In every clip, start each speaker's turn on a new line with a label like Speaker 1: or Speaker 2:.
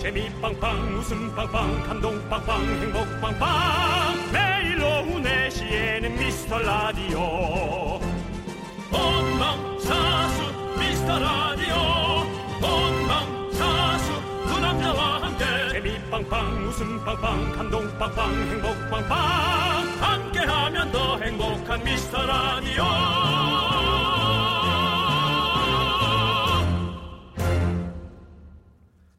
Speaker 1: 재미 빵빵 웃음 빵빵 감동 빵빵 행복 빵빵 매일 오후 네시에는 미스터 라디오 본방사수 미스터 라디오 본방사수 그 남자와 함께 재미 빵빵 웃음 빵빵 감동 빵빵 행복 빵빵 함께하면 더 행복한 미스터 라디오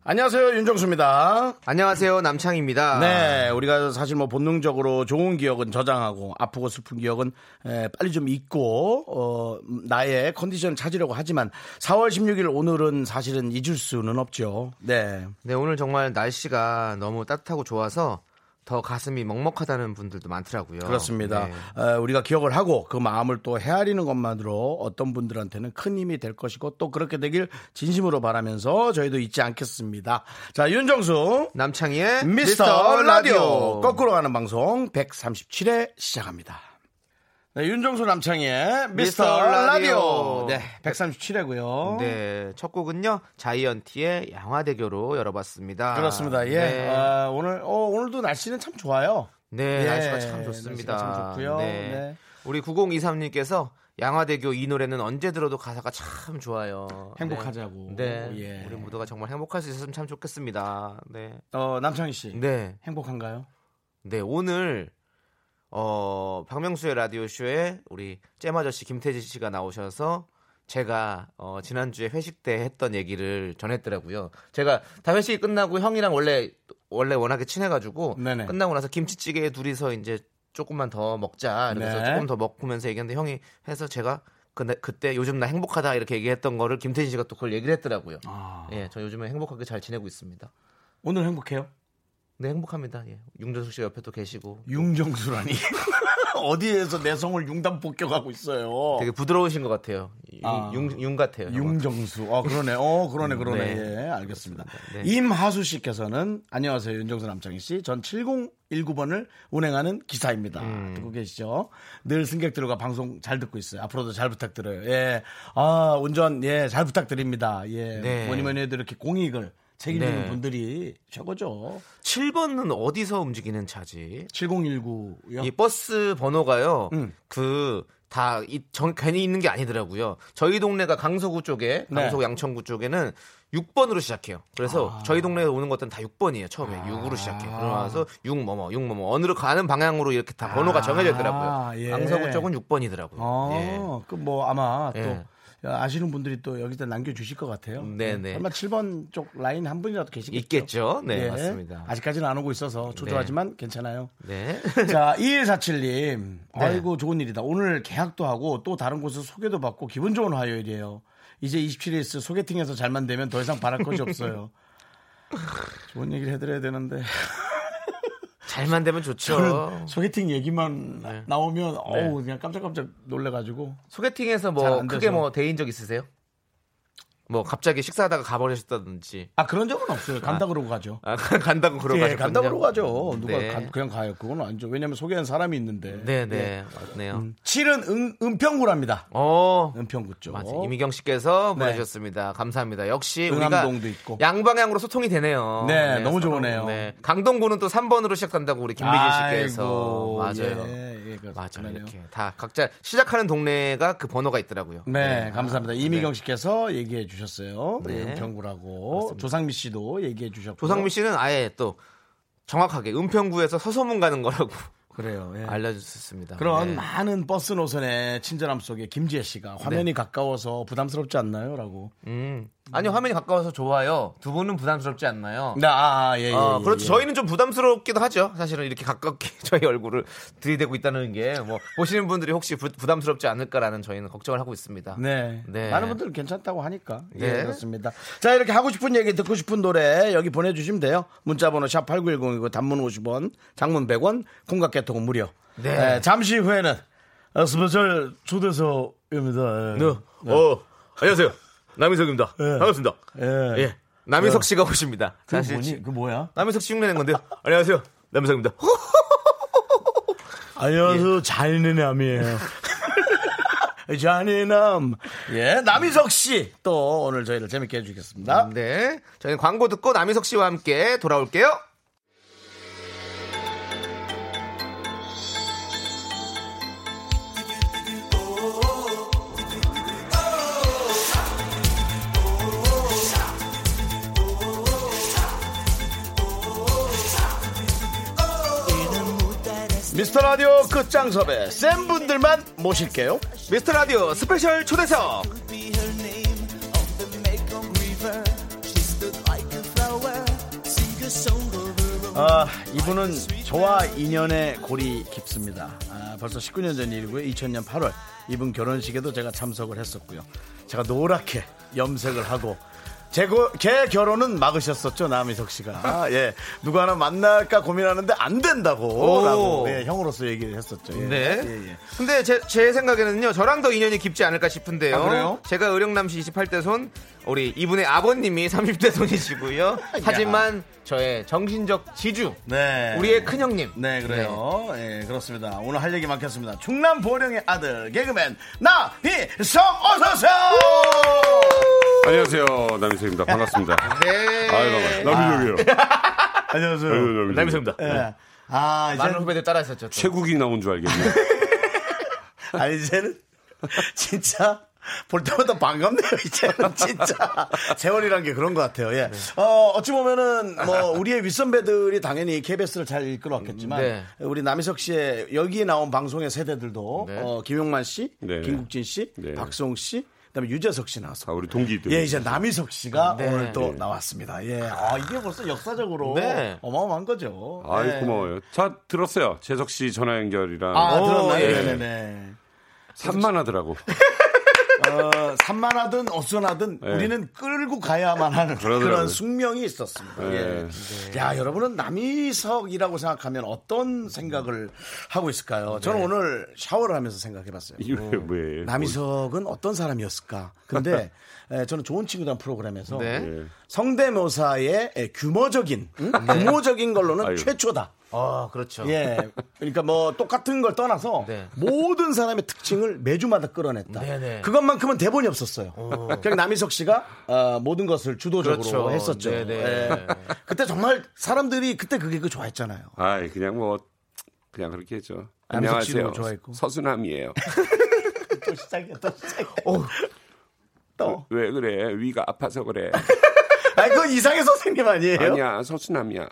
Speaker 2: 안녕하세요 윤정수입니다.
Speaker 3: 안녕하세요 남창입니다.
Speaker 2: 네, 우리가 사실 뭐 본능적으로 좋은 기억은 저장하고 아프고 슬픈 기억은 에, 빨리 좀 잊고 어, 나의 컨디션 찾으려고 하지만 4월 16일 오늘은 사실은 잊을 수는 없죠. 네,
Speaker 3: 네, 오늘 정말 날씨가 너무 따뜻하고 좋아서 더 가슴이 먹먹하다는 분들도 많더라고요.
Speaker 2: 그렇습니다.
Speaker 3: 네.
Speaker 2: 에, 우리가 기억을 하고 그 마음을 또 헤아리는 것만으로 어떤 분들한테는 큰 힘이 될 것이고 또 그렇게 되길 진심으로 바라면서 저희도 잊지 않겠습니다. 자, 윤정수
Speaker 3: 남창희의
Speaker 2: 미스터 라디오 거꾸로 가는 방송 137회 시작합니다. 네, 윤정수 남창희의 미스터
Speaker 3: 미스터
Speaker 2: 라디오.
Speaker 3: 라디오.
Speaker 2: 네, 137회고요.
Speaker 3: 네, 첫 곡은요 자이언티의 양화대교로 열어봤습니다.
Speaker 2: 그렇습니다. 예.
Speaker 3: 네,
Speaker 2: 아, 오늘 어, 오늘도 날씨는 참 좋아요.
Speaker 3: 네,
Speaker 2: 예,
Speaker 3: 날씨가 참
Speaker 2: 날씨가
Speaker 3: 좋습니다.
Speaker 2: 참 좋고요.
Speaker 3: 네.
Speaker 2: 네.
Speaker 3: 우리 9023님께서 양화대교 이 노래는 언제 들어도 가사가 참 좋아요.
Speaker 2: 행복하자고.
Speaker 3: 네,
Speaker 2: 예.
Speaker 3: 우리 모두가 정말 행복할 수 있었으면 참 좋겠습니다. 네,
Speaker 2: 어, 남창희 씨.
Speaker 3: 네.
Speaker 2: 행복한가요?
Speaker 3: 네 오늘 어 박명수의 라디오 쇼에 우리 잼 아저씨 김태진 씨가 나오셔서 제가 어, 지난주에 회식 때 했던 얘기를 전했더라고요. 제가 다 회식이 끝나고 형이랑 원래 원래 워낙에 친해가지고
Speaker 2: 네네.
Speaker 3: 끝나고 나서 김치찌개 둘이서 이제 조금만 더 먹자. 그래서
Speaker 2: 네.
Speaker 3: 조금 더 먹으면서 얘기했는데 형이 해서 제가 그날 그때 요즘 나 행복하다 이렇게 얘기했던 거를 김태진 씨가 또 그걸 얘기를 했더라고요.
Speaker 2: 아.
Speaker 3: 예, 저 요즘에 행복하게 잘 지내고 있습니다.
Speaker 2: 오늘 행복해요?
Speaker 3: 네, 행복합니다. 예. 윤정숙 씨가 옆에 또 계시고
Speaker 2: 윤정수라니. 어디에서 내 성을 융단 복격하고 있어요.
Speaker 3: 되게 부드러우신 것 같아요. 융,
Speaker 2: 아.
Speaker 3: 융, 융 같아요. 형은.
Speaker 2: 윤정수. 어, 그러네. 어, 그러네, 그러네.
Speaker 3: 네.
Speaker 2: 예, 알겠습니다.
Speaker 3: 네.
Speaker 2: 임하수 씨께서는 안녕하세요, 윤정수 남창희 씨. 전 7019번을 운행하는 기사입니다. 듣고 계시죠? 늘 승객들과 방송 잘 듣고 있어요. 앞으로도 잘 부탁드려요. 예. 아, 운전, 예, 잘 부탁드립니다. 예.
Speaker 3: 네.
Speaker 2: 뭐니 뭐니 해도 이렇게 공익을 책임지는
Speaker 3: 네.
Speaker 2: 분들이 최고죠.
Speaker 3: 7번은 어디서 움직이는 차지?
Speaker 2: 7019요.
Speaker 3: 이 버스 번호가요.
Speaker 2: 음.
Speaker 3: 그 다, 이, 정, 괜히 있는 게 아니더라고요. 저희 동네가 강서구 쪽에,
Speaker 2: 네.
Speaker 3: 강서구 양천구 쪽에는 6번으로 시작해요.
Speaker 2: 아.
Speaker 3: 그래서 저희 동네에 오는 것들은 다 6번이에요. 처음에 6으로 시작해요. 그러면서 6뭐뭐, 6뭐뭐, 어느로 가는 방향으로 이렇게 다 번호가 정해져 있더라고요.
Speaker 2: 아. 예.
Speaker 3: 강서구 쪽은 6번이더라고요.
Speaker 2: 어, 그 뭐 아마
Speaker 3: 예.
Speaker 2: 또 아시는 분들이 또 여기다 남겨주실 것 같아요.
Speaker 3: 네네.
Speaker 2: 아마 7번 쪽 라인 한 분이라도 계시겠죠.
Speaker 3: 있겠죠? 네,
Speaker 2: 예.
Speaker 3: 맞습니다.
Speaker 2: 아직까지는 안 오고 있어서 초조하지만 괜찮아요.
Speaker 3: 네.
Speaker 2: 자, 2147님. 아이고, 좋은 일이다. 오늘 계약도 하고 또 다른 곳에서 소개도 받고 기분 좋은 화요일이에요. 이제 27일 있을 소개팅에서 잘만 되면 더 이상 바랄 것이 없어요. 좋은 얘기를 해드려야 되는데.
Speaker 3: 잘만 되면 좋죠.
Speaker 2: 저는 소개팅 얘기만
Speaker 3: 네.
Speaker 2: 나오면 어우 그냥 깜짝깜짝 놀래가지고 잘
Speaker 3: 소개팅에서 뭐
Speaker 2: 안
Speaker 3: 크게
Speaker 2: 돼서.
Speaker 3: 뭐 데인 적 있으세요? 뭐 갑자기 식사하다가 가버리셨다든지
Speaker 2: 아 그런 적은 없어요. 간다 그러고 가죠.
Speaker 3: 아, 간다고 그러고
Speaker 2: 예,
Speaker 3: 가셨거든요.
Speaker 2: 간다 그러고 가죠. 누가
Speaker 3: 네.
Speaker 2: 간- 그냥 가요. 그건 아니죠. 왜냐면 소개한 사람이 있는데.
Speaker 3: 네네
Speaker 2: 예.
Speaker 3: 맞네요.
Speaker 2: 칠은 은, 은평구랍니다.
Speaker 3: 어
Speaker 2: 은평구 쪽.
Speaker 3: 맞아 이미경 씨께서
Speaker 2: 네.
Speaker 3: 보내주셨습니다. 감사합니다. 역시 우리가
Speaker 2: 응암동도 있고.
Speaker 3: 양방향으로 소통이 되네요.
Speaker 2: 네, 너무 좋으네요.
Speaker 3: 강동구는 또 3번으로 시작한다고 우리 김미진 씨께서
Speaker 2: 아이고,
Speaker 3: 맞아요.
Speaker 2: 예, 예, 그렇구나.
Speaker 3: 맞아요. 이렇게 다 각자 시작하는 동네가 그 번호가 있더라고요.
Speaker 2: 네,
Speaker 3: 네.
Speaker 2: 감사합니다. 이미경 씨께서 얘기해 주셨어요.
Speaker 3: 네.
Speaker 2: 네, 은평구라고. 조상미 씨도 얘기해 주셨고.
Speaker 3: 조상민 씨는 아예 또 정확하게 은평구에서 서소문 가는 거라고
Speaker 2: 그래요.
Speaker 3: 네.
Speaker 2: 예.
Speaker 3: 알려주셨습니다.
Speaker 2: 그런
Speaker 3: 아, 네.
Speaker 2: 많은 버스 노선의 친절함 속에 김지혜 씨가 화면이 가까워서 부담스럽지 않나요? 라고.
Speaker 3: 네. 음. 아니 화면이 가까워서 좋아요. 두 분은 부담스럽지 않나요?
Speaker 2: 아, 아, 예, 예,
Speaker 3: 어,
Speaker 2: 예,
Speaker 3: 그렇죠.
Speaker 2: 예.
Speaker 3: 저희는 좀 부담스럽기도 하죠. 사실은 이렇게 가깝게 저희 얼굴을 들이대고 있다는 게 뭐 보시는 분들이 혹시 부, 담스럽지 않을까라는 저희는 걱정을 하고 있습니다.
Speaker 2: 네.
Speaker 3: 네.
Speaker 2: 많은 분들은 괜찮다고 하니까. 예,
Speaker 3: 네.
Speaker 2: 그렇습니다. 자, 이렇게 하고 싶은 얘기, 듣고 싶은 노래 여기 보내주시면 돼요. 문자번호 샵8910이고 단문 50원, 장문 100원, 공각개통은 무료.
Speaker 3: 네.
Speaker 2: 예, 잠시 후에는 어, 스페셜 초대석입니다. 예.
Speaker 3: 어, 안녕하세요. 남희석입니다. 반갑습니다.
Speaker 2: 예.
Speaker 3: 예. 남희석 씨가 오십니다.
Speaker 2: 네. 그
Speaker 3: 사실
Speaker 2: 뭐니? 그 뭐야?
Speaker 3: 남희석 씨 흉내낸 건데요. 안녕하세요. 남희석입니다.
Speaker 2: 예. 안녕하세요. 잘 있는 암이에요. 잔인함. 예, 남희석 씨 또 오늘 저희를 재밌게 해주겠습니다.
Speaker 3: 네. 저희는 광고 듣고 남희석 씨와 함께 돌아올게요.
Speaker 2: 미스터 라디오 끝장 섭외 센 분들만 모실게요.
Speaker 3: 미스터 라디오 스페셜 초대석.
Speaker 4: be her name on the Mekong River. She stood like a flower, sing a song of her own.
Speaker 2: 아, 이분은 저와 인연의 골이 깊습니다. 아, 벌써 19년 전 일이고요. 2000년 8월 이분 결혼식에도 제가 참석을 했었고요. 제가 노랗게 염색을 하고 제, 고, 제 결혼은 막으셨었죠 남희석 씨가 아, 예 누구 하나 만날까 고민하는데 안 된다고
Speaker 3: 오.
Speaker 2: 라고 예, 형으로서 얘기를 했었죠. 예.
Speaker 3: 네.
Speaker 2: 예, 예.
Speaker 3: 근데 제, 제 생각에는요, 저랑 더 인연이 깊지 않을까 싶은데요.
Speaker 2: 아, 그래요?
Speaker 3: 제가 의령남씨 28대 손, 우리 이분의 아버님이 30대 손이시고요. 하지만 저의 정신적 지주,
Speaker 2: 네.
Speaker 3: 우리의 큰형님.
Speaker 2: 네, 그래요. 예, 그렇습니다. 오늘 할 얘기 많겠습니다. 충남 보령의 아들, 개그맨, 나희성, 어서오세요!
Speaker 1: 안녕하세요 남희석입니다 반갑습니다
Speaker 3: 네.
Speaker 1: 아유 반가워요 남희석이요 그
Speaker 2: 안녕하세요.
Speaker 1: 남희석입니다
Speaker 2: 예. 아, 이제,
Speaker 3: 많은 후배들 따라 했었죠. 또.
Speaker 1: 최국이 나온 줄 알겠네
Speaker 2: 아, 이제는, 진짜, 볼 때마다 반갑네요, 이제는, 진짜. 세월이란 게 그런 것 같아요,
Speaker 3: 네.
Speaker 2: 예. 어, 어찌 보면은, 뭐, 우리의 윗선배들이 당연히 KBS를 잘 이끌어왔겠지만,
Speaker 3: 네.
Speaker 2: 우리 남희석 씨의 여기에 나온 방송의 세대들도,
Speaker 3: 네.
Speaker 2: 어, 김용만 씨,
Speaker 1: 네.
Speaker 2: 김국진 씨,
Speaker 1: 네.
Speaker 2: 박수홍 씨, 그다음에 유재석 씨 나왔어.
Speaker 1: 아, 우리 동기들
Speaker 2: 예, 이제 남희석 씨가
Speaker 3: 네.
Speaker 2: 오늘
Speaker 1: 네.
Speaker 2: 또 나왔습니다. 예. 아, 이게 벌써 역사적으로
Speaker 3: 네.
Speaker 2: 어마어마한 거죠.
Speaker 1: 아유
Speaker 2: 예.
Speaker 1: 고마워요 자 들었어요 재석 씨 전화 연결이랑
Speaker 2: 아,
Speaker 3: 오,
Speaker 2: 들었나요?
Speaker 3: 예.
Speaker 2: 네네네.
Speaker 1: 산만하더라고
Speaker 2: 어, 산만하든 어수선하든 우리는 끌고 가야만 하는
Speaker 1: 네. 그러더라고요. 네.
Speaker 2: 그런 숙명이 있었습니다. 예. 야, 여러분은 남희석이라고 생각하면 어떤 생각을 하고 있을까요? 저는 오늘 샤워를 하면서 생각해 봤어요.
Speaker 1: 네. 이래 왜
Speaker 2: 남희석은 어떤 사람이었을까? 근데 에, 저는 좋은 친구단 프로그램에서
Speaker 3: 네.
Speaker 1: 예.
Speaker 2: 성대모사의 에, 규모적인 응? 규모적인 걸로는
Speaker 1: 네. 아유.
Speaker 2: 최초다.
Speaker 3: 아, 그렇죠.
Speaker 2: 예, 그러니까 뭐 똑같은 걸 떠나서
Speaker 3: 네.
Speaker 2: 모든 사람의 특징을 매주마다 끌어냈다.
Speaker 3: 네네.
Speaker 2: 그것만큼은 대본이 없었어요. 그냥 남희석 씨가 어, 모든 것을 주도적으로
Speaker 3: 그렇죠.
Speaker 2: 했었죠.
Speaker 3: 네네.
Speaker 2: 예. 그때 정말 사람들이 그때 그게 그 좋아했잖아요.
Speaker 1: 아이 그냥 뭐 그냥 그렇게 했죠
Speaker 2: 남희석 씨도
Speaker 1: 안녕하세요
Speaker 2: 좋아했고.
Speaker 1: 서수남이에요
Speaker 2: 또 시작이야, 또 시작. 또.
Speaker 1: 왜 그래 위가 아파서 그래
Speaker 2: 아, 그건 이상해 선생님 아니에요?
Speaker 1: 아니야 서수남이야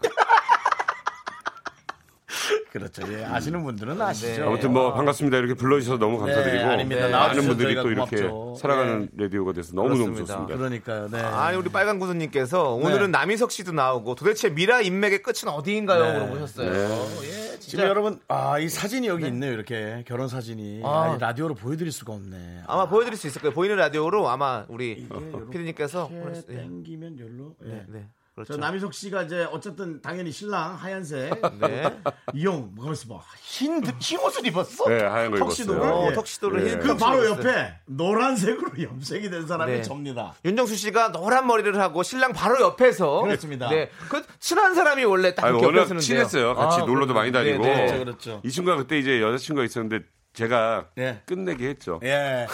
Speaker 2: 그렇죠. 예, 아시는 분들은 아시죠.
Speaker 1: 아무튼 뭐 반갑습니다 이렇게 불러주셔서 너무 감사드리고
Speaker 2: 네, 아닙니다.
Speaker 1: 많은
Speaker 2: 나와주셔서
Speaker 1: 분들이
Speaker 2: 저희가
Speaker 1: 또 이렇게
Speaker 2: 고맙죠. 네.
Speaker 1: 살아가는 라디오가 돼서 너무너무
Speaker 3: 그렇습니다.
Speaker 1: 좋습니다
Speaker 2: 그러니까요. 네.
Speaker 3: 아니, 우리 빨간 구두님께서 오늘은 남희석 씨도 나오고 도대체 미라 인맥의 끝은 어디인가요?
Speaker 2: 네.
Speaker 3: 물어보셨어요.
Speaker 1: 네.
Speaker 3: 예, 진짜.
Speaker 2: 지금 여러분 아 이 사진이 여기 있네요 이렇게 결혼 사진이
Speaker 3: 아.
Speaker 2: 아, 이 라디오로 보여드릴 수가 없네
Speaker 3: 아마 보여드릴 수 있을 거예요. 보이는 라디오로 아마 우리 어, 피디님께서.
Speaker 2: 이렇게
Speaker 3: 예.
Speaker 2: 아, 땡기면 열로. 예.
Speaker 3: 네.
Speaker 2: 네. 저
Speaker 3: 그렇죠.
Speaker 2: 남희석 씨가 이제 어쨌든 당연히 신랑 하얀색
Speaker 3: 네.
Speaker 2: 이용 뭐 가만있어 봐흰흰 옷을 입었어.
Speaker 1: 네, 하얀 거
Speaker 2: 턱시도를?
Speaker 1: 입었어요.
Speaker 3: 어,
Speaker 2: 예.
Speaker 3: 턱시도를
Speaker 1: 예.
Speaker 3: 흰
Speaker 2: 그 바로
Speaker 3: 턱시도를
Speaker 2: 옆에 노란색으로 염색이 된 사람이
Speaker 3: 네.
Speaker 2: 접니다.
Speaker 3: 윤정수 씨가 노란 머리를 하고 신랑 바로 옆에서
Speaker 2: 그렇습니다.
Speaker 3: 네, 그 친한 사람이 원래 딱
Speaker 1: 아니
Speaker 3: 이렇게 옆에
Speaker 1: 워낙
Speaker 3: 서는데요.
Speaker 1: 친했어요. 같이
Speaker 3: 아,
Speaker 1: 놀러도 많이 다니고.
Speaker 3: 네,
Speaker 2: 그렇죠,
Speaker 3: 네.
Speaker 2: 그렇죠.
Speaker 1: 이 친구가 그때 이제 여자친구가 있었는데 제가
Speaker 2: 네.
Speaker 1: 끝내게 했죠.
Speaker 2: 예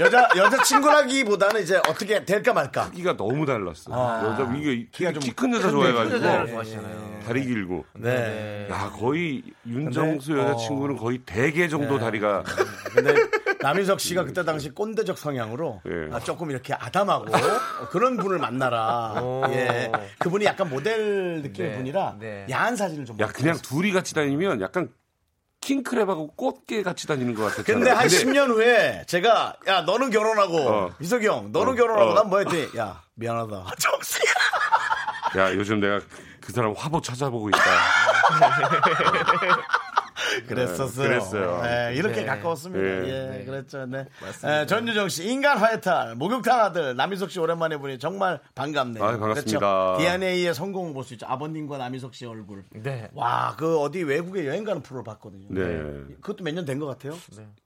Speaker 2: 여자 여자 친구라기보다는 이제 어떻게 될까 말까.
Speaker 1: 키가 너무 달랐어. 여자 이게
Speaker 2: 아. 키가 좀
Speaker 1: 키 큰 여자
Speaker 3: 큰 여자를
Speaker 1: 좋아해가지고
Speaker 3: 좋아하시잖아요.
Speaker 1: 다리 길고.
Speaker 2: 네. 어.
Speaker 1: 야 거의 윤정수 여자친구는 거의 네 대개 정도 다리가
Speaker 2: 네. 근데 남희석 씨가 그때 당시 꼰대적 성향으로
Speaker 3: 네.
Speaker 1: 예.
Speaker 2: 아, 조금 이렇게 아담하고 그런 분을 만나라. 예. 그분이 약간 모델 느낌의
Speaker 3: 어. 네,
Speaker 2: 분이라
Speaker 3: 네.
Speaker 2: 야한 사진을 좀.
Speaker 1: 야
Speaker 2: 많이
Speaker 1: 그냥
Speaker 2: 찍었어요.
Speaker 1: 둘이 같이 다니면 약간 킹크랩하고 꽃게 같이 다니는 것 같았잖아요.
Speaker 2: 근데 한 10년 후에 제가 야 너는 결혼하고
Speaker 1: 어.
Speaker 2: 미석이 형 너는
Speaker 1: 어.
Speaker 2: 결혼하고
Speaker 1: 어. 아,
Speaker 2: 난 뭐 했더니 야 미안하다 정수야
Speaker 1: 야 요즘 내가 그 사람 화보 찾아보고 있다.
Speaker 2: 그랬었어요.
Speaker 1: 그랬어요.
Speaker 2: 네, 이렇게 가까웠습니다.
Speaker 1: 예.
Speaker 2: 예, 그랬죠. 네. 에, 전유정 씨 인간 화해탈 목욕탕 아들 남희석 씨 오랜만에 보니 정말 반갑네요.
Speaker 1: 아유, 반갑습니다.
Speaker 2: 그렇죠? DNA의 성공을 볼 수 있죠. 아버님과 남희석 씨 얼굴.
Speaker 3: 네.
Speaker 2: 와, 그 어디 외국에 여행 가는 프로를 봤거든요.
Speaker 1: 네.
Speaker 2: 그것도 몇 년 된 것 같아요.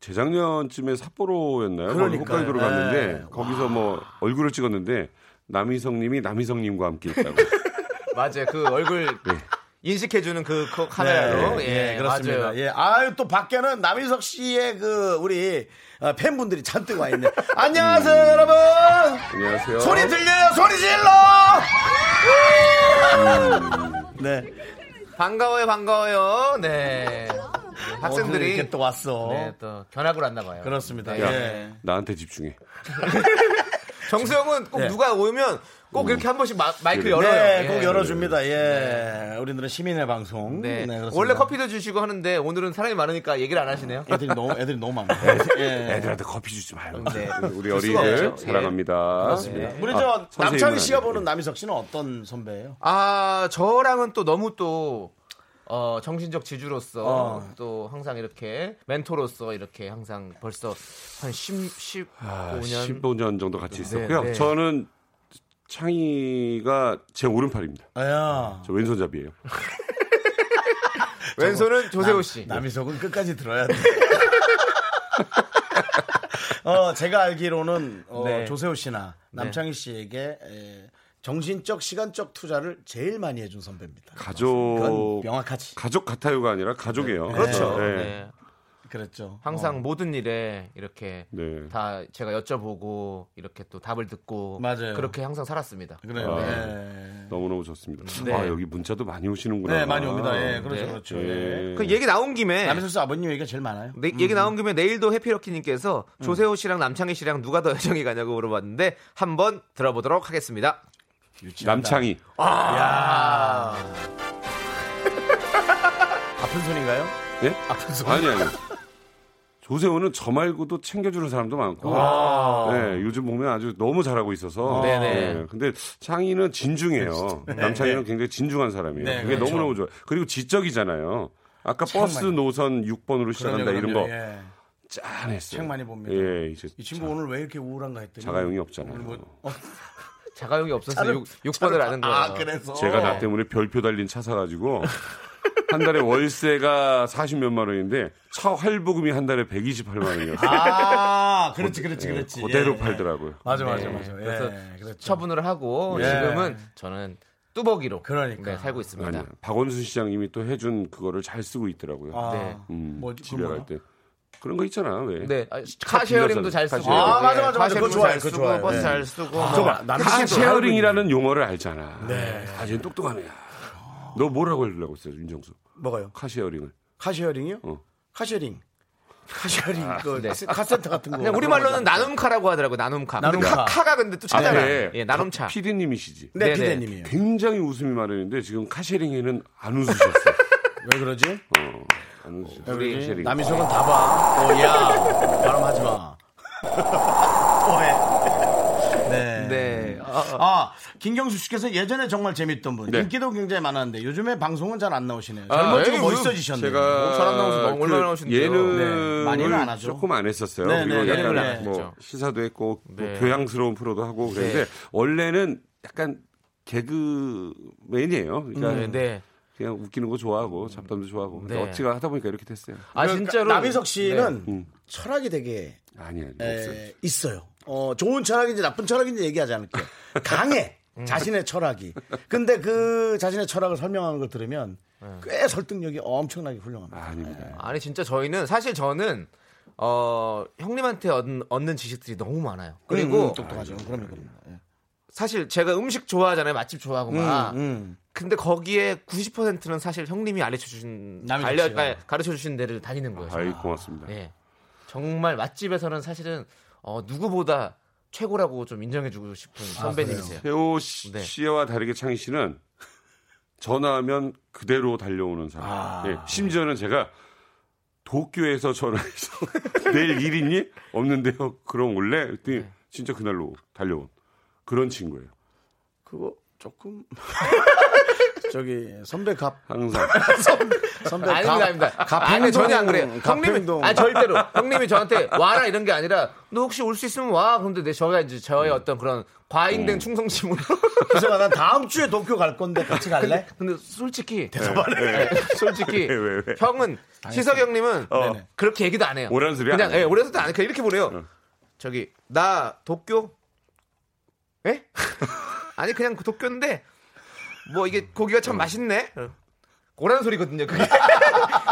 Speaker 1: 재작년쯤에 삿포로였나요? 거기
Speaker 2: 그러니까요.
Speaker 1: 홋카이도로
Speaker 2: 네.
Speaker 1: 갔는데 거기서 뭐 얼굴을 찍었는데 남희성님이 남희성님과 함께 있다고.
Speaker 3: 맞아요. 그 얼굴
Speaker 1: 네.
Speaker 3: 인식해주는 그, 그 카메라로.
Speaker 2: 예,
Speaker 3: 예,
Speaker 2: 예, 그렇습니다.
Speaker 3: 맞아요.
Speaker 2: 예, 아유 또 밖에는 남희석 씨의 그 우리 어, 팬분들이 잔뜩 와 있네. 안녕하세요,
Speaker 3: 음.
Speaker 2: 여러분.
Speaker 5: 안녕하세요.
Speaker 2: 소리 들려요, 소리 질러.
Speaker 3: 음.
Speaker 2: 네.
Speaker 3: 반가워요, 반가워요. 네.
Speaker 2: 오늘
Speaker 3: 학생들이
Speaker 2: 이렇게 또 왔어.
Speaker 3: 네, 또 네. 견학을 왔나 봐요.
Speaker 2: 그렇습니다.
Speaker 5: 야,
Speaker 2: 예.
Speaker 5: 나한테 집중해.
Speaker 3: 정수영은 꼭
Speaker 2: 네.
Speaker 3: 누가 오면
Speaker 1: 음.
Speaker 3: 꼭 이렇게 한 번씩 마, 이크 열어요.
Speaker 2: 네,
Speaker 3: 예.
Speaker 2: 꼭 열어줍니다. 예. 우리들은 시민의 방송.
Speaker 3: 네.
Speaker 2: 그렇습니다.
Speaker 3: 원래 커피도 주시고 하는데 오늘은 사람이 많으니까 얘기를 안 하시네요.
Speaker 2: 애들이 너무 애들이 너무 많아요. 예.
Speaker 5: 애들한테 커피 주지 말고.
Speaker 3: 네.
Speaker 5: 우리
Speaker 3: 줄 수가
Speaker 5: 어린이들
Speaker 3: 없죠.
Speaker 5: 사랑합니다.
Speaker 1: 예.
Speaker 3: 그렇습니다.
Speaker 5: 네.
Speaker 2: 우리
Speaker 5: 아,
Speaker 2: 저
Speaker 5: 선생님은
Speaker 2: 남창희 씨가
Speaker 5: 아니고.
Speaker 2: 보는 남희석 씨는 어떤 선배예요?
Speaker 3: 아, 저랑은 또 너무 또 어, 정신적 지주로서
Speaker 2: 어.
Speaker 3: 또 항상 이렇게 멘토로서 이렇게 항상 벌써 한 10, 15년
Speaker 5: 아, 15년 정도 같이 있었고요.
Speaker 3: 네, 네.
Speaker 5: 저는 창희가 제 오른팔입니다.
Speaker 2: 아야.
Speaker 5: 저 왼손잡이에요.
Speaker 3: 왼손은 조세호 씨.
Speaker 2: 남희석은 끝까지 들어야 돼. 어, 제가 알기로는 어,
Speaker 3: 네.
Speaker 2: 조세호 씨나 남창희 씨에게 에, 정신적 시간적 투자를 제일 많이 해준 선배입니다. 그건
Speaker 5: 가족
Speaker 2: 명확하지.
Speaker 5: 가족 같아요가 아니라 가족이에요.
Speaker 3: 그렇죠.
Speaker 5: 네.
Speaker 3: 네.
Speaker 2: 그랬죠.
Speaker 3: 항상 모든 일에 이렇게
Speaker 5: 네.
Speaker 3: 다 제가 여쭤보고 이렇게 또 답을 듣고
Speaker 2: 맞아요. 네.
Speaker 3: 그렇게 항상 살았습니다.
Speaker 2: 그래요.
Speaker 5: 아.
Speaker 2: 예.
Speaker 5: 너무너무 좋습니다.
Speaker 3: 네.
Speaker 5: 아, 여기 문자도 많이 오시는구나.
Speaker 2: 네, 많이 옵니다. 예, 그렇죠,
Speaker 3: 네.
Speaker 2: 그렇죠. 예.
Speaker 5: 예.
Speaker 3: 그 얘기 나온 김에
Speaker 2: 남희석 씨 아버님 얘기가 제일 많아요.
Speaker 3: 네, 얘기 나온 김에 내일도 해피럭키님께서
Speaker 2: 음.
Speaker 3: 조세호 씨랑 남창희 씨랑 누가 더 여정이 가냐고 물어봤는데 한번 들어보도록 하겠습니다.
Speaker 2: 유치하다.
Speaker 5: 아, 남창희.
Speaker 2: 아. 야 아픈 손인가요?
Speaker 5: 예?
Speaker 2: 아픈 손.
Speaker 5: 아니 아니. 조세호는 저 말고도 챙겨주는 사람도 많고,
Speaker 2: 아.
Speaker 3: 네. 아.
Speaker 2: 네.
Speaker 5: 예, 요즘 보면 아주 너무 잘하고 있어서.
Speaker 3: 네네.
Speaker 5: 예, 근데 창희는 진중해요. 남창희는 굉장히 진중한 사람이에요.
Speaker 2: 네,
Speaker 5: 그게
Speaker 2: 그렇죠.
Speaker 5: 너무너무 좋아요. 그리고 지적이잖아요. 아까
Speaker 2: 참
Speaker 5: 버스
Speaker 2: 많이-
Speaker 5: 노선 6번으로 시작한다
Speaker 2: 그럼요,
Speaker 5: 이런
Speaker 2: 그럼요.
Speaker 5: 거
Speaker 2: 예.
Speaker 5: 짠했어요.
Speaker 2: 책 많이 봅니다.
Speaker 5: 예, 이제
Speaker 2: 이 친구 오늘 왜 이렇게 우울한가 했더니
Speaker 5: 자가용이 없잖아요.
Speaker 2: 오늘 뭐- 어,
Speaker 3: 자가용이 없어서
Speaker 2: 차를-
Speaker 3: 육 6, 번을 아는 거예요.
Speaker 2: 아 그래서
Speaker 5: 제가 나 때문에 별표 달린 차 사가지고 한 달에 월세가 40몇만 원인데 차 할부금이 한 달에 128만 원이었어요.
Speaker 2: 아 그렇지 그렇지 그렇지
Speaker 5: 그대로
Speaker 2: 예.
Speaker 5: 팔더라고요.
Speaker 2: 맞아 맞아
Speaker 3: 네.
Speaker 2: 맞아
Speaker 3: 그래서
Speaker 2: 예, 그렇죠.
Speaker 3: 처분을 하고
Speaker 2: 예.
Speaker 3: 지금은 저는 뚜벅이로
Speaker 2: 그러니까.
Speaker 3: 네, 살고 있습니다.
Speaker 5: 아니요. 박원순 시장님이 또 해준 그거를 잘 쓰고 있더라고요.
Speaker 2: 아,
Speaker 3: 네.
Speaker 5: 음,
Speaker 2: 뭐지,
Speaker 5: 집에
Speaker 2: 그건
Speaker 5: 갈 때. 그런 거 있잖아, 왜.
Speaker 3: 네, 아,
Speaker 5: 차
Speaker 3: 카쉐어링도
Speaker 5: 빌려서,
Speaker 3: 잘 쓰고,
Speaker 5: 카쉐어링.
Speaker 2: 아, 맞아, 맞아, 맞아.
Speaker 3: 카쉐어링도
Speaker 2: 그거 좋아요,
Speaker 3: 잘
Speaker 2: 그거
Speaker 3: 쓰고,
Speaker 2: 좋아요.
Speaker 3: 버스
Speaker 2: 네.
Speaker 3: 잘 쓰고,
Speaker 2: 저거
Speaker 3: 뭐.
Speaker 2: 남자
Speaker 5: 다
Speaker 2: 씨도
Speaker 5: 쉐어링이라는 용어를 알잖아. 사실 똑똑한 애야. 너 뭐라고 하려고 했어요, 윤정수?
Speaker 2: 뭐가요?
Speaker 5: 카쉐어링을.
Speaker 2: 카쉐어링이요?
Speaker 5: 어.
Speaker 2: 카쉐어링 카쉐어링 그
Speaker 3: 네.
Speaker 2: 카센터 같은 거
Speaker 3: 그냥 우리 말로는 나눔카라고 하더라고, 나눔카. 근데
Speaker 2: 나눔카.
Speaker 3: 카- 카가 근데 또 차잖아. 예, 나눔차.
Speaker 5: 네. 피디님이시지.
Speaker 2: 네
Speaker 3: 네네.
Speaker 2: 피디님이에요
Speaker 5: 굉장히 웃음이 많았는데 지금 카쉐링에는 안 웃으셨어요.
Speaker 2: 왜 그러지?
Speaker 5: 어, 안 웃으셨어요.
Speaker 2: 우리
Speaker 3: 네.
Speaker 5: 카쉐링.
Speaker 2: 남이석은 다 봐. 어, 야, 바람하지 마. 또해. 네.
Speaker 3: 네. 아, 아.
Speaker 2: 아, 김경수 씨께서 예전에 정말 재밌던 분.
Speaker 5: 네.
Speaker 2: 인기도 굉장히 많았는데 요즘에 방송은 잘 안 나오시네요.
Speaker 5: 아,
Speaker 2: 젊어지고
Speaker 5: 에이,
Speaker 2: 뭐 멋있어지셨네요.
Speaker 5: 제가 그
Speaker 3: 사람 나오신 거 얼마나 나오신데요?
Speaker 5: 예능을
Speaker 2: 네, 많이는 안 하죠.
Speaker 5: 조금 안 했었어요.
Speaker 2: 네,
Speaker 5: 그리고
Speaker 2: 네,
Speaker 5: 약간
Speaker 2: 예능을 안
Speaker 5: 뭐
Speaker 3: 했죠.
Speaker 5: 시사도 했고 뭐
Speaker 3: 네.
Speaker 5: 교양스러운 프로도 하고 그랬는데
Speaker 3: 네.
Speaker 5: 원래는 약간 개그맨이에요. 그러니까
Speaker 3: 네, 네.
Speaker 5: 그냥 웃기는 거
Speaker 2: 음.
Speaker 5: 좋아하고 잡담도 좋아하고 근데
Speaker 3: 네.
Speaker 5: 어찌가 하다 보니까 이렇게 됐어요.
Speaker 3: 아, 진짜로.
Speaker 2: 그러니까 남희석 씨는
Speaker 5: 네. 음.
Speaker 2: 철학이 되게
Speaker 5: 아니 아니
Speaker 2: 에,
Speaker 5: 없어요.
Speaker 2: 있어요. 어, 좋은 철학인지 나쁜 철학인지 얘기하지 않을게요. 강해. 자신의 철학이. 근데 그 자신의 철학을 설명하는 걸 들으면 꽤 설득력이 엄청나게 훌륭합니다. 네.
Speaker 5: 아, 아닙니다.
Speaker 3: 아니 진짜 저희는 사실 저는 어 형님한테 얻는, 얻는 지식들이 너무 많아요. 그리고
Speaker 2: 음, 똑똑하죠. 그럼요, 그럼요. 예.
Speaker 3: 사실 제가 음식 좋아하잖아요. 맛집 좋아하고 막.
Speaker 2: 음.
Speaker 3: 근데 거기에 90%는 사실 형님이 알려 주신
Speaker 2: 남이
Speaker 3: 알려
Speaker 2: 좋지요.
Speaker 3: 아니, 가르쳐 주신 데를 다니는 거예요.
Speaker 5: 아이 고맙습니다.
Speaker 2: 네.
Speaker 3: 예. 정말 맛집에서는 사실은 어 누구보다 최고라고 좀 인정해 주고 싶은 선배님이세요.
Speaker 5: 태호 씨-
Speaker 3: 네.
Speaker 5: 씨와 다르게 창희 씨는 전화하면 그대로 달려오는 사람.
Speaker 2: 아.
Speaker 5: 예, 심지어는 제가 도쿄에서 전화해서 내일 일 있니? 없는데요. 그럼 올래? 그랬더니
Speaker 2: 네.
Speaker 5: 진짜 그날로 달려온 그런 친구예요.
Speaker 2: 그거 조금 저기 선배 갑
Speaker 5: 항상
Speaker 2: 아, 선배
Speaker 3: 아닙니다, 아닙니다. 아니, 전혀 안 그래요. 형님이,
Speaker 2: 가평동
Speaker 3: 아, 절대로. 형님이 저한테 와라 이런 게 아니라, 너 혹시 올 수 있으면 와. 근데 내, 저가 이제 저의 어떤 그런
Speaker 2: 음.
Speaker 3: 과잉된 충성심으로.
Speaker 2: 기성아 난 다음 주에 도쿄 갈 건데 같이 갈래?
Speaker 3: 근데 솔직히. 네, 솔직히.
Speaker 5: 왜, 왜, 왜.
Speaker 3: 형은, 시석 형님은
Speaker 2: 네네.
Speaker 3: 그렇게 얘기도 안 해요.
Speaker 5: 오라는 소리 안
Speaker 3: 그냥,
Speaker 5: 해요. 어.
Speaker 3: 예, 오라는 소리 안 해요. 그냥 이렇게 보내요. 저기, 나 도쿄? 예?
Speaker 5: 어.
Speaker 3: 아니, 그냥 그 도쿄인데, 뭐 이게 고기가 참 맛있네. 오라는 소리거든요. 그게.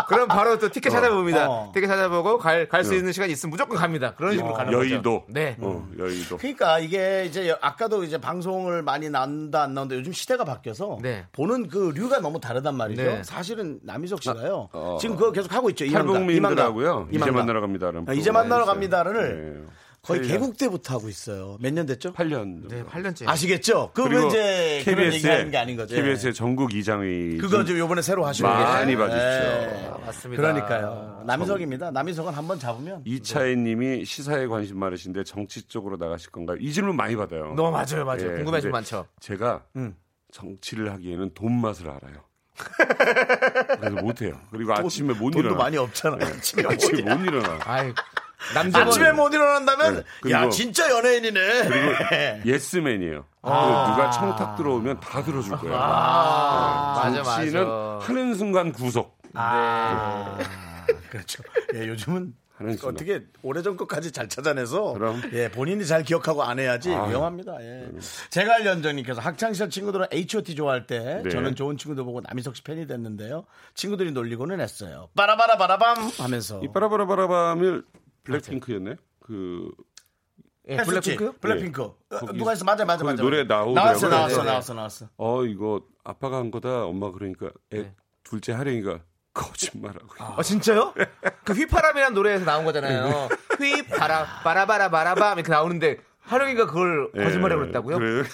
Speaker 3: 그럼 바로 또 티켓 찾아봅니다.
Speaker 2: 어.
Speaker 3: 티켓 찾아보고 갈 갈 수 있는 시간이 있으면 무조건 갑니다. 그런
Speaker 2: 뭐
Speaker 3: 식으로 가는
Speaker 5: 어. 여의도.
Speaker 3: 거죠. 네.
Speaker 5: 어, 여의도.
Speaker 2: 그러니까 이게 이제 여- 아까도 이제 방송을 많이 나온다 안 나온다 요즘 시대가 바뀌어서
Speaker 3: 네.
Speaker 2: 보는 그 류가 너무 다르단 말이죠.
Speaker 3: 네.
Speaker 2: 사실은 남희석 씨가요.
Speaker 5: 어.
Speaker 2: 지금 그거 계속 하고 있죠. 이만가,
Speaker 5: 탈북민들하고요.
Speaker 2: 이만가,
Speaker 5: 이제
Speaker 2: 이만가.
Speaker 5: 만나러 갑니다라는.
Speaker 2: 아, 이제
Speaker 5: 프로그램이
Speaker 2: 만나러
Speaker 5: 있어요.
Speaker 2: 갑니다를
Speaker 5: 네.
Speaker 2: 거의
Speaker 5: 팔 년.
Speaker 2: 개국 때부터 하고 있어요. 몇 년 됐죠?
Speaker 5: 8년.
Speaker 3: 네, 8년째.
Speaker 2: 아시겠죠? 그거 이제 그런 얘기하는 게 아닌 거죠. 네.
Speaker 5: KBS의 전국 이장이
Speaker 2: 그거 좀 요번에 새로 하시고 계세요.
Speaker 5: 많이 봐주십시오.
Speaker 3: 네, 맞습니다. 아,
Speaker 2: 그러니까요. 남희석입니다. 남희석은 한번 잡으면
Speaker 5: 이차혜님이 시사에 관심 많으신데 정치 쪽으로 나가실 건가요? 이 질문 많이 받아요.
Speaker 3: 너 어, 맞아요, 맞아요.
Speaker 5: 예,
Speaker 3: 궁금해 좀
Speaker 5: 근데
Speaker 3: 많죠.
Speaker 5: 제가
Speaker 2: 음.
Speaker 5: 정치를 하기에는 돈 맛을 알아요. 그래서 못해요. 그리고 아침에 못
Speaker 2: 돈도
Speaker 5: 일어나. 네.
Speaker 2: 많이 없잖아요. 아침에 못
Speaker 5: 아침에 못 일어나.
Speaker 3: 아이, 남자분
Speaker 2: 아침에 못 일어난다면
Speaker 5: 네, 그리고-
Speaker 2: 야 진짜 연예인이네. 아.
Speaker 5: 예스맨이에요. 그 누가 청탁 들어오면 다 들어줄 거예요. 네.
Speaker 3: 맞아,
Speaker 5: 정치는
Speaker 3: 맞아.
Speaker 5: 하는 순간 구속.
Speaker 2: 아, 그렇죠. 예, 요즘은
Speaker 5: 하는 순간.
Speaker 2: 어떻게 오래전 것까지 잘 찾아내서
Speaker 5: 그럼. 아,
Speaker 2: 예 본인이 잘 기억하고 안 해야지 위험합니다. 예. 제갈 연정님께서 학창 시절 친구들은 H.O.T 좋아할 때
Speaker 5: 네.
Speaker 2: 저는 좋은 친구들 보고 남희석 씨 팬이 됐는데요. 친구들이 놀리고는 했어요. 빠라바라바라밤 하면서
Speaker 5: 이 빠라바라바라밤을
Speaker 2: 그렇죠.
Speaker 5: 블랙핑크였네. 그
Speaker 3: 예,
Speaker 2: 했었지?
Speaker 3: 블랙핑크요?
Speaker 2: 블랙핑크 어, 누가 했어? 맞아 맞아
Speaker 5: 네. 거기
Speaker 2: 맞아.
Speaker 5: 노래
Speaker 2: 맞아.
Speaker 5: 나오더라고요.
Speaker 2: 나왔어
Speaker 5: 네,
Speaker 2: 나왔어
Speaker 3: 네.
Speaker 2: 나왔어 나왔어.
Speaker 5: 어 이거 아빠가 한 거다 엄마 그러니까 애
Speaker 3: 네.
Speaker 5: 둘째 하령이가 거짓말하고 있어.
Speaker 3: 아 진짜요? 그 휘파람이란 노래에서 나온
Speaker 5: 네,
Speaker 3: 거잖아요. 휘파람 바라바라바라밤 이렇게 나오는데 하룡이가 그걸 거짓말이라고 그랬다고요?
Speaker 5: 네, 그래요?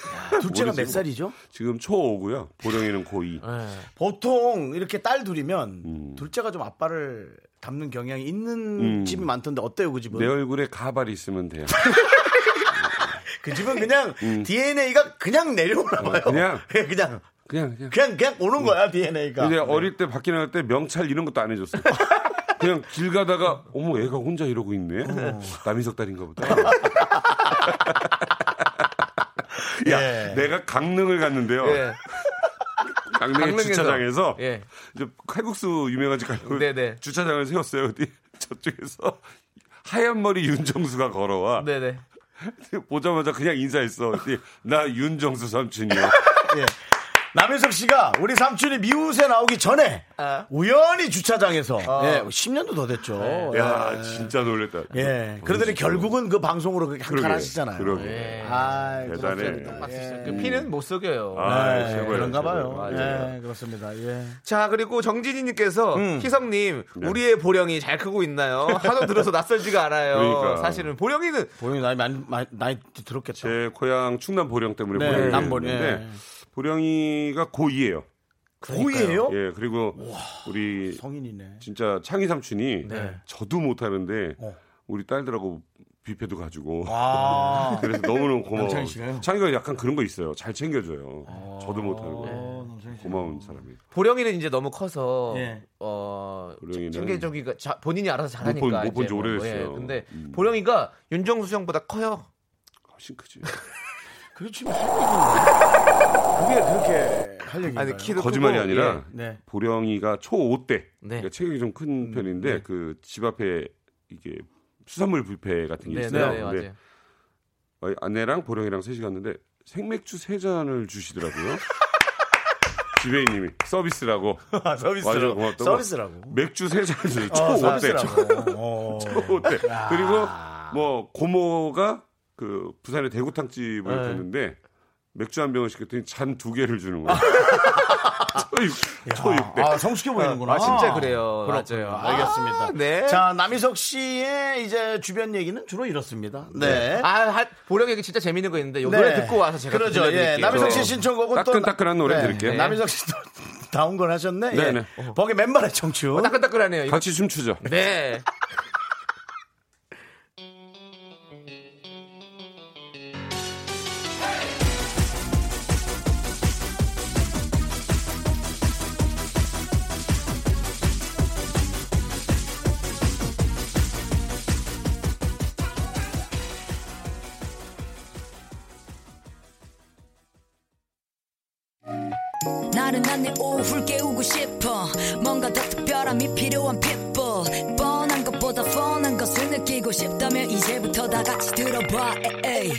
Speaker 2: 둘째가
Speaker 5: 모르지,
Speaker 2: 몇 살이죠?
Speaker 5: 지금 초5고요 보령이는 고2
Speaker 3: 예.
Speaker 2: 보통 이렇게 딸 둘이면
Speaker 5: 음.
Speaker 2: 둘째가 좀 아빠를 닮는 경향이 있는
Speaker 5: 음. 네,
Speaker 2: 집이 많던데 어때요 그 집은?
Speaker 5: 내 얼굴에 가발이 있으면 돼요
Speaker 2: 그 집은 그냥 DNA가 그냥 내려오나 봐요.
Speaker 5: 음. 아, 그냥?
Speaker 2: 예, 그냥
Speaker 5: 그냥 그냥
Speaker 2: 그냥 그냥 오는 거야 DNA가.
Speaker 5: 근데 어릴 때 밖에 나갈 때 명찰 이런 것도 안 해줬어요 그냥 길 가다가 어머 애가 혼자 이러고 있네 남인석 딸인가 보다 야
Speaker 2: 예.
Speaker 5: 내가 강릉을 갔는데요
Speaker 3: 예.
Speaker 5: 강릉의
Speaker 3: 강릉에서.
Speaker 5: 주차장에서
Speaker 3: 예.
Speaker 5: 이제 칼국수 유명한 집 가려고
Speaker 3: 네네.
Speaker 5: 주차장을 세웠어요. 근데 저쪽에서 하얀 머리 윤정수가 걸어와
Speaker 3: 네네.
Speaker 5: 보자마자 그냥 인사했어. 근데 나 윤정수 삼촌이요.
Speaker 2: 예. 남윤석 씨가 우리 삼촌이 미우새 나오기 전에
Speaker 3: 아.
Speaker 2: 우연히 주차장에서 예, 10년도 더 됐죠. 예.
Speaker 5: 야 진짜 놀랬다.
Speaker 2: 예. 그러더니 결국은 그 방송으로 그렇게
Speaker 5: 그러게,
Speaker 2: 한탄하시잖아요.
Speaker 5: 그러게.
Speaker 3: 네.
Speaker 2: 아,
Speaker 5: 대단해.
Speaker 3: 그 피는 못 속여요.
Speaker 5: 네.
Speaker 3: 네.
Speaker 5: 아,
Speaker 2: 예,
Speaker 5: 최고예요, 네.
Speaker 2: 그런가 봐요.
Speaker 5: 최고예요.
Speaker 3: 맞아요.
Speaker 2: 예, 그렇습니다. 예.
Speaker 3: 자 그리고 정진희님께서
Speaker 5: 음.
Speaker 3: 희성님
Speaker 5: 네.
Speaker 3: 우리의 보령이 잘 크고 있나요? 하도 들어서 낯설지가 않아요.
Speaker 5: 그러니까.
Speaker 3: 사실은 보령이는
Speaker 2: 보영이 나이 많이, 많이- 나이 들었겠죠.
Speaker 5: 제 고향 충남 보령 때문에
Speaker 2: 네,
Speaker 5: 보령이
Speaker 2: 남보령.
Speaker 5: 있는데
Speaker 2: 예.
Speaker 5: 보령이가 고2예요.
Speaker 2: 고이에요?
Speaker 5: 예 그리고 우리
Speaker 2: 성인이네.
Speaker 5: 진짜 창희 삼촌이 저도 못하는데
Speaker 2: 어.
Speaker 5: 우리 딸들하고 뷔페도 가지고
Speaker 2: 아.
Speaker 5: 그래서 너무너무 고마워.
Speaker 2: 남창희 씨가요?
Speaker 5: 창희가 약간 그런 거 있어요. 잘 챙겨줘요. 저도 못하는 거.
Speaker 2: 네.
Speaker 5: 고마운 사람이.
Speaker 3: 보령이는 이제 너무 커서
Speaker 2: 예.
Speaker 3: 어
Speaker 5: 보령이는
Speaker 3: 징계적이가 본인이 알아서 잘하니까
Speaker 5: 본- 못
Speaker 3: 이제
Speaker 5: 본지
Speaker 3: 뭐,
Speaker 5: 오래됐어요.
Speaker 3: 예, 근데
Speaker 5: 음.
Speaker 3: 보령이가 윤정수 형보다 커요.
Speaker 5: 훨씬 크지.
Speaker 2: 그게 지금 뭐. 그게 그렇게 할 얘기인가요?
Speaker 3: 아니 키도
Speaker 5: 거짓말이
Speaker 3: 크고,
Speaker 5: 아니라
Speaker 2: 네.
Speaker 5: 보령이가 초5 때
Speaker 3: 네.
Speaker 5: 그러니까 체격이 좀 큰 편인데 그 집 앞에 이게 수산물 뷔페 같은 게
Speaker 3: 네, 네,
Speaker 5: 있어요.
Speaker 3: 네,
Speaker 5: 근데
Speaker 3: 맞아요.
Speaker 5: 어, 아내랑 보령이랑 셋이 갔는데 생맥주 세 잔을 주시더라고요. 지배인님이 서비스라고 완전
Speaker 2: 아, 서비스라고.
Speaker 5: 고맙다고.
Speaker 2: 서비스라고.
Speaker 5: 맥주 세 잔을 주세요.
Speaker 2: 어,
Speaker 5: 초5 때.
Speaker 2: 서비스라고. 어.
Speaker 5: 어때? 그리고 뭐 고모가 그 부산의 대구탕 집을
Speaker 3: 네.
Speaker 5: 갔는데 맥주 한 병을 시켰더니 잔 두 개를 주는 거야. 초육 초육대.
Speaker 2: 아, 성숙해 보이는구나.
Speaker 3: 아, 진짜 그래요.
Speaker 2: 그렇군요.
Speaker 3: 맞아요.
Speaker 2: 알겠습니다.
Speaker 3: 아, 네.
Speaker 2: 자, 남희석 씨의 이제 주변 얘기는 주로 이렇습니다. 네.
Speaker 3: 아, 하- 보령 얘기 진짜 재밌는 거 있는데 요
Speaker 2: 네.
Speaker 3: 노래 듣고 와서 제가
Speaker 2: 그러죠.
Speaker 3: 또 들려드릴게요.
Speaker 2: 예. 남희석
Speaker 3: 네.
Speaker 2: 씨 신청곡은 또
Speaker 5: 따끈따끈한 노래
Speaker 2: 네.
Speaker 5: 드릴게요.
Speaker 2: 네. 남희석 씨도 다운 걸 하셨네.
Speaker 5: 네,
Speaker 2: 예.
Speaker 5: 네.
Speaker 2: 거기 맨발의 청춘.
Speaker 3: 어, 따끈따끈하네요. 이거.
Speaker 5: 같이 춤추죠.
Speaker 3: 네.
Speaker 6: 나른한 내 오후를 깨우고 싶어 뭔가 더 특별함이 필요한 people 뻔한 것보다 뻔한 것을 느끼고 싶다면 이제부터 다 같이 들어봐 에이.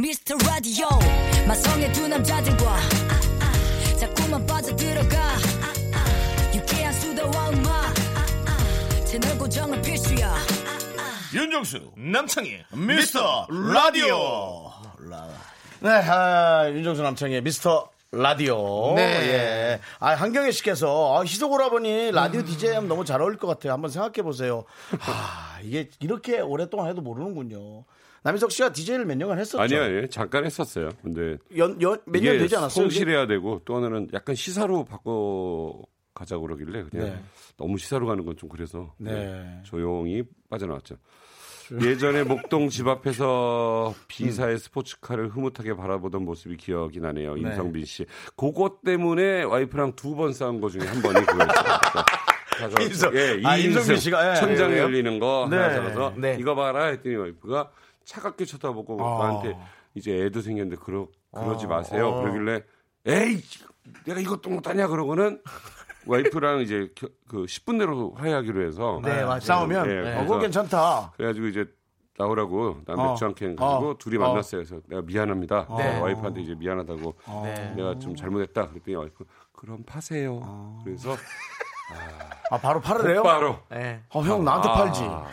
Speaker 6: Mr. Radio 마성의 두 남자들과 아, 아, 자꾸만 빠져들어가 아, 필요와 음악 아, 아. 채널 고정은 필수야
Speaker 2: 윤정수 남창희 미스터 라디오 라- 네 아, 윤정수 남창희 미스터 라디오
Speaker 3: 네.
Speaker 2: 예. 아 한경혜 씨께서 아, 희석 오라버니 라디오 DJ 하면 너무 잘 어울릴 것 같아요 한번 생각해 보세요 아 이게 이렇게 오랫동안 해도 모르는군요 남희석 씨가 DJ를 몇 년간 했었죠
Speaker 5: 아니요, 예, 잠깐 했었어요. 근데
Speaker 2: 연몇년
Speaker 5: 이게
Speaker 2: 되지 않았어요 이게?
Speaker 5: 성실해야 되고 또 하나는 약간 시사로 바꿔 가자고 그러길래 그냥
Speaker 2: 네.
Speaker 5: 너무 시사로 가는 건 좀 그래서
Speaker 2: 네.
Speaker 5: 네, 조용히 빠져나왔죠. 예전에 목동 집 앞에서
Speaker 2: 음.
Speaker 5: 비사의 스포츠카를 흐뭇하게 바라보던 모습이 기억이 나네요. 임성빈 씨. 그것 때문에 와이프랑 두 번 싸운 거 중에 한 번이 그거였어요. 가서,
Speaker 2: 임성-
Speaker 5: 예,
Speaker 2: 아,
Speaker 5: 이인승,
Speaker 2: 임성빈 씨가, 예.
Speaker 5: 천장
Speaker 2: 예, 예.
Speaker 5: 열리는 거 하나
Speaker 2: 네.
Speaker 5: 잡아서
Speaker 3: 네.
Speaker 5: 이거 봐라 했더니 와이프가 차갑게 쳐다보고
Speaker 2: 아.
Speaker 5: 나한테 이제 애도 생겼는데 그러, 그러지 마세요.
Speaker 2: 어.
Speaker 5: 그러길래 에이 내가 이것도 못하냐 그러고는 와이프랑 이제 겨- 그 10분 내로 화해하기로 해서
Speaker 2: 네, 맞 싸우면
Speaker 5: 예,
Speaker 2: 어, 그거
Speaker 5: 그래서-
Speaker 2: 괜찮다
Speaker 5: 그래가지고 이제 나오라고 나
Speaker 2: 어.
Speaker 5: 맥주 한 캔 가지고
Speaker 2: 어.
Speaker 5: 둘이
Speaker 2: 어.
Speaker 5: 만났어요. 그래서 내가 미안합니다.
Speaker 3: 네.
Speaker 5: 와이프한테 이제 미안하다고
Speaker 2: 어.
Speaker 3: 네.
Speaker 5: 내가 좀 잘못했다. 그랬더니 와이프 그럼 파세요. 그래서
Speaker 2: 아 바로 팔으래요
Speaker 5: 바로
Speaker 3: 네.
Speaker 2: 어 형 나한테 팔지
Speaker 5: 아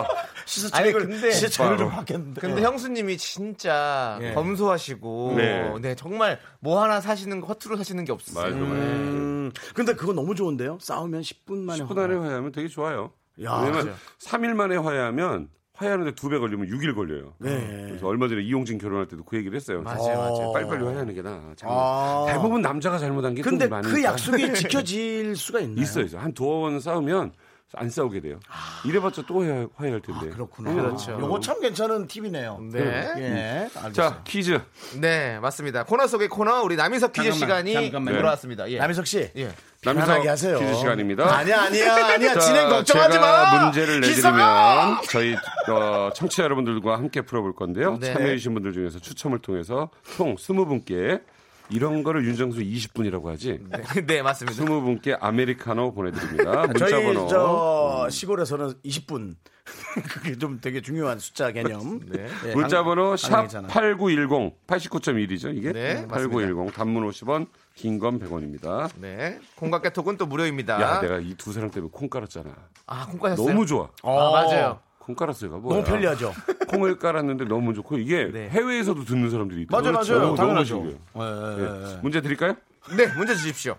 Speaker 3: 아니,
Speaker 2: 시사책을
Speaker 3: 근데-
Speaker 2: 시사책을 좀
Speaker 5: 바로.
Speaker 2: 받겠는데
Speaker 3: 근데 형수님이 진짜
Speaker 2: 예.
Speaker 3: 검소하시고 네.
Speaker 5: 네.
Speaker 3: 정말 뭐 하나 사시는 거 허투루 사시는 게 없으세요.
Speaker 5: 말도 말.
Speaker 2: 음, 근데 그거 너무 좋은데요? 싸우면 10분 만에.
Speaker 5: 10분 안에 화해하면 되게 좋아요.
Speaker 2: 야,
Speaker 5: 왜냐면 3일 만에 화해하면 화해하는데 두 배 걸리면 6일 걸려요.
Speaker 2: 네.
Speaker 5: 그래서 얼마 전에 이용진 결혼할 때도 그 얘기를 했어요.
Speaker 3: 맞아요, 맞아요.
Speaker 5: 빨리빨리 화해하는 게 나아. 잘못-
Speaker 2: 아.
Speaker 5: 대부분 남자가 잘못한 게좀
Speaker 2: 근데
Speaker 5: 많으니까. 네.
Speaker 2: 그 약속이 지켜질 수가 있나요?
Speaker 5: 있어요. 있어요. 한 두어 번 싸우면 안 싸우게 돼요. 이래봤자 또 화해, 화해할 텐데.
Speaker 2: 아. 그렇구나.
Speaker 5: 음.
Speaker 3: 그렇죠.
Speaker 2: 요거 참 괜찮은 팁이네요.
Speaker 3: 네.
Speaker 2: 예. 알겠어요.
Speaker 5: 자, 퀴즈.
Speaker 3: 네, 맞습니다. 코너 속의 코너 우리 남희석 퀴즈
Speaker 2: 잠깐만,
Speaker 3: 시간이
Speaker 2: 잠깐만요.
Speaker 3: 돌아왔습니다. 예.
Speaker 2: 남희석 씨.
Speaker 3: 예.
Speaker 5: 남희석
Speaker 2: 편하게 하세요.
Speaker 5: 퀴즈 시간입니다.
Speaker 2: 아니야, 아니야, 아니야.
Speaker 5: 자,
Speaker 2: 진행 걱정하지
Speaker 5: 제가
Speaker 2: 마.
Speaker 5: 문제를
Speaker 2: 기사가!
Speaker 5: 내드리면 저희 어, 청취자 여러분들과 함께 풀어볼 건데요.
Speaker 3: 네.
Speaker 5: 참여해주신 분들 중에서 추첨을 통해서 총 20분께 이런 거를 윤정수 20분이라고 하지.
Speaker 3: 네, 네, 맞습니다.
Speaker 5: 20분께 아메리카노 보내드립니다. 문자
Speaker 2: 저희
Speaker 5: 번호.
Speaker 2: 저 시골에서는 20분. 그게 좀 되게 중요한 숫자 개념. 네. 예,
Speaker 5: 문자
Speaker 2: 당-
Speaker 5: 번호 샵
Speaker 2: 당황했잖아.
Speaker 5: 8910 89.1이죠 이게
Speaker 3: 네, 맞습니다.
Speaker 5: 8910 단문 50원 긴 건 100원입니다.
Speaker 3: 네. 콩과 깨톡은 또 무료입니다.
Speaker 2: 아.
Speaker 5: 야 내가 이 두 사람 때문에 콩 깔았잖아.
Speaker 3: 아, 콩과 셨어요
Speaker 5: 너무 좋아.
Speaker 3: 아, 맞아요.
Speaker 5: 콩 깔았어요.
Speaker 2: 너무 편리하죠.
Speaker 5: 콩을 깔았는데 너무 좋고 이게
Speaker 3: 네.
Speaker 5: 해외에서도 듣는 사람들이 있다.
Speaker 2: 맞아요, 맞아요.
Speaker 5: 너무, 너무
Speaker 2: 당연하죠.
Speaker 5: 신기해요.
Speaker 2: 예, 예, 예.
Speaker 5: 예. 문제 드릴까요?
Speaker 3: 네, 문제 주십시오.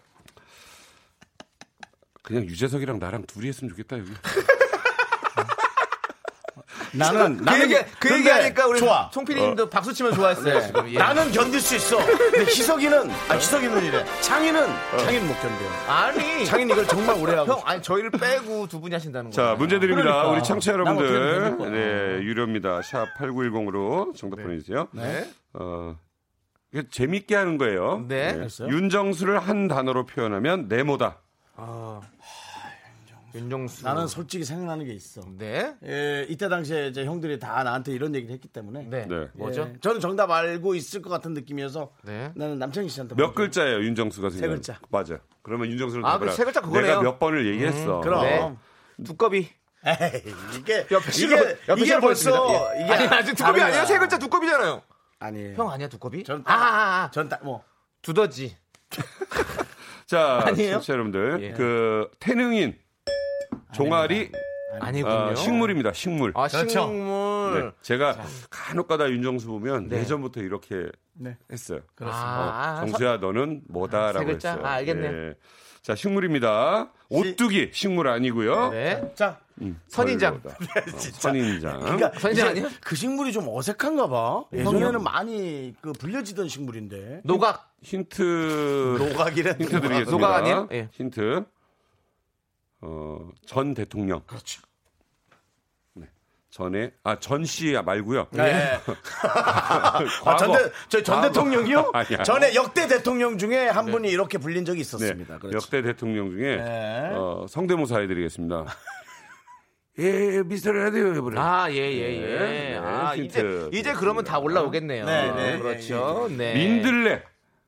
Speaker 5: 그냥 유재석이랑 나랑 둘이 했으면 좋겠다 여기.
Speaker 2: 나는
Speaker 3: 그
Speaker 2: 나는
Speaker 3: 얘기, 그
Speaker 2: 근데
Speaker 3: 얘기 하니까 우리
Speaker 2: 좋아.
Speaker 3: 송 PD님도 박수 치면 좋아했어요, 지금. 예.
Speaker 2: 나는 견딜 수 있어. 근데 희석이는 아 희석이는
Speaker 5: 어.
Speaker 2: 이래. 창이는 창이는 못 견뎌.
Speaker 3: 아니.
Speaker 2: 창이는 이걸 정말 오래 하고.
Speaker 3: 형, 아니, 저희를 빼고 두 분이 하신다는 거예요.
Speaker 5: 자 문제 드립니다.
Speaker 2: 그러니까.
Speaker 5: 우리 청취자
Speaker 2: 난 어떻게 되는
Speaker 5: 여러분들
Speaker 2: 거야.
Speaker 5: 네, 유료입니다. 샵 8910으로 정답 보내주세요.
Speaker 3: 네.
Speaker 5: 어, 이게 재밌게 하는 거예요.
Speaker 3: 네.
Speaker 2: 알겠어요.
Speaker 5: 윤정수를 한 단어로 표현하면 네모다.
Speaker 3: 윤정수.
Speaker 2: 나는 솔직히 생각나는 게 있어.
Speaker 3: 네.
Speaker 2: 예, 이때 당시에 이제 형들이 다 나한테 이런 얘기를 했기 때문에.
Speaker 3: 네.
Speaker 5: 네.
Speaker 3: 뭐죠?
Speaker 2: 예, 저는 정답 알고 있을 것 같은 느낌이어서
Speaker 3: 네.
Speaker 2: 나는 남창희 씨한테
Speaker 5: 몇
Speaker 2: 먼저.
Speaker 5: 글자예요, 윤정수가 생각.
Speaker 2: 글자.
Speaker 5: 맞아. 그러면 윤정수를
Speaker 3: 아,
Speaker 5: 답을
Speaker 3: 그세
Speaker 5: 알-
Speaker 3: 글자 그거네요.
Speaker 5: 내가 몇 번을 얘기했어.
Speaker 2: 음, 그럼.
Speaker 3: 네. 두꺼비.
Speaker 2: 에이, 이게
Speaker 3: 옆에 실로-
Speaker 2: 이게,
Speaker 3: 옆에
Speaker 2: 이게
Speaker 3: 실로
Speaker 2: 벌써
Speaker 3: 보였습니다. 예.
Speaker 2: 이게
Speaker 3: 아니, 아니, 두꺼비
Speaker 2: 다른
Speaker 3: 아니야?
Speaker 2: 거야.
Speaker 3: 세 글자 두꺼비잖아요.
Speaker 2: 아니에요.
Speaker 3: 형 아니야, 두꺼비?
Speaker 2: 전
Speaker 3: 아,
Speaker 2: 딱-
Speaker 3: 아, 아.
Speaker 2: 전딱 뭐.
Speaker 3: 두더지.
Speaker 5: 자,
Speaker 3: 아니에요?
Speaker 5: 청취자 여러분들.
Speaker 3: 예.
Speaker 5: 그 태능인 종아리
Speaker 3: 아니군요.
Speaker 5: 아, 식물입니다. 식물.
Speaker 3: 아,
Speaker 2: 그렇죠.
Speaker 5: 네.
Speaker 3: 식물.
Speaker 5: 제가 간혹가다 윤정수 보면
Speaker 3: 네.
Speaker 5: 예전부터 이렇게
Speaker 2: 네.
Speaker 5: 했어요.
Speaker 3: 그렇습니다.
Speaker 5: 어, 정수야 너는 뭐다라고
Speaker 3: 세 글자?
Speaker 5: 했어요.
Speaker 3: 아, 알겠네요.
Speaker 5: 예. 자, 식물입니다. 오뚜기 식물 아니고요.
Speaker 3: 네.
Speaker 2: 자,
Speaker 5: 음,
Speaker 3: 선인장.
Speaker 5: 별로다. 어, 선인장.
Speaker 2: 그러니까
Speaker 3: 선인장
Speaker 2: 이제
Speaker 3: 아니에요?
Speaker 2: 그 식물이 좀 어색한가 봐. 예전에는 많이 그 불려지던 식물인데. 음,
Speaker 3: 노각.
Speaker 5: 힌트
Speaker 2: 노각이래.
Speaker 5: 힌트 드리겠습니다.
Speaker 3: 노가 아니에요? 예.
Speaker 5: 힌트. 어, 전 대통령.
Speaker 2: 그렇죠.
Speaker 5: 전에 아, 전 씨 말고요.
Speaker 3: 예.
Speaker 5: 그
Speaker 2: 네. 아, 전, 대, 저희 전
Speaker 5: 과거.
Speaker 2: 대통령이요?
Speaker 5: 아니야.
Speaker 2: 전에 역대 대통령 중에
Speaker 3: 네.
Speaker 2: 한 분이 이렇게 불린 적이 있었습니다. 그렇죠.
Speaker 5: 네. 역대 대통령 중에
Speaker 2: 네.
Speaker 5: 어, 성대모사 해드리겠습니다. 예, 미스터 라디오 해보래.
Speaker 3: 아, 예, 예, 예.
Speaker 5: 네,
Speaker 3: 아,
Speaker 5: 힌트
Speaker 3: 이제, 이제 그러면 다 올라오겠네요.
Speaker 2: 네, 네,
Speaker 3: 그렇죠. 네.
Speaker 5: 민들레.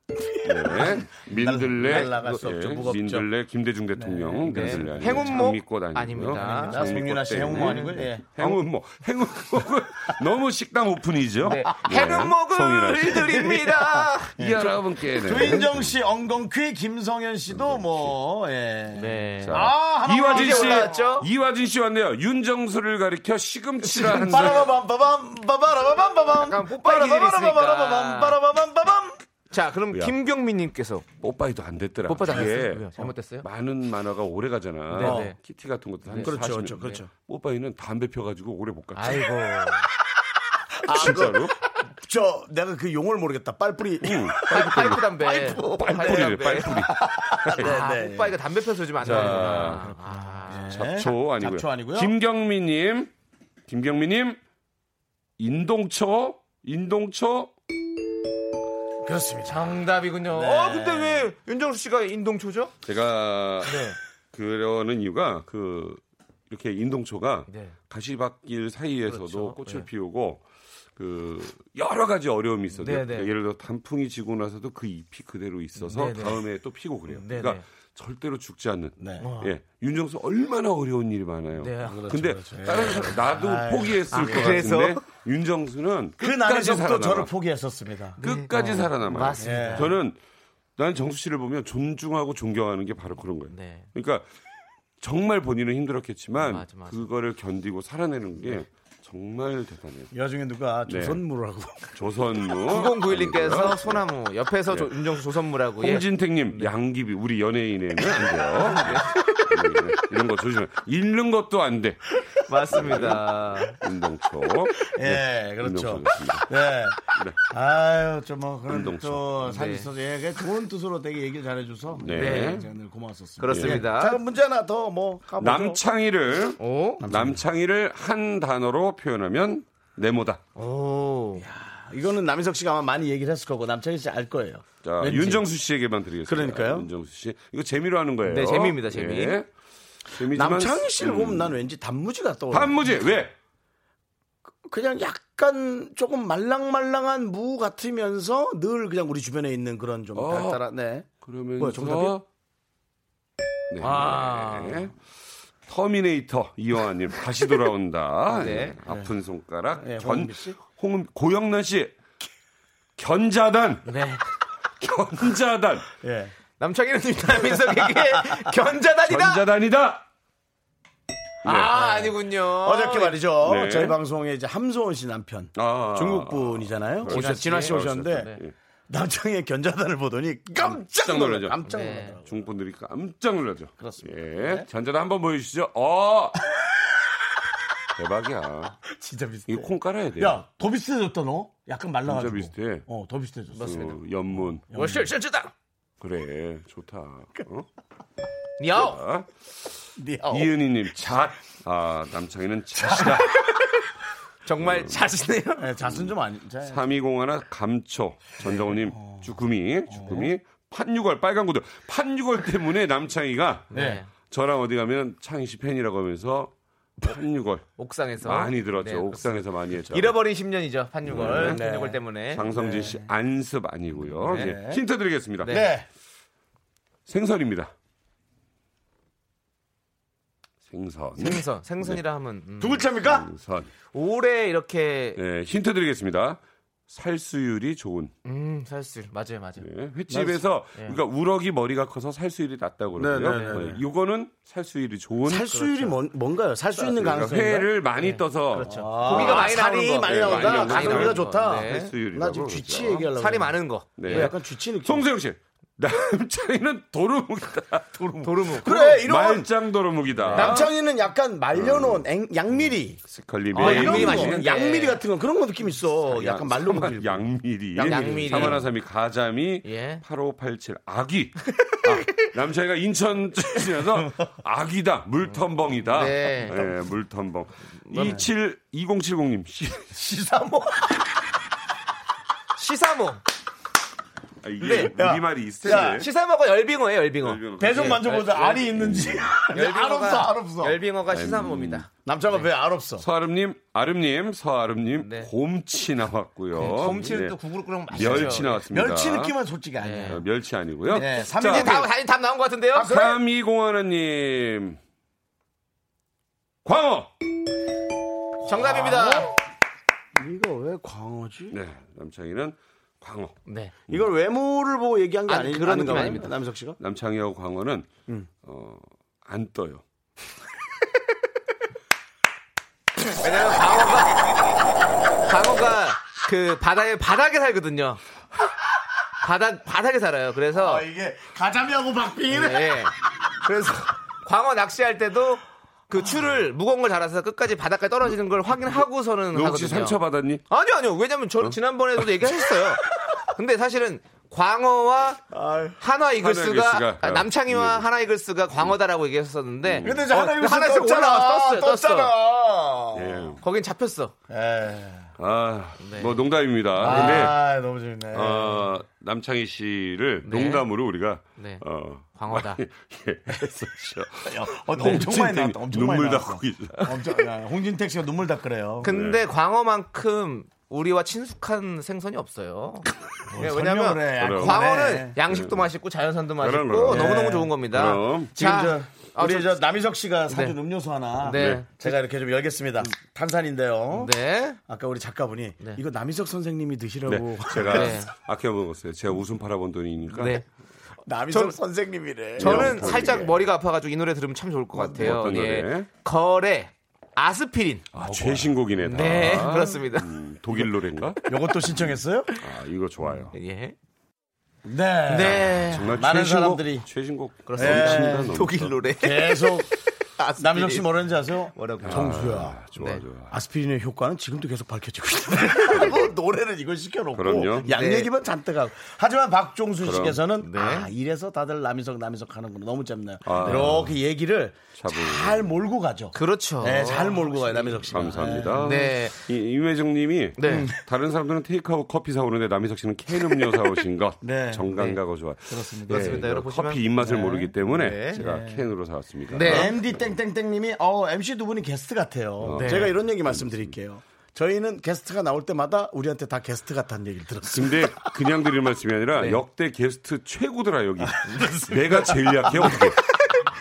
Speaker 5: 네. 민들레, 예,
Speaker 2: 날- 날라갔었죠. 무겁죠.
Speaker 5: 민들레 김대중 대통령
Speaker 3: 네.
Speaker 5: 민들레 아니고
Speaker 3: 행운목
Speaker 5: 장미꽃 아니고요.
Speaker 3: 아닙니다.
Speaker 2: 나 송윤아 씨
Speaker 5: 장미꽃
Speaker 2: 행운
Speaker 5: 때문에. 네.
Speaker 2: 아니고요. 예.
Speaker 5: 행운목 행운목은 너무 식당 오픈이죠.
Speaker 3: 네.
Speaker 5: 예. 성인아
Speaker 3: 해변목을
Speaker 5: 씨.
Speaker 3: 드립니다.
Speaker 5: 이 여러분께 네.
Speaker 2: 조인정 씨, 엉겅퀴, 김성현 씨도 뭐, 예.
Speaker 3: 네.
Speaker 5: 자,
Speaker 2: 아, 하나
Speaker 5: 이화진
Speaker 3: 이제
Speaker 5: 씨
Speaker 3: 올라왔죠?
Speaker 5: 이화진 씨 왔네요. 윤정수를 가리켜 시금치라는
Speaker 2: 빠라바밤, 빠밤, 빠바라바밤, 빠밤.
Speaker 3: 약간 뽀빠이 길이 있으니까.
Speaker 2: 빠라바밤, 빠라바밤, 빠밤.
Speaker 3: 자, 그럼
Speaker 5: 뭐야?
Speaker 3: 김경민님께서
Speaker 5: 뽀빠이도 안 됐더라. 예.
Speaker 3: 뽀빠도 안
Speaker 5: 이게
Speaker 3: 됐어요? 잘못됐어요?
Speaker 5: 많은 만화가 오래 가잖아.
Speaker 3: 네, 네.
Speaker 5: 키티 같은 것도 한
Speaker 2: 그렇죠,
Speaker 5: 40
Speaker 2: 그렇죠,
Speaker 5: 년.
Speaker 2: 그렇죠.
Speaker 5: 뽀빠이는 담배 펴가지고 오래 못 갔어.
Speaker 3: 아이고
Speaker 2: 아,
Speaker 5: 진짜로?
Speaker 2: 저, 내가 그 용어를 모르겠다. 빨뿌리.
Speaker 5: 음,
Speaker 3: 파이프, 파이프 담배
Speaker 5: 빨뿌리래,
Speaker 3: 담배.
Speaker 5: 빨뿌리.
Speaker 3: 아,
Speaker 2: 네, 네.
Speaker 3: 오빠이가 담배 펴서 요즘 안
Speaker 5: 자,
Speaker 3: 나오는구나. 아,
Speaker 5: 잡초 아니고요.
Speaker 2: 잡초 네. 아니고요.
Speaker 5: 김경미님, 김경미님, 인동초, 인동초.
Speaker 2: 그렇습니다. 네.
Speaker 3: 정답이군요. 어, 근데 왜 윤정수 씨가 인동초죠?
Speaker 5: 제가
Speaker 3: 네.
Speaker 5: 그러는 이유가 그 이렇게 인동초가
Speaker 3: 네.
Speaker 5: 가시밭길 사이에서도
Speaker 3: 그렇죠.
Speaker 5: 꽃을
Speaker 3: 네.
Speaker 5: 피우고 그 여러 가지 어려움이 있어요.
Speaker 3: 네, 네.
Speaker 5: 예를 들어 단풍이 지고 나서도 그 잎이 그대로 있어서
Speaker 3: 네, 네.
Speaker 5: 다음에 또 피고 그래요.
Speaker 3: 네,
Speaker 5: 그러니까
Speaker 3: 네.
Speaker 5: 절대로 죽지 않는.
Speaker 2: 네.
Speaker 5: 예, 윤정수 얼마나 어려운 일이 많아요.
Speaker 3: 네. 아, 예.
Speaker 5: 근데 다른 사람 나도 포기했을 것
Speaker 3: 그래서?
Speaker 5: 같은데 윤정수는
Speaker 2: 그
Speaker 5: 끝까지
Speaker 2: 날에서부터
Speaker 5: 살아남아.
Speaker 2: 저를 포기했었습니다.
Speaker 5: 끝까지
Speaker 3: 어,
Speaker 5: 살아남아.
Speaker 3: 맞습니다.
Speaker 5: 저는 난 정수 씨를 보면 존중하고 존경하는 게 바로 그런 거예요.
Speaker 3: 네.
Speaker 5: 그러니까 정말 본인은 힘들었겠지만
Speaker 3: 맞아, 맞아.
Speaker 5: 그거를 견디고 살아내는 게 정말 대단해요.
Speaker 2: 여중에 누가
Speaker 5: 네.
Speaker 2: 조선무라고.
Speaker 5: 조선무 네.
Speaker 3: 9091님께서 소나무 옆에서 조- 윤정수 조선무라고 예.
Speaker 5: 홍진택님 양귀비 우리 연예인에는 안 돼요. 네, 네. 이런 거 조심해. 잃는 것도 안 돼.
Speaker 3: 맞습니다.
Speaker 5: 운동초.
Speaker 2: 예, 그렇죠.
Speaker 5: 운동초 그렇습니다.
Speaker 2: 네. 아유, 좀 뭐, 그런
Speaker 5: 운동성.
Speaker 2: 또살
Speaker 3: 네.
Speaker 2: 있어서, 예, 그냥 좋은 뜻으로 되게 얘기를 잘해줘서.
Speaker 5: 네.
Speaker 2: 네. 제가 늘 고마웠었습니다.
Speaker 3: 그렇습니다.
Speaker 2: 예. 자, 그럼 문제 하나 더 뭐, 가보죠.
Speaker 5: 남창희를
Speaker 3: 오?
Speaker 5: 남창희를 한 단어로 표현하면 네모다.
Speaker 3: 오.
Speaker 2: 이거는 남인석 씨가 아마 많이 얘기를 했을 거고, 남창희 씨 알 거예요.
Speaker 5: 자,
Speaker 2: 왠지.
Speaker 5: 윤정수 씨에게만 드리겠습니다.
Speaker 2: 그러니까요.
Speaker 5: 윤정수 씨. 이거 재미로 하는 거예요.
Speaker 3: 네, 재미입니다, 재미.
Speaker 5: 재미지만
Speaker 2: 남창희 씨를
Speaker 5: 음,
Speaker 2: 보면 난 왠지 단무지가 떠올라.
Speaker 5: 단무지 어. 왜?
Speaker 2: 그냥 약간 조금 말랑말랑한 무 같으면서 늘 그냥 우리 주변에 있는 그런 좀
Speaker 5: 어.
Speaker 2: 달달한, 네.
Speaker 5: 그러면서
Speaker 2: 뭐야, 정답이야?
Speaker 5: 네.
Speaker 3: 아.
Speaker 5: 네. 터미네이터 이영아님 다시 돌아온다.
Speaker 3: 네.
Speaker 5: 네. 아픈 손가락
Speaker 2: 네,
Speaker 5: 전
Speaker 2: 홍은비 씨.
Speaker 5: 홍은 고영란 씨 견자단
Speaker 3: 네.
Speaker 5: 견자단
Speaker 2: 예.
Speaker 3: 남창희는 남인석에게 견자단이다.
Speaker 5: 견자단이다. 네.
Speaker 3: 아, 아니군요.
Speaker 2: 어저께 예. 말이죠.
Speaker 5: 네.
Speaker 2: 저희 방송에 이제 함소원 씨 남편.
Speaker 5: 아.
Speaker 2: 중국 분이잖아요.
Speaker 5: 그렇죠.
Speaker 2: 오셨- 진화 씨 오셨는데
Speaker 3: 네.
Speaker 2: 남창의 견자단을 보더니 깜짝
Speaker 5: 깜짝 놀라죠.
Speaker 2: 놀라죠. 깜짝
Speaker 3: 네.
Speaker 2: 놀라더라고요.
Speaker 5: 중국 분들이 깜짝 놀라죠.
Speaker 2: 그렇습니다.
Speaker 5: 예. 견자단 한번 보여주시죠. 어. 대박이야.
Speaker 2: 진짜 비슷해.
Speaker 5: 이거 콩 깔아야 돼.
Speaker 2: 야, 더 비슷해졌다 너. 약간 말라가지고.
Speaker 5: 진짜 비슷해.
Speaker 2: 어, 더 비슷해졌어.
Speaker 5: 그 연문.
Speaker 3: 뭐, 월실 실주다.
Speaker 5: 그래, 좋다. 어?
Speaker 3: 야오.
Speaker 5: 아,
Speaker 2: 네, 어.
Speaker 5: 이은희님, 잣. 아, 남창희는 잣이다. 음.
Speaker 3: 정말 자신해요.
Speaker 2: 네, 자순 좀 아니. 자,
Speaker 5: 320하나 감초. 전정우님, 주꾸미. 주꾸미. 판유걸, 빨간 구두. 판유걸 때문에 남창희가
Speaker 2: 네.
Speaker 5: 저랑 어디 가면 창희 씨 팬이라고 하면서 판유걸
Speaker 3: 옥상에서
Speaker 5: 많이 들었죠.
Speaker 3: 네,
Speaker 5: 옥상에서 많이 했죠.
Speaker 3: 잃어버린 10년이죠. 판유걸.
Speaker 2: 네.
Speaker 3: 판유걸 때문에.
Speaker 5: 장성진 씨 안습 아니고요.
Speaker 2: 네.
Speaker 5: 예, 힌트 드리겠습니다.
Speaker 3: 네.
Speaker 2: 네.
Speaker 5: 생선입니다. 생선.
Speaker 3: 생선,
Speaker 5: 네.
Speaker 3: 생선이라 하면 음.
Speaker 2: 두 글자입니까?
Speaker 5: 생선.
Speaker 3: 오래 이렇게
Speaker 5: 네, 힌트 드리겠습니다. 살수율이 좋은.
Speaker 3: 음, 살수 맞아요, 맞아요.
Speaker 5: 예, 횟집에서 그러니까 우럭이 머리가 커서 살수율이 낮다고
Speaker 2: 네,
Speaker 5: 그러고요.
Speaker 2: 네,
Speaker 5: 네, 이거는 살수율이 좋은.
Speaker 2: 살수율이 뭔, 뭔가요? 예, 살 수 있는
Speaker 5: 그러니까
Speaker 2: 가능성이.
Speaker 5: 회를 많이 떠서
Speaker 2: 아,
Speaker 3: 고기가 많이
Speaker 2: 살이
Speaker 3: 나오는 거.
Speaker 2: 많이
Speaker 5: 네, 많이
Speaker 2: 나온다.
Speaker 5: 나오는
Speaker 2: 가성비가
Speaker 5: 거.
Speaker 2: 좋다.
Speaker 3: 네. 그렇죠.
Speaker 5: 살수율이라고.
Speaker 2: 나 지금 쥐치 얘기하려고. 그러는데.
Speaker 3: 살이 많은 거.
Speaker 5: 네.
Speaker 2: 왜뭐 약간 쥐치 느낌.
Speaker 5: 송세영 씨. 남창이는 도루묵이다.
Speaker 3: 도루묵.
Speaker 2: 그래, 네, 이런
Speaker 5: 말짱 도루묵이다.
Speaker 2: 남창이는 약간 말려놓은 앵- 양미리. 뭐
Speaker 3: 아,
Speaker 5: 걸림이. 양-
Speaker 3: 양미리
Speaker 2: 이런 거,
Speaker 3: 맛있는데.
Speaker 2: 양미리 같은 건 그런 거 느낌 있어. 약간 말로
Speaker 5: 사마-
Speaker 2: 먹기.
Speaker 5: 양미리.
Speaker 3: 양미리.
Speaker 5: 사마나삼이 가자미.
Speaker 3: 예.
Speaker 5: 8587 아기. 아, 남자애가 인천 출신이라서 아기다. 물텀벙이다.
Speaker 3: 네.
Speaker 5: 예, 물텀벙.
Speaker 2: 네.
Speaker 5: 27
Speaker 2: 뭐
Speaker 3: 예.
Speaker 5: 2070님.
Speaker 2: 시사모.
Speaker 3: 시사모.
Speaker 5: 아, 이게
Speaker 2: 야.
Speaker 5: 우리 말이 있을
Speaker 2: 야,
Speaker 5: 텐데.
Speaker 3: 시사모가 열빙어예요, 열빙어.
Speaker 5: 네. 열병은
Speaker 2: 대좀
Speaker 5: 그렇지.
Speaker 2: 만져보자.
Speaker 3: 예.
Speaker 2: 알이 있는지.
Speaker 3: 음.
Speaker 2: 알 없어, 알 없어. 음.
Speaker 3: 열빙어가
Speaker 5: 음.
Speaker 3: 시사모입니다.
Speaker 5: 네.
Speaker 2: 남자가 왜 알 없어?
Speaker 5: 서아름님, 아름님, 서아름님,
Speaker 3: 네. 그
Speaker 5: 곰치 나왔고요.
Speaker 3: 곰치는
Speaker 5: 네.
Speaker 3: 또 국으로 끓으면 맛있어요.
Speaker 5: 멸치 나왔습니다.
Speaker 2: 멸치 느낌은 솔직히
Speaker 3: 예.
Speaker 2: 아니에요.
Speaker 5: 아, 멸치 아니고요.
Speaker 2: 네,
Speaker 5: 자,
Speaker 2: 삼인치
Speaker 3: 이제 다음, 다음, 다음 나온 것 같은데요?
Speaker 5: 아, 삼이공하나님, 광어.
Speaker 3: 정답입니다.
Speaker 2: 이거 왜 광어지?
Speaker 5: 네, 남창희는 광어.
Speaker 3: 네.
Speaker 2: 이걸 외모를 보고 얘기한 게
Speaker 3: 아니,
Speaker 2: 아니,
Speaker 3: 그런
Speaker 2: 아닌가
Speaker 3: 느낌
Speaker 2: 봐요.
Speaker 3: 아닙니다.
Speaker 2: 남석 씨가?
Speaker 5: 남창희하고 광어는
Speaker 3: 음.
Speaker 5: 어, 안 떠요.
Speaker 3: 왜냐면 광어가, 광어가 그 바다에, 바닥에 살거든요. 바닥, 바닥에 살아요. 그래서.
Speaker 2: 아, 이게 가자미하고 박빙이네.
Speaker 3: 예. 그래서 광어 낚시할 때도 그 추를 무거운 걸 달아서 끝까지 바닥까지 떨어지는 걸 확인하고서는
Speaker 5: 너 혹시
Speaker 3: 하거든요.
Speaker 5: 상처 받았니?
Speaker 3: 아니요, 아니요. 왜냐면 저 지난번에도 얘기하셨어요. 근데 사실은 광어와
Speaker 2: 아유.
Speaker 3: 한화 이글스가,
Speaker 5: 이글스가,
Speaker 3: 아,
Speaker 5: 아,
Speaker 3: 남창희와
Speaker 5: 음.
Speaker 3: 한화 이글스가 광어다라고 얘기했었는데
Speaker 2: 근데 이제 하나 입에서
Speaker 3: 어, 하나씩 올라와, 떴어요,
Speaker 2: 떴잖아.
Speaker 5: 예.
Speaker 3: 거긴 잡혔어.
Speaker 2: 예.
Speaker 5: 아,
Speaker 3: 네.
Speaker 5: 뭐 농담입니다. 근데
Speaker 2: 아, 너무 재밌네.
Speaker 5: 어, 남창희 씨를
Speaker 3: 네.
Speaker 5: 농담으로 우리가
Speaker 3: 네.
Speaker 5: 어,
Speaker 3: 광어다.
Speaker 5: 예, 했었죠.
Speaker 2: 야, 어, 엄청 많이
Speaker 5: 홍진택이
Speaker 2: 나왔다. 엄청
Speaker 5: 네, 눈물
Speaker 2: 많이 나왔어.
Speaker 5: 닦고 있어.
Speaker 2: 엄청, 야, 홍진택 씨가 눈물 닦으래요.
Speaker 3: 근데 광어만큼 우리와 친숙한 생선이 없어요. 예,
Speaker 2: 뭐 설명을
Speaker 3: 왜냐면
Speaker 2: 해.
Speaker 5: 그럼.
Speaker 3: 광어는 양식도 맛있고 자연산도 맛있고
Speaker 5: 그럼, 그럼.
Speaker 3: 너무너무
Speaker 2: 네.
Speaker 3: 좋은 겁니다.
Speaker 5: 그럼.
Speaker 2: 지금
Speaker 3: 자,
Speaker 2: 저
Speaker 3: 아,
Speaker 2: 우리
Speaker 3: 저-
Speaker 2: 저 남희석 씨가 사준
Speaker 3: 네.
Speaker 2: 음료수 하나
Speaker 3: 네.
Speaker 2: 제가 이렇게 좀 열겠습니다. 탄산인데요.
Speaker 3: 네.
Speaker 2: 아까 우리 작가분이
Speaker 3: 네.
Speaker 2: 이거 남희석 선생님이 드시라고
Speaker 5: 네, 제가
Speaker 3: 네.
Speaker 5: 아껴 먹었어요. 제가 웃음 팔아본 돈이니까.
Speaker 3: 네.
Speaker 2: 남희석
Speaker 3: 저는-
Speaker 2: 선생님이래.
Speaker 3: 저는
Speaker 2: 네.
Speaker 3: 살짝 머리가 아파가지고 이 노래 들으면 참 좋을 것
Speaker 2: 뭐,
Speaker 3: 같아요.
Speaker 5: 어떤
Speaker 3: 예.
Speaker 5: 노래?
Speaker 3: 거래 아스피린.
Speaker 5: 아, 최신곡이네. 다.
Speaker 3: 네,
Speaker 2: 아.
Speaker 3: 그렇습니다.
Speaker 5: 음, 독일 노래인가?
Speaker 2: 요것도 신청했어요?
Speaker 5: 아, 이거 좋아요.
Speaker 3: 예.
Speaker 2: 네.
Speaker 3: 네.
Speaker 5: 정말
Speaker 2: 많은
Speaker 5: 최신곡,
Speaker 2: 사람들이.
Speaker 5: 최신곡
Speaker 3: 그렇습니다.
Speaker 5: 넘친다, 넘쳐.
Speaker 3: 독일 노래.
Speaker 2: 계속
Speaker 3: 아스피린.
Speaker 2: 네. 남희석 씨 뭐라는지 아세요?
Speaker 3: 네. 뭐라고요?
Speaker 2: 정수야.
Speaker 5: 좋아
Speaker 3: 네.
Speaker 5: 좋아.
Speaker 2: 아스피린의 효과는 지금도 계속 밝혀지고 있다. 뭐 노래는 이걸 시켜놓고
Speaker 5: 그럼요.
Speaker 2: 양
Speaker 3: 네.
Speaker 2: 얘기만 잔뜩 하고. 하지만 박종수
Speaker 5: 그럼.
Speaker 2: 씨께서는
Speaker 3: 네.
Speaker 2: 아 이래서 다들 남이석 남이석 하는구나 너무 짧네요.
Speaker 5: 아.
Speaker 2: 이렇게 얘기를
Speaker 5: 차분히.
Speaker 2: 잘 몰고 가죠.
Speaker 3: 그렇죠.
Speaker 2: 네, 잘 몰고 가요 남이석 씨.
Speaker 5: 감사합니다.
Speaker 3: 네.
Speaker 5: 이- 임혜정님이
Speaker 3: 네.
Speaker 5: 다른 사람들은 테이크아웃 커피 사오는데 남희석 씨는 캔 음료 사오신 것
Speaker 2: 네.
Speaker 5: 정감가고 좋아. 그렇습니다.
Speaker 3: 그렇습니다. 여러분 보시면-
Speaker 5: 커피 입맛을 모르기 때문에
Speaker 3: 네.
Speaker 5: 제가 캔으로 사왔습니다.
Speaker 3: 네.
Speaker 2: MD 땡땡땡님이 어 MC 두 분이 게스트 같아요.
Speaker 5: 어.
Speaker 3: 네.
Speaker 2: 제가 이런 얘기 말씀드릴게요. 저희는 게스트가 나올 때마다 우리한테 다 게스트 같다는 얘기를 들었어요.
Speaker 5: 근데 그냥 드릴 말씀이 아니라
Speaker 3: 네.
Speaker 5: 역대 게스트 최고더라 여기. 내가 제일 약해 어떻게?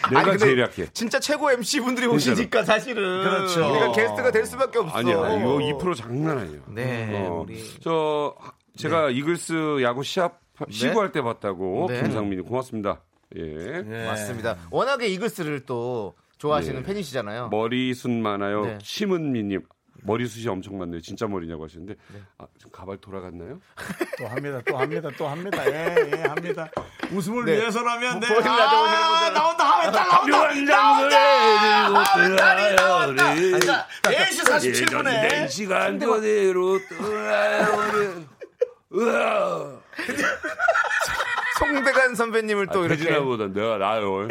Speaker 5: 내가
Speaker 3: 아, 근데
Speaker 5: 제일 약해.
Speaker 3: 진짜 최고 MC 분들이 오시니까 사실은
Speaker 2: 그렇죠.
Speaker 3: 우리가 게스트가 될 수밖에 없어.
Speaker 5: 아니야 이거 2% 장난 아니에요.
Speaker 3: 네,
Speaker 5: 어,
Speaker 3: 우리
Speaker 5: 저 제가 이글스 야구 시합 시구할 때 봤다고
Speaker 3: 네.
Speaker 5: 김상민이 고맙습니다. 예.
Speaker 3: 맞습니다. 워낙에 이글스를 또
Speaker 5: 네.
Speaker 3: 좋아하시는 팬이시잖아요.
Speaker 5: 뭐- 머리숱 많아요.
Speaker 3: 네.
Speaker 5: 심은미님 머리숱이 엄청 많네요. 진짜 머리냐고 하시는데
Speaker 3: 네.
Speaker 5: 아, 지금 가발 돌아갔나요?
Speaker 2: 또 합니다, 또 합니다, 또 합니다. 예, 예, 합니다. 웃음을 위해서라면 네.
Speaker 3: 뭐 보이는 라디오 오시는
Speaker 2: 아,
Speaker 3: 분들은
Speaker 2: 나온다, 하면 딱
Speaker 3: 어,
Speaker 2: 나온다, 나온다, 하면 딸이
Speaker 5: 아,
Speaker 2: 나온다.
Speaker 5: 네
Speaker 2: 자, 4시 47분에
Speaker 5: 시간 그대로 돌아오는
Speaker 3: 송대관 선배님을 또 이렇게
Speaker 5: 태진아보다 내가 나요.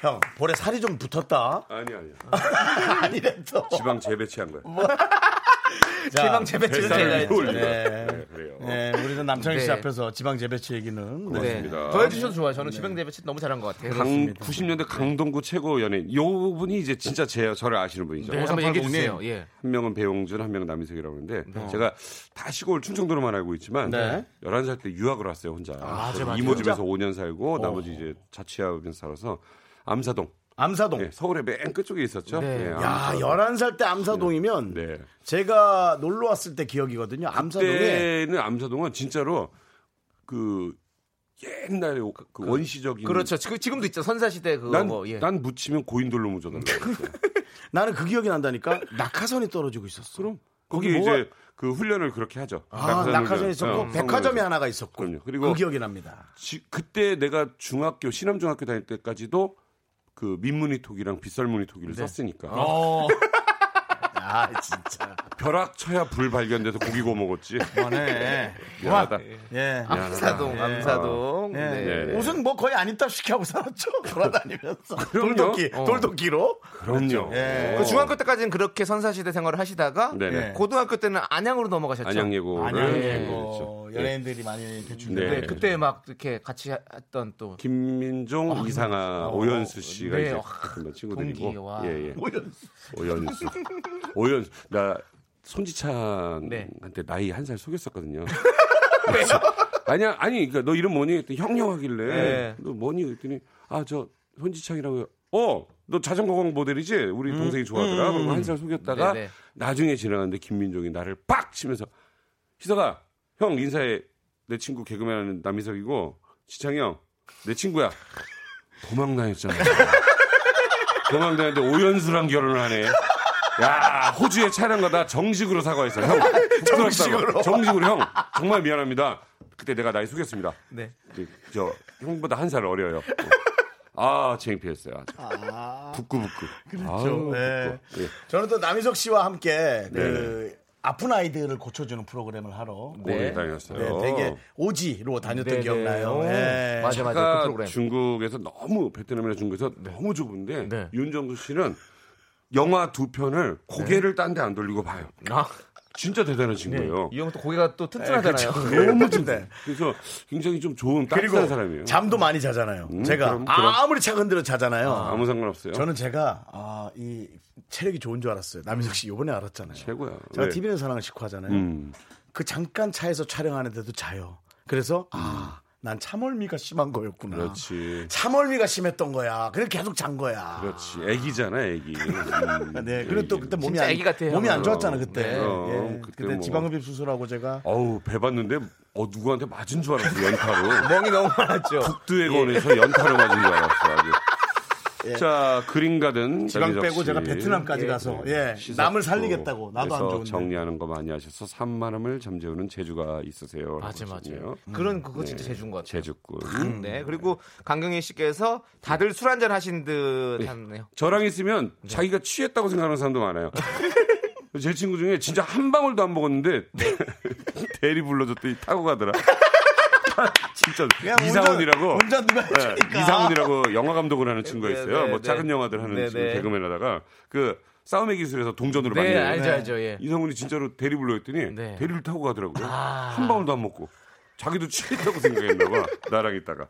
Speaker 2: 형 볼에 살이 좀 붙었다.
Speaker 5: 아니 아니
Speaker 2: 아니랬어.
Speaker 5: 지방 재배치한 거야.
Speaker 3: 지방 재배치는
Speaker 5: 뱃살을
Speaker 3: 제가 했죠.
Speaker 5: 위로 올린 거야.
Speaker 2: 네.
Speaker 5: 네, 그래요.
Speaker 2: 네, 우리는 남창희 씨
Speaker 3: 네.
Speaker 2: 앞에서 지방 재배치 얘기는 네.
Speaker 3: 네.
Speaker 5: 고맙습니다.
Speaker 3: 더 해주셔도 좋아요. 저는 지방 재배치 너무 잘한 것 같아요.
Speaker 5: 강 90년대 강동구 최고 연예인 요 분이 이제 진짜 제 저를 아시는 분이죠.
Speaker 3: 네, 한번 얘기해 주세요. 예.
Speaker 5: 한 명은 배용준, 한 명은 남희석이라고 하는데 제가 다 시골 충청도로만 알고 있지만
Speaker 2: 네.
Speaker 5: 11살 때 유학을 왔어요, 혼자.
Speaker 2: 맞아, 맞아.
Speaker 5: 이모 집에서
Speaker 2: 혼자?
Speaker 5: 5년 살고
Speaker 2: 어.
Speaker 5: 나머지 이제 자취하면서 살아서 암사동.
Speaker 2: 암사동.
Speaker 5: 예, 서울의 맨 끝쪽에 있었죠. 예,
Speaker 2: 네. 야,
Speaker 5: 암사동.
Speaker 2: 11살 때 암사동이면
Speaker 5: 네.
Speaker 2: 제가 놀러 왔을 때 기억이거든요. 암사동에
Speaker 5: 그때는 암사동은 진짜로 그 옛날에 그 원시적인
Speaker 3: 그렇죠. 지금 지금도 있죠. 선사 시대 그거
Speaker 5: 난,
Speaker 3: 뭐. 예.
Speaker 5: 난 묻히면 고인돌로
Speaker 2: 네.
Speaker 5: 묻어달라고. 했어요.
Speaker 2: 나는 그 기억이 난다니까 낙하선이 떨어지고 있었어.
Speaker 5: 그럼
Speaker 2: 거기
Speaker 5: 거기 에
Speaker 2: 뭐가-
Speaker 5: 이제 그 훈련을 그렇게 하죠.
Speaker 2: 아, 낙하선이 있었고
Speaker 5: 어,
Speaker 2: 백화점이
Speaker 5: 성동에서.
Speaker 2: 하나가 있었고
Speaker 5: 그럼요.
Speaker 2: 그
Speaker 5: 그리고-
Speaker 2: 기억이 납니다.
Speaker 5: 지- 그때 내가 중학교 신암중학교 다닐 때까지도 그 민무늬 톡이랑 빗살 무늬 톡이를 썼으니까
Speaker 2: 아 진짜.
Speaker 5: 벼락 쳐야 불 발견돼서 고기 구워 먹었지.
Speaker 2: 그만해.
Speaker 5: 네.
Speaker 2: 그만.
Speaker 5: 미안하다.
Speaker 2: 아, 예.
Speaker 3: 암사동, 암사동.
Speaker 2: 예.
Speaker 3: 아, 네.
Speaker 5: 네.
Speaker 2: 옷은 뭐 거의 안 입답시게 하고 살았죠. 돌아다니면서.
Speaker 5: 그럼요. 어.
Speaker 2: 돌도끼, 돌도끼로.
Speaker 5: 그럼요.
Speaker 2: 예.
Speaker 3: 그 중학교 때까지는 그렇게 선사시대 생활을 하시다가
Speaker 5: 네. 네네.
Speaker 2: 예.
Speaker 3: 고등학교 때는 안양으로 넘어가셨죠.
Speaker 5: 안양예고를
Speaker 2: 안양이고
Speaker 5: 예.
Speaker 2: 네. 어, 연예인들이 많이 배출돼.
Speaker 5: 네.
Speaker 3: 네, 그때 막 이렇게 같이 했던 또
Speaker 5: 김민종, 이상아, 오연수 씨가
Speaker 3: 네.
Speaker 5: 이제
Speaker 3: 와,
Speaker 5: 그런 친구들이고.
Speaker 3: 동기, 와.
Speaker 5: 예, 예.
Speaker 2: 오연수.
Speaker 5: 오연수. 오연수. 나 손지찬한테
Speaker 3: 네.
Speaker 5: 나이 한 살 속였었거든요. 그래서 아니야, 아니, 그니까 너 이름 뭐니? 그랬더니 형형하길래.
Speaker 3: 네.
Speaker 5: 너 뭐니? 그랬더니 아, 저 손지창이라고. 요 어, 너 자전거 광 모델이지? 우리 동생이 좋아하더라. 그리고 한 살 속였다가
Speaker 3: 음. 네, 네.
Speaker 5: 나중에 지나갔는데 김민종이 나를 빡 치면서 희석아, 형 인사해. 내 친구 개그맨 하는 남희석이고 지창이 형, 내 친구야. 도망다녔잖아. 도망다녔는데 오연수랑 결혼을 하네. 야, 호주에 차량 거다 정식으로 사과했어. 형, 부끄럽다고.
Speaker 2: 정식으로.
Speaker 5: 정식으로 형, 정말 미안합니다. 그때 내가 나이 속였습니다.
Speaker 3: 네.
Speaker 5: 그, 저 형보다 한 살 어려요. 아, 창피했어요. 아주. 부끄부끄. 그렇죠.
Speaker 2: 네. 저는 또 남희석 씨와 함께 그 아픈 아이들을 고쳐주는 프로그램을 하러
Speaker 5: 네.
Speaker 2: 네,
Speaker 5: 다녔어요.
Speaker 2: 되게 오지로 다녔던
Speaker 3: 네,
Speaker 2: 기억나요.
Speaker 3: 네.
Speaker 2: 예.
Speaker 3: 맞아 맞아 그
Speaker 5: 아까
Speaker 3: 프로그램.
Speaker 5: 중국에서 너무 베트남이나 중국에서 너무 좁은데
Speaker 3: 네.
Speaker 5: 윤정수 씨는 영화 두 편을
Speaker 3: 네.
Speaker 5: 고개를 딴 데 안 돌리고 봐요.
Speaker 3: 아,
Speaker 5: 진짜 대단한 친구예요.
Speaker 3: 네. 이 네. 형 또 고개가 또
Speaker 5: 그렇죠.
Speaker 3: 튼튼하잖아요.
Speaker 5: 너무 든데. 그래서 굉장히 좀 좋은 따뜻한 네. 사람이에요. 음,
Speaker 2: 잠도 많이 자잖아요. 제가
Speaker 5: 그럼, 그럼.
Speaker 2: 아무리 차근들어 자잖아요.
Speaker 5: 아무 상관없어요.
Speaker 2: 저는 제가 아, 이 체력이 좋은 줄 알았어요. 남희석 씨 이번에 알았잖아요.
Speaker 5: 최고야.
Speaker 2: 제가
Speaker 5: 네.
Speaker 2: TV는 사랑을 식고 하잖아요.
Speaker 5: 음.
Speaker 2: 그 잠깐 차에서 촬영하는데도 자요. 그래서 아, 난 참얼미가 심한 거였구나.
Speaker 5: 그렇지.
Speaker 2: 참얼미가 심했던 거야. 그래서 계속 잔 거야.
Speaker 5: 그렇지. 애기잖아, 애기. 음,
Speaker 2: 네, 그리고 또 그때 몸이
Speaker 3: 진짜
Speaker 2: 안,
Speaker 3: 애기 같아요.
Speaker 2: 몸이 안
Speaker 5: 그럼.
Speaker 2: 좋았잖아 그때.
Speaker 5: 네. 그럼.
Speaker 2: 예,
Speaker 5: 그때
Speaker 2: 그때
Speaker 5: 뭐.
Speaker 2: 지방흡입 수술하고 제가
Speaker 5: 어우, 배 봤는데 어 누구한테 맞은 줄 알았어,
Speaker 2: 네.
Speaker 5: 연타로.
Speaker 3: 멍이 너무 많았죠.
Speaker 5: 북두에
Speaker 2: 예.
Speaker 5: 건에서 연타로 맞은 줄 알았어, 아주. 자, 그린가든
Speaker 2: 지방
Speaker 5: 장기석
Speaker 2: 빼고
Speaker 5: 씨.
Speaker 2: 제가 베트남까지 가서 예,
Speaker 5: 시사
Speaker 2: 남을
Speaker 5: 프로
Speaker 2: 살리겠다고 나도 안
Speaker 5: 그래서
Speaker 2: 좋은데.
Speaker 5: 정리하는 거 많이 하셔서 산만함을 잠재우는 재주가 있으세요.
Speaker 3: 맞아 맞아.
Speaker 5: 요
Speaker 3: 음, 그런 그거 진짜 네. 재준 것 같아요.
Speaker 5: 재주꾼.
Speaker 3: 네. 그리고 강경희 씨께서 다들 술 한잔 하신 듯 하네요.
Speaker 5: 저랑 있으면 자기가 취했다고 생각하는 사람도 많아요. 제 친구 중에 진짜 한 방울도 안 먹었는데 대리 불러줬더니 타고 가더라. 진짜
Speaker 2: 그냥 운전-
Speaker 5: 이상훈이라고
Speaker 2: 운전 누가
Speaker 5: 예,
Speaker 2: 해주니까.
Speaker 5: 이상훈이라고 영화 감독을 하는 친구가 있어요.
Speaker 3: 네, 네,
Speaker 5: 뭐
Speaker 3: 네.
Speaker 5: 작은 영화들 하는
Speaker 3: 네,
Speaker 5: 친구
Speaker 3: 네.
Speaker 5: 개그맨 하다가 그 싸움의 기술에서 동전으로
Speaker 3: 네,
Speaker 5: 만든
Speaker 3: 알죠 알죠. 예.
Speaker 5: 이상훈이 진짜로 대리 불러였더니
Speaker 3: 네.
Speaker 5: 대리를 타고 가더라고요. 한 방울도 안 먹고 자기도 취했다고 생각했나 봐. 나랑 있다가.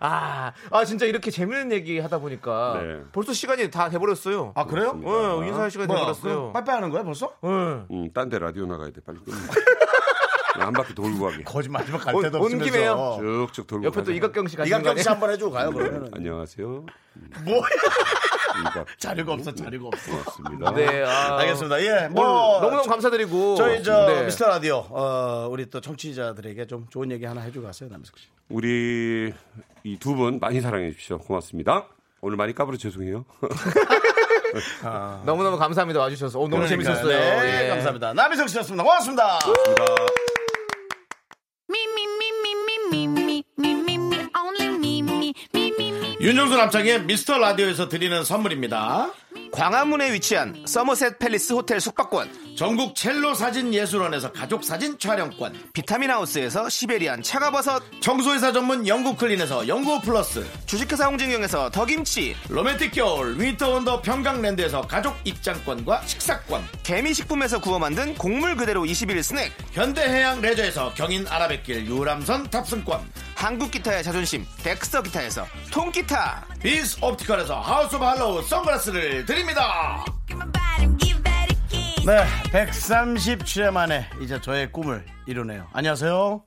Speaker 3: 아, 아 진짜 이렇게 재밌는 얘기 하다 보니까
Speaker 5: 네.
Speaker 3: 벌써 시간이 다 돼버렸어요.
Speaker 2: 아 그래요?
Speaker 5: 그렇습니다.
Speaker 3: 어, 인사할 시간이
Speaker 2: 뭐야,
Speaker 3: 돼버렸어요.
Speaker 2: 그럼 빠이빠이하는 거야 벌써?
Speaker 3: 응.
Speaker 5: 음, 딴 데 라디오 나가야 돼. 빨리 끝내. 안 바퀴 돌고 가게.
Speaker 2: 거짓말 하지 마갈
Speaker 3: 온-
Speaker 2: 데도
Speaker 3: 온
Speaker 2: 없으면서.
Speaker 3: 김에요.
Speaker 5: 쭉쭉 돌고
Speaker 3: 어. 옆에 또
Speaker 5: 가자.
Speaker 3: 이각경 씨가
Speaker 2: 이강경 씨 한번 해주고 가요 그러면.
Speaker 5: 안녕하세요.
Speaker 2: 뭐야?
Speaker 5: 네. 이각
Speaker 2: 자료가 없어 자료가 없어.
Speaker 5: 고맙습니다.
Speaker 3: 네, 아,
Speaker 2: 알겠습니다. 예,
Speaker 3: 오늘
Speaker 2: 뭐
Speaker 3: 너무너무 감사드리고
Speaker 2: 저희 저
Speaker 3: 네.
Speaker 2: 미스터 라디오 어, 우리 또 청취자들에게 좀 좋은 얘기 하나 해주고 가세요 남석 씨.
Speaker 5: 우리 이 두 분 많이 사랑해 주십시오. 고맙습니다. 오늘 많이 까불어 죄송해요.
Speaker 3: 너무너무 감사합니다 와주셔서 오, 너무
Speaker 2: 그러니까요.
Speaker 3: 재밌었어요.
Speaker 2: 네,
Speaker 3: 예.
Speaker 2: 감사합니다. 남희석 씨였습니다. 고맙습니다.
Speaker 7: Me, me, me, me, me, me, me, me, me, me, only me, me, me, me, me.
Speaker 2: 윤정수 남창의 미스터 라디오에서 드리는 선물입니다.
Speaker 3: 광화문에 위치한 서머셋 팰리스 호텔 숙박권,
Speaker 2: 전국 첼로 사진 예술원에서 가족 사진 촬영권,
Speaker 3: 비타민 하우스에서 시베리안 차가버섯,
Speaker 2: 청소회사 전문 영국 클린에서 영국 플러스,
Speaker 3: 주식회사 홍진경에서 더김치,
Speaker 2: 로맨틱 겨울 위터 원더 평강랜드에서 가족 입장권과 식사권,
Speaker 3: 개미식품에서 구워 만든 곡물 그대로 21 스낵,
Speaker 2: 현대해양 레저에서 경인 아라뱃길 유람선 탑승권,
Speaker 3: 한국 기타의 자존심 덱스터 기타에서 통기타.
Speaker 2: 비스 옵티컬에서 하우스 오브 할로우 선글라스를 드립니다.
Speaker 7: Give my body, give that a kiss.
Speaker 2: 네, 137회 만에 이제 저의 꿈을 이루네요. 안녕하세요.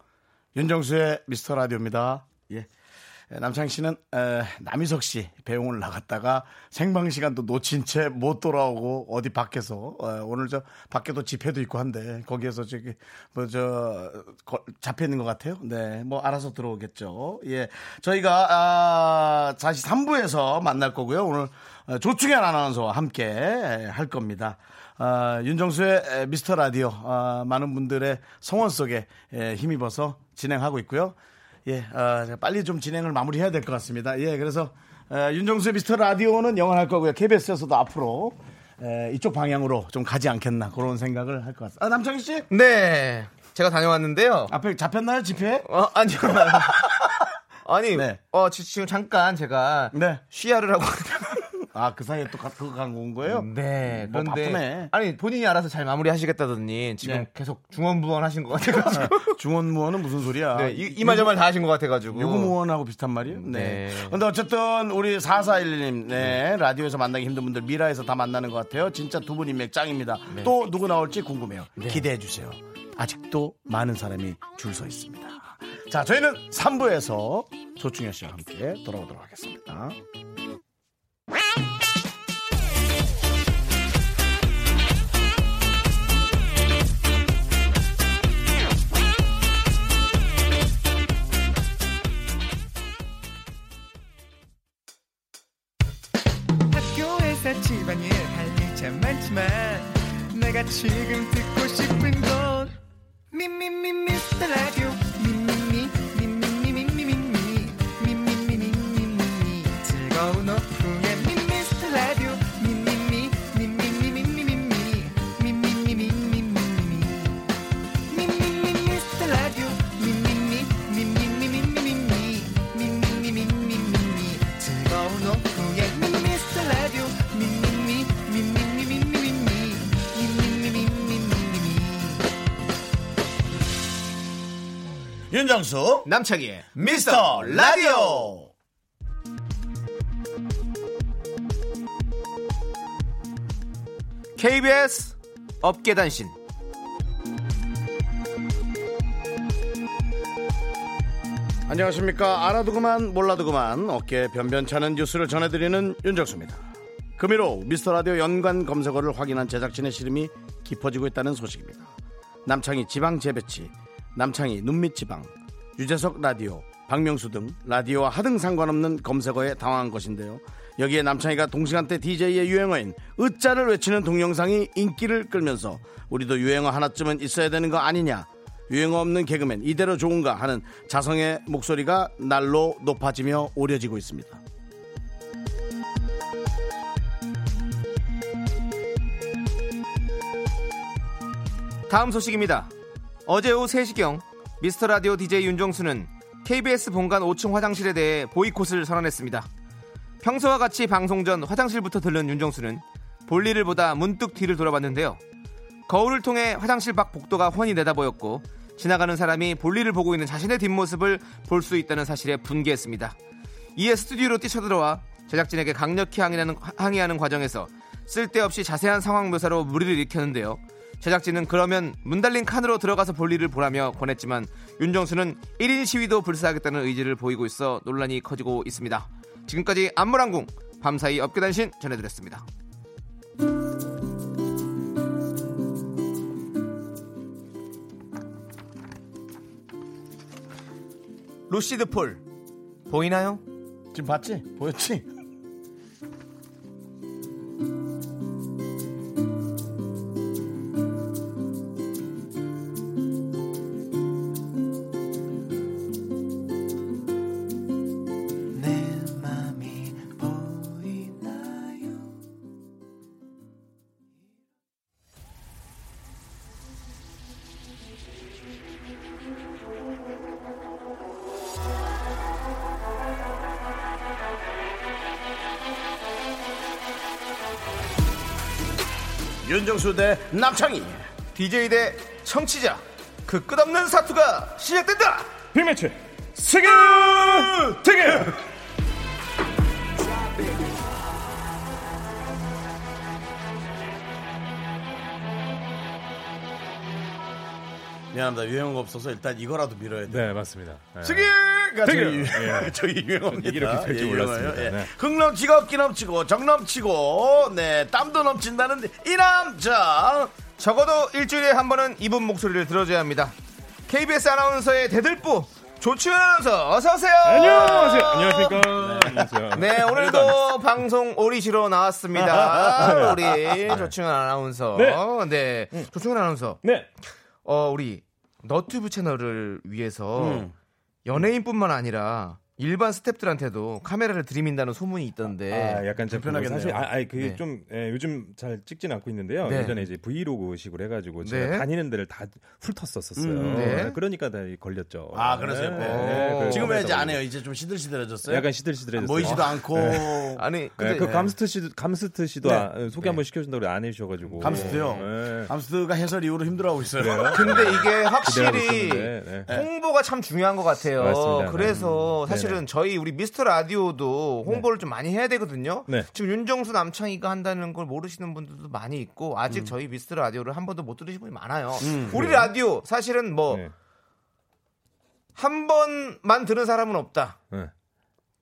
Speaker 2: 윤정수의 미스터 라디오입니다. 예. 남창 씨는 에, 남희석 씨 배웅을 나갔다가 생방 시간도 놓친 채 못 돌아오고 어디 밖에서 어, 오늘 저 밖에도 집회도 있고 한데 거기에서 저기 뭐 저 잡혀 있는 것 같아요. 네, 뭐 알아서 들어오겠죠. 예, 저희가 아, 다시 3부에서 만날 거고요. 오늘 어, 조충현 아나운서와 함께 예, 할 겁니다. 아, 윤정수의 에, 미스터 라디오 아, 많은 분들의 성원 속에 예, 힘입어서 진행하고 있고요. 예, 아, 제가 빨리 좀 진행을 마무리해야 될 것 같습니다. 예, 그래서 어, 윤정수의 미스터 라디오는 영원할 거고요. KBS에서도 앞으로 에, 이쪽 방향으로 좀 가지 않겠나 그런 생각을 할 것 같습니다. 아, 남창희 씨
Speaker 3: 네, 제가 다녀왔는데요.
Speaker 2: 앞에 잡혔나요 지폐?
Speaker 3: 어, 아니요. 아니,
Speaker 2: 네.
Speaker 3: 어, 지- 지금 잠깐 제가
Speaker 2: 네.
Speaker 3: 쉬야를 하고.
Speaker 2: 아 그 사이에 또 가- 그거 간건 거예요?
Speaker 3: 네,
Speaker 2: 뭐
Speaker 3: 그런데
Speaker 2: 바쁘네.
Speaker 3: 아니 본인이 알아서 잘 마무리하시겠다더니 지금
Speaker 2: 네.
Speaker 3: 계속 중원부원 하신 것 같아가지고.
Speaker 2: 중원무원은 무슨 소리야?
Speaker 3: 네, 이- 이마저마 다 하신 것 같아가지고.
Speaker 2: 아, 요구무원하고 비슷한 말이에요. 어. 네.
Speaker 3: 네.
Speaker 2: 근데 어쨌든 우리 4411님, 네. 라디오에서 만나기 힘든 분들 미라에서 다 만나는 것 같아요. 진짜 두 분 인맥 짱입니다. 또 누구 나올지 궁금해요. 기대해 주세요. 아직도 많은 사람이 줄 서 있습니다. 자, 저희는 3부에서 조충현 씨와 함께 돌아오도록 하겠습니다.
Speaker 8: 학교에서 집안일 할 일 참 많지만 내가 지금 듣고 싶은 건 미미미 미스터 라디오 미미미 미미미 미미미 미미미 미미미 미미미 즐거운 오후에 미스터 라디오 미미미 미미미 미미미 미미미 미미미 미미미
Speaker 2: 윤정수,
Speaker 3: 남창희의
Speaker 2: 미스터 라디오!
Speaker 3: KBS 업계단신.
Speaker 2: 안녕하십니까. 알아두고만 몰라두고만 어깨 변변찮은 뉴스를 전해드리는 윤정수입니다. 금일오 미스터라디오 연관 검색어를 확인한 제작진의 시름이 깊어지고 있다는 소식입니다. 남창희 지방 재배치, 남창희 눈밑 지방, 유재석 라디오, 박명수 등 라디오와 하등 상관없는 검색어에 당황한 것인데요. 여기에 남창희가 동시간대 DJ의 유행어인 으짜를 외치는 동영상이 인기를 끌면서 우리도 유행어 하나쯤은 있어야 되는 거 아니냐 유행어 없는 개그맨 이대로 좋은가 하는 자성의 목소리가 날로 높아지며 오려지고 있습니다.
Speaker 3: 다음 소식입니다. 어제 오후 3시경 미스터 라디오 DJ 윤종수는 KBS 본관 5층 화장실에 대해 보이콧을 선언했습니다. 평소와 같이 방송 전 화장실부터 들른 윤종수는 볼일을 보다 문득 뒤를 돌아봤는데요. 거울을 통해 화장실 밖 복도가 훤히 내다보였고 지나가는 사람이 볼일을 보고 있는 자신의 뒷모습을 볼 수 있다는 사실에 분개했습니다. 이에 스튜디오로 뛰쳐들어와 제작진에게 강력히 항의하는, 항의하는 과정에서 쓸데없이 자세한 상황 묘사로 무리를 일으켰는데요. 제작진은 그러면 문 달린 칸으로 들어가서 볼 일을 보라며 권했지만 윤정수는 1인 시위도 불사하겠다는 의지를 보이고 있어 논란이 커지고 있습니다. 지금까지 안무랑궁 밤사이 업계단신 전해드렸습니다. 루시드 폴 보이나요?
Speaker 2: 지금 봤지? 보였지? 윤정수 대 남창희.
Speaker 3: DJ 대 청취자 그 끝없는 사투가 시작된다.
Speaker 1: 빅매치 세계 대결
Speaker 2: 미안합니다. 유행어가 없어서 일단 이거라도 밀어야 돼.
Speaker 1: 네 맞습니다 네.
Speaker 2: 지게가 저희,
Speaker 1: 되게,
Speaker 2: 유-
Speaker 1: 예.
Speaker 2: 저희 유행어입니다. 예.
Speaker 1: 이렇게 될줄 몰랐습니다. 네.
Speaker 2: 흥 넘치고 끼 넘치고 정 넘치고 네 땀도 넘친다는 이 남자
Speaker 3: 적어도 일주일에 한 번은 이분 목소리를 들어줘야 합니다. KBS 아나운서의 대들보 조치현 아나운서 어서 오세요.
Speaker 9: 네,
Speaker 1: 안녕하세요 안녕하십니까 안녕하세요.
Speaker 3: 네 오늘도 방송 오리시로
Speaker 9: 아,
Speaker 3: 나왔습니다. 우리 조충현 아나운서. 네.
Speaker 9: 음.
Speaker 3: 조충현 아나운서.
Speaker 1: 네
Speaker 9: 음.
Speaker 3: 어 우리 너튜브 채널을 위해서 연예인뿐만 아니라 일반 스탭들한테도 카메라를 들이민다는 소문이 있던데
Speaker 9: 아, 약간 좀
Speaker 2: 불편하겠네요.
Speaker 9: 사실 아,
Speaker 3: 네.
Speaker 9: 니 그게 좀 예, 요즘 잘 찍진 않고 있는데요.
Speaker 3: 네.
Speaker 9: 예전에 이제 브이로그식으로 해가지고 제가
Speaker 3: 네.
Speaker 9: 다니는 데를 다 훑었었어요.
Speaker 2: 음,
Speaker 3: 네.
Speaker 9: 그러니까 다 걸렸죠.
Speaker 2: 아, 그러세요?
Speaker 3: 네.
Speaker 9: 그래서
Speaker 2: 지금은 이제
Speaker 9: 그래서
Speaker 2: 안 해요. 이제 좀 시들시들해졌어요.
Speaker 9: 약간 시들시들해졌어요.
Speaker 2: 모이지도 않고.
Speaker 3: 아니
Speaker 9: 네,
Speaker 3: 근데
Speaker 9: 그 감스트 씨도 감스트 씨도
Speaker 2: 네.
Speaker 9: 아, 소개 한번 시켜준다고 안 해주셔가지고
Speaker 2: 감스트요?
Speaker 9: 네.
Speaker 2: 감스트가 해설 이후로 힘들어하고 있어요.
Speaker 3: 근데 이게
Speaker 9: 기대하고
Speaker 3: 확실히
Speaker 9: 있었는데, 네.
Speaker 3: 홍보가 참 중요한 것 같아요.
Speaker 9: 맞습니다.
Speaker 3: 그래서
Speaker 9: 음.
Speaker 3: 사실은
Speaker 9: 네네.
Speaker 3: 저희 우리 미스터 라디오도 홍보를 좀 많이 해야 되거든요.
Speaker 9: 네.
Speaker 3: 지금 윤정수 남창희가 한다는 걸 모르시는 분들도 많이 있고
Speaker 9: 음.
Speaker 3: 아직 저희 미스터 라디오를 한 번도 못 들으신 분이 많아요. 우리 라디오 사실은 뭐
Speaker 9: 네.
Speaker 3: 한 번만 들은 사람은 없다.
Speaker 9: 네.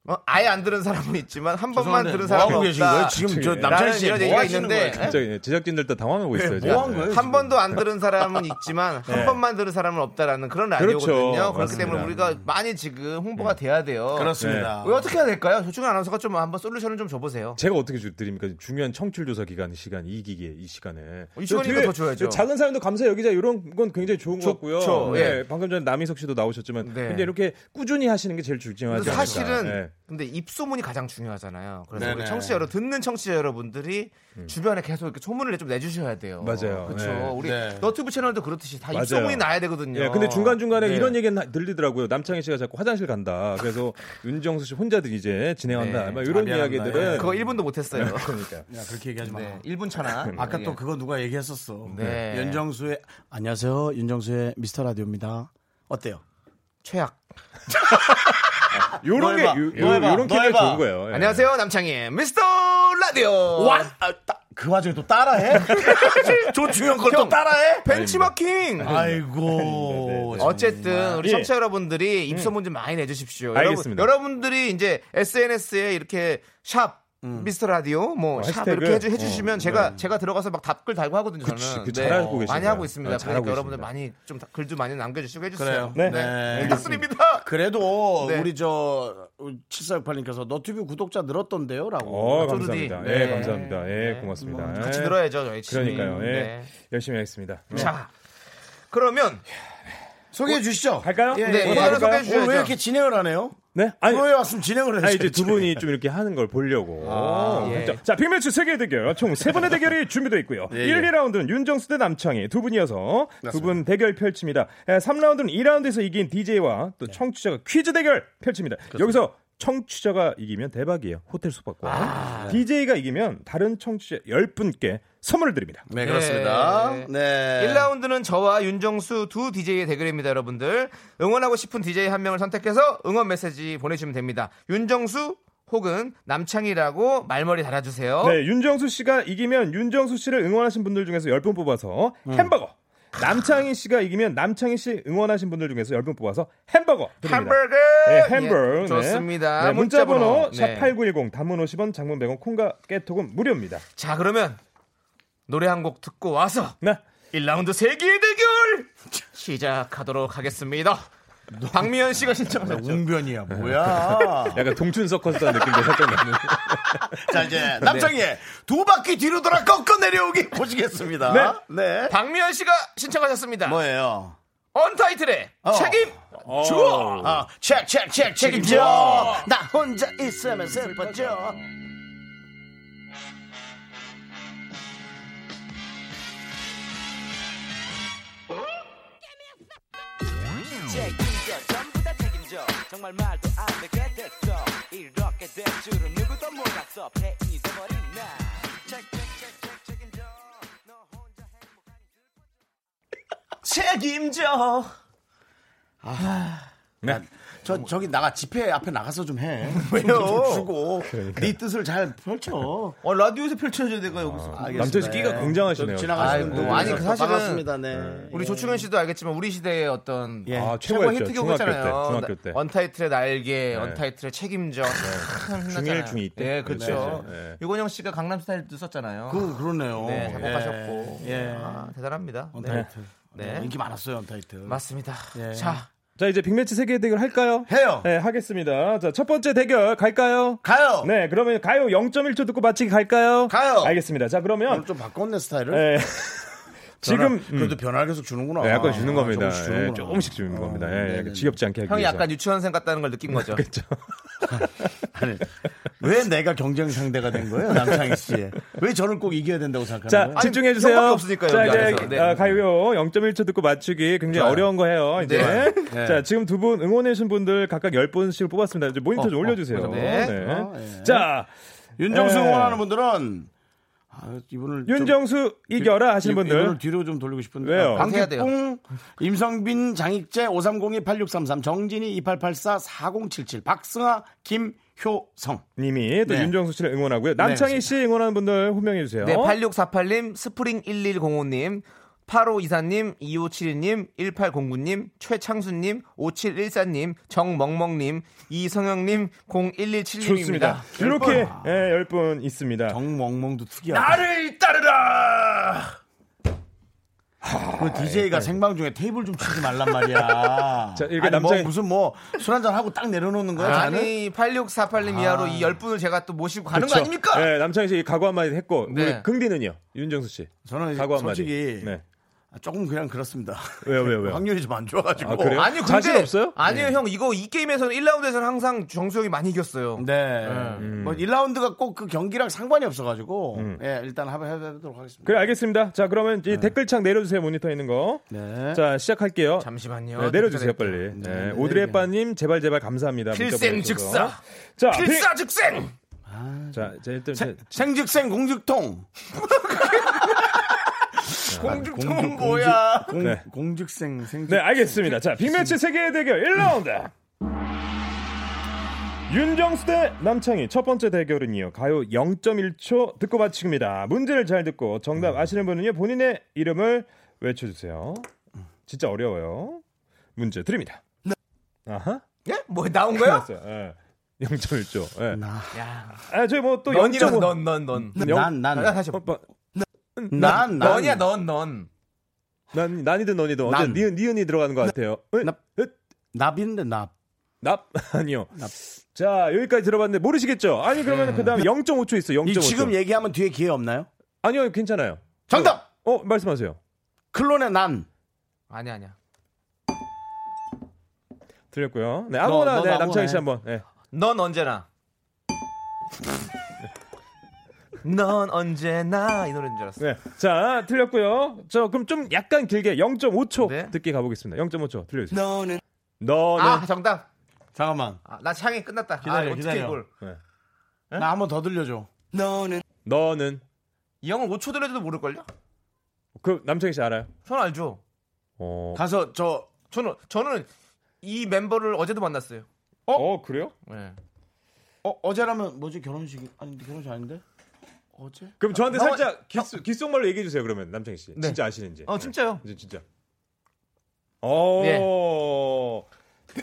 Speaker 3: 어, 아예 안 들은 사람은 있지만 한 번만
Speaker 2: 죄송한데
Speaker 3: 들은
Speaker 2: 뭐
Speaker 3: 사람은
Speaker 2: 하고 계신 거예요?
Speaker 3: 없다.
Speaker 2: 지금 저
Speaker 9: 라는
Speaker 2: 남창희
Speaker 3: 이런
Speaker 2: 씨뭐
Speaker 3: 얘기가
Speaker 2: 하시는
Speaker 3: 있는데.
Speaker 2: 거예요?
Speaker 9: 갑자기 제작진들 다 당황하고 있어요.
Speaker 2: 뭐 한 거예요?
Speaker 3: 한 번도 안 들은 사람은 있지만 한 번만 들은 사람은 없다라는 그런
Speaker 9: 네. 그렇죠.
Speaker 3: 라디오거든요. 그렇기
Speaker 9: 맞습니다. 음. 네.
Speaker 3: 때문에 우리가 많이 지금 홍보가 돼야 돼요.
Speaker 2: 그렇습니다.
Speaker 3: 왜 어떻게 해야 될까요? 조충 아나운서가 좀 한번 솔루션을 좀 줘보세요.
Speaker 9: 제가 어떻게 줄- 드립니까? 중요한 청출 조사 기간 시간 이 기기에 이 시간에
Speaker 3: 이 시간이니까
Speaker 9: 뒤에
Speaker 3: 더 줘야죠.
Speaker 9: 작은 사연도 감사 여기자 이런 건 굉장히 좋은 것 같고요.
Speaker 3: 좋죠.
Speaker 9: 네,
Speaker 3: 예.
Speaker 9: 방금 전에 남희석 씨도 나오셨지만
Speaker 3: 네.
Speaker 9: 근데 이렇게 꾸준히 하시는 게 제일 중요하지
Speaker 3: 근데
Speaker 9: 않을까.
Speaker 3: 사실은
Speaker 9: 네.
Speaker 3: 근데 입소문이 가장 중요하잖아요. 그래서
Speaker 2: 네네.
Speaker 3: 우리 청취자 여러분 듣는 청취자 여러분들이 주변에 계속 이렇게 소문을 좀 내주셔야 돼요.
Speaker 9: 음. 맞아요.
Speaker 3: 그렇죠.
Speaker 9: 네.
Speaker 3: 우리
Speaker 2: 네.
Speaker 3: 너튜브 채널도 그렇듯이 다
Speaker 9: 맞아요.
Speaker 3: 입소문이 나야 되거든요.
Speaker 9: 예, 근데 중간 중간에
Speaker 3: 네.
Speaker 9: 이런 얘기는 하- 들리더라고요. 남창희 씨가 자꾸 화장실 간다. 그래서 윤정수 씨 혼자들 이제 진행한다.
Speaker 3: 네.
Speaker 9: 막 이런
Speaker 2: 아, 미안합니다.
Speaker 9: 이야기들은
Speaker 2: 예.
Speaker 3: 그거 1분도 못했어요.
Speaker 9: 그러니까.
Speaker 2: 야, 그렇게 얘기하지 마.
Speaker 3: 네, 1분 차나.
Speaker 2: 아까
Speaker 3: 예.
Speaker 2: 또 그거 누가 얘기했었어.
Speaker 3: 네.
Speaker 2: 윤정수의 안녕하세요. 윤정수의 미스터 라디오입니다. 어때요?
Speaker 3: 최악.
Speaker 9: 요런 게
Speaker 3: 뭐
Speaker 2: 해봐.
Speaker 9: 요-
Speaker 2: 너 해봐.
Speaker 9: 요- 요런
Speaker 2: 너
Speaker 9: 케미가
Speaker 2: 해봐.
Speaker 9: 좋은 거예요. 예.
Speaker 3: 안녕하세요 남창희 미스터 라디오.
Speaker 2: 와! 아, 따- 그 와중에 또 따라해? 조충현 걸 또
Speaker 3: 형.
Speaker 2: 따라해?
Speaker 3: 벤치마킹. 네,
Speaker 2: 아이고.
Speaker 3: 어쨌든 우리
Speaker 9: 예. 음.
Speaker 3: 청취자 여러분들이 입소문 좀 많이 내주십시오.
Speaker 9: 알겠습니다.
Speaker 3: 여러분, 들이 이제 SNS에 이렇게 샵 미스터 라디오 뭐
Speaker 9: 어,
Speaker 3: 샵
Speaker 9: 음. 해시태그?
Speaker 3: 이렇게 해주, 해주시면 제가 제가 들어가서 막 답글 달고 하거든요.
Speaker 9: 어, 네. 그치,
Speaker 3: 저는 네.
Speaker 9: 그 잘하고 계신
Speaker 3: 많이
Speaker 9: 거예요.
Speaker 3: 하고 있습니다.
Speaker 9: 어, 잘하고
Speaker 3: 그러니까 여러분들
Speaker 9: 있습니다.
Speaker 3: 많이 좀 다- 글도 많이 남겨주시고 해주세요.
Speaker 2: 그래요.
Speaker 9: 네.
Speaker 2: 네.
Speaker 3: 부탁드립니다.
Speaker 2: 그래도
Speaker 3: 네.
Speaker 2: 우리 저 7468님께서 너튜브 구독자 늘었던데요? 라고.
Speaker 9: 어,
Speaker 3: 쪼르디.
Speaker 9: 감사합니다. 예,
Speaker 3: 네.
Speaker 9: 감사합니다. 예,
Speaker 3: 네.
Speaker 9: 고맙습니다.
Speaker 3: 같이
Speaker 9: 예.
Speaker 3: 들어야죠 저희 친구님.
Speaker 9: 그러니까요. 예.
Speaker 3: 네.
Speaker 9: 열심히 하겠습니다.
Speaker 3: 자 그러면
Speaker 2: 소개해 주시죠.
Speaker 9: 갈까요?
Speaker 2: 예,
Speaker 3: 네,
Speaker 2: 예.
Speaker 3: 오늘은
Speaker 2: 오늘
Speaker 3: 소개해 주셔야죠.
Speaker 2: 왜 이렇게 진행을 안 해요?
Speaker 9: 네? 아니,
Speaker 2: 프로에 왔으면 진행을 해야죠.
Speaker 9: 아니, 이제 두 분이 좀 이렇게 하는 걸 보려고.
Speaker 3: 예.
Speaker 9: 아, 자, 자, 빅매치 세개의 대결. 총 세 번의 대결이 준비되어 있고요.
Speaker 2: 예,
Speaker 9: 일,
Speaker 2: 예.
Speaker 9: 1, 2라운드는 윤정수 대 남창희 두 분이어서 두 분 대결 펼칩니다. 3라운드는 2라운드에서 이긴 DJ와 또 청취자가 퀴즈 대결 펼칩니다. 여기서 청취자가 이기면 대박이에요. 호텔 숙박권. DJ가 이기면 다른 청취자 10분께 선물을 드립니다.
Speaker 2: 네, 그렇습니다.
Speaker 3: 예.
Speaker 2: 네.
Speaker 3: 1라운드는 저와 윤정수 두 DJ의 대결입니다, 여러분들. 응원하고 싶은 DJ 한 명을 선택해서 응원 메시지 보내주시면 됩니다. 윤정수 혹은 남창이라고 말머리 달아주세요.
Speaker 9: 네, 윤정수 씨가 이기면 윤정수 씨를 응원하신 분들 중에서 10분 뽑아서 햄버거. 남창희 씨가 이기면 남창희 씨 응원하신 분들 중에서 10분 뽑아서 햄버거 드립니다.
Speaker 3: 햄버거!
Speaker 9: 네, 햄버거.
Speaker 3: 예,
Speaker 9: 네.
Speaker 3: 좋습니다.
Speaker 9: 네,
Speaker 3: 문자번호,
Speaker 9: 문자번호
Speaker 3: 네.
Speaker 9: 샵8910 단문 50원, 장문 100원, 콩과 깨톡은 무료입니다.
Speaker 3: 자, 그러면 노래 한 곡 듣고 와서
Speaker 9: 네.
Speaker 3: 1라운드 세계의 대결 시작하도록 하겠습니다. 박미연 씨가 신청하셨죠.
Speaker 2: 웅변이야, 뭐야.
Speaker 9: 약간 동춘석 콘서트 느낌도 살짝 나는.
Speaker 2: 자, 이제 남창희의 두 바퀴 뒤로 돌아 꺾어 내려오기 보시겠습니다. 네.
Speaker 3: 박미연 씨가 신청하셨습니다.
Speaker 2: 뭐예요?
Speaker 3: 언타이틀의
Speaker 2: 어.
Speaker 3: 책임
Speaker 2: 주어! 아, 책, 책, 책, 책임져! 나 혼자 있으면 슬퍼져.
Speaker 8: 책임져 전부 다 책임져 정말 말도 안 되게 됐어 이렇게 될 줄은 누구도 몰랐어 페인이 돼버린 나 책책책책 책임져 너 혼자 행복하니
Speaker 2: 책임져!
Speaker 9: 네.
Speaker 2: 저, 저기 나가, 집회 앞에 나가서 좀 해. 왜요? 주고. 네 뜻을 잘 펼쳐.
Speaker 3: 어, 라디오에서 펼쳐줘야 되가 여기서.
Speaker 2: 아,
Speaker 3: 예.
Speaker 9: 남창희 씨 끼가 굉장하시네요.
Speaker 2: 좀 지나가시는
Speaker 3: 아이고,
Speaker 2: 분들.
Speaker 3: 아니, 그 사실은
Speaker 2: 반갑습니다, 네.
Speaker 3: 우리 조충현 씨도 알겠지만 우리 시대의 어떤
Speaker 2: 예.
Speaker 9: 아,
Speaker 3: 최고
Speaker 9: 최고였죠.
Speaker 3: 히트곡이잖아요. 네.
Speaker 9: 중학교 때. 중학교 때.
Speaker 3: 언타이틀의 날개, 언타이틀의 책임져.
Speaker 9: 중일, 중이 때.
Speaker 3: 예, 그렇죠.
Speaker 9: 네, 네.
Speaker 3: 유건영 씨가 강남스타일도 썼잖아요.
Speaker 2: 그, 그렇네요.
Speaker 3: 네, 작곡하셨고.
Speaker 2: 예. 예.
Speaker 3: 아, 대단합니다. 네.
Speaker 2: 언타이틀.
Speaker 3: 네.
Speaker 2: 인기 많았어요, 언타이틀.
Speaker 3: 맞습니다.
Speaker 2: 예.
Speaker 3: 자,
Speaker 9: 자, 이제 빅매치 세계 대결 할까요?
Speaker 2: 해요.
Speaker 9: 네, 하겠습니다. 자, 첫 번째 대결 갈까요?
Speaker 2: 가요.
Speaker 9: 네, 그러면 가요 0.1초 듣고 마치기 갈까요?
Speaker 2: 가요.
Speaker 9: 알겠습니다. 자,
Speaker 2: 오늘
Speaker 9: 그러면
Speaker 2: 좀 바꿨네 스타일을.
Speaker 9: 예. 지금,
Speaker 2: 변화- 그래도 변화를 계속 주는구나.
Speaker 9: 네, 약간 주는
Speaker 2: 아,
Speaker 9: 겁니다.
Speaker 2: 조금씩
Speaker 9: 예,
Speaker 2: 주는구나.
Speaker 9: 조금씩 주는
Speaker 2: 어,
Speaker 9: 겁니다. 예,
Speaker 2: 네네네.
Speaker 9: 약간 지겹지 않게 하기
Speaker 3: 형이
Speaker 9: 위해서.
Speaker 3: 약간 유치원생 같다는 걸 느낀 거죠.
Speaker 9: 그렇죠.
Speaker 2: 아니, 왜 내가 경쟁 상대가 된 거예요, 남창희 씨? 왜 저를 꼭 이겨야 된다고 생각하는
Speaker 9: 자, 아,
Speaker 2: 거예요?
Speaker 9: 집중해 주세요.
Speaker 3: 형밖에 없으니까요,
Speaker 9: 자,
Speaker 3: 여기
Speaker 9: 이제
Speaker 3: 안에서. 네.
Speaker 9: 아, 가요 0.1초 듣고 맞추기 굉장히
Speaker 2: 좋아요.
Speaker 9: 어려운 거 해요. 이제.
Speaker 3: 네.
Speaker 2: 네.
Speaker 9: 자, 지금 두 분 응원해 주신 분들 각각 10분씩 뽑았습니다. 이제
Speaker 3: 어,
Speaker 9: 모니터 좀 올려 주세요.
Speaker 3: 네.
Speaker 2: 어, 예.
Speaker 9: 자,
Speaker 2: 윤정수
Speaker 9: 예.
Speaker 2: 응원하는 분들은 아, 이분을 좀-
Speaker 9: 윤정수 이겨라 하시는
Speaker 2: 이-
Speaker 9: 분들.
Speaker 2: 이분을 뒤로 좀 돌리고 싶은데. 아,
Speaker 9: 왜요?
Speaker 3: 해야 돼요.
Speaker 2: 방태풍, 임성빈, 장익재, 5302-8633, 정진이 2884, 4077, 박승아, 김효성.
Speaker 9: 님이 또
Speaker 2: 네.
Speaker 9: 윤정수 씨를 응원하고요. 남창희 씨 응원하는 분들 호명해 주세요.
Speaker 3: 네, 8648님, 스프링1105님, 8524님, 2572님, 1809님, 최창수님, 5714님, 정멍멍님, 이성영님, 0117님입니다.
Speaker 9: 좋습니다. 이렇게 예, 10분 있습니다.
Speaker 2: 정멍멍도 특이하다.
Speaker 3: 나를 따르라!
Speaker 2: 그 DJ가 생방 중에 테이블 좀 치지 말란 말이야.
Speaker 9: 자, 이렇게
Speaker 2: 아니, 뭐
Speaker 9: 남자의-
Speaker 2: 무슨 뭐 술 한잔 하고 딱 내려놓는 거야? 자는?
Speaker 3: 아니, 8648님 이하로 이 10분을 제가 또 모시고 가는
Speaker 9: 네. 그렇죠.
Speaker 3: 거 아닙니까?
Speaker 9: 예, 남창희 씨 각오 한마디 했고
Speaker 3: 네.
Speaker 9: 우리 긍디는요. 윤정수 씨.
Speaker 2: 저는
Speaker 9: 각오 한마디.
Speaker 2: 솔직히
Speaker 9: 네.
Speaker 2: 조금 그냥 그렇습니다.
Speaker 9: 왜요, 왜요, 왜요?
Speaker 2: 확률이 좀 안 좋아가지고.
Speaker 9: 아, 그래요?
Speaker 3: 아니요, 근데
Speaker 9: 자신 없어요? 네.
Speaker 3: 아니요, 형 이거 이 게임에서는 1라운드에서는 항상 정수형이 많이 이겼어요.
Speaker 2: 네. 뭐 1라운드가 꼭 그 경기랑 상관이 없어가지고 예, 일단 한번 해보도록 하겠습니다.
Speaker 9: 그래 알겠습니다. 자 그러면 이 댓글창 내려주세요 모니터 있는 거.
Speaker 2: 네.
Speaker 9: 자 시작할게요.
Speaker 3: 잠시만요.
Speaker 9: 네, 내려주세요 빨리.
Speaker 2: 네,
Speaker 9: 네,
Speaker 2: 네,
Speaker 9: 오드레빠님 제발 제발 감사합니다. 문자 보내주셔서.
Speaker 3: 필생즉사.
Speaker 9: 자,
Speaker 3: 필사즉생.
Speaker 9: 아, 필- 자, 자 일단
Speaker 2: 생-
Speaker 9: 제,
Speaker 2: 생즉생 공즉통.
Speaker 3: 공중통은 뭐야?
Speaker 2: 공,
Speaker 9: 네.
Speaker 2: 공즉생 생즉생.
Speaker 9: 네 알겠습니다. 자 빅매치 세계 대결 1라운드. 윤정수 대 남창희 첫 번째 대결은요 가요 0.1초 듣고 맞추기입니다. 문제를 잘 듣고 정답 아시는 분은요 본인의 이름을 외쳐주세요. 진짜 어려워요. 문제 드립니다. 아하.
Speaker 3: 예? 뭐 나온 거야?
Speaker 9: 됐어요. 예. 0.1조. 예.
Speaker 2: 나.
Speaker 9: 아, 저희 뭐또
Speaker 3: 넌이랑
Speaker 9: 0.5.
Speaker 3: 넌, 넌, 넌.
Speaker 2: 난, 난,
Speaker 3: 아, 다시.
Speaker 9: 오빠,
Speaker 2: 난, 난.
Speaker 3: 넌이야, 넌, 넌.
Speaker 9: 난 난이든 너니든 어제
Speaker 2: 난.
Speaker 9: 니은 니은이 들어가는 것 같아요.
Speaker 2: 납.
Speaker 9: 네?
Speaker 2: 납인데 납.
Speaker 9: 납 아니요. 자 여기까지 들어봤는데 모르시겠죠? 아니 그러면 그다음 에 0.5초 있어. 요
Speaker 2: 이
Speaker 9: 0.5초.
Speaker 2: 지금 얘기하면 뒤에 기회 없나요?
Speaker 9: 아니요 괜찮아요.
Speaker 2: 정답!
Speaker 9: 어 말씀하세요.
Speaker 2: 클론의 난.
Speaker 3: 아니 아니야.
Speaker 9: 들렸고요. 네
Speaker 2: 너,
Speaker 9: 아무거나
Speaker 2: 너도
Speaker 9: 네,
Speaker 2: 아무거나
Speaker 9: 남창희 씨
Speaker 2: 해.
Speaker 9: 한번. 네.
Speaker 3: 넌 언제나. 넌 언제나 이 노래인 줄 알았어.
Speaker 9: 네. 자 틀렸고요. 저 그럼 좀 약간 길게 0.5초
Speaker 3: 네.
Speaker 9: 듣기 가보겠습니다. 0.5초 들려주세요.
Speaker 8: 너는
Speaker 9: 너는
Speaker 3: 아 정답.
Speaker 2: 잠깐만.
Speaker 3: 아, 나 창이 끝났다.
Speaker 2: 기다려,
Speaker 3: 아, 어떻게
Speaker 2: 기다려.
Speaker 3: 이걸?
Speaker 2: 나 한 번 더 들려줘.
Speaker 8: 너는
Speaker 9: 너는
Speaker 3: 이 형은 5초 들려줘도 모를걸요?
Speaker 9: 그 남창희 씨 알아요?
Speaker 3: 저는 알죠.
Speaker 9: 어.
Speaker 2: 가서 저,
Speaker 3: 저는 저는 이 멤버를 어제도 만났어요.
Speaker 9: 어? 그래요?
Speaker 3: 네.
Speaker 2: 어, 어제라면 뭐지? 결혼식. 아니, 결혼식 아닌데? 어제?
Speaker 9: 그럼 저한테
Speaker 3: 어,
Speaker 9: 살짝 귓속, 귓속말로 얘기해 주세요. 그러면 남창희 씨
Speaker 3: 네.
Speaker 9: 진짜 아시는지.
Speaker 3: 어 진짜요?
Speaker 9: 이제 진짜. 어.
Speaker 3: 예.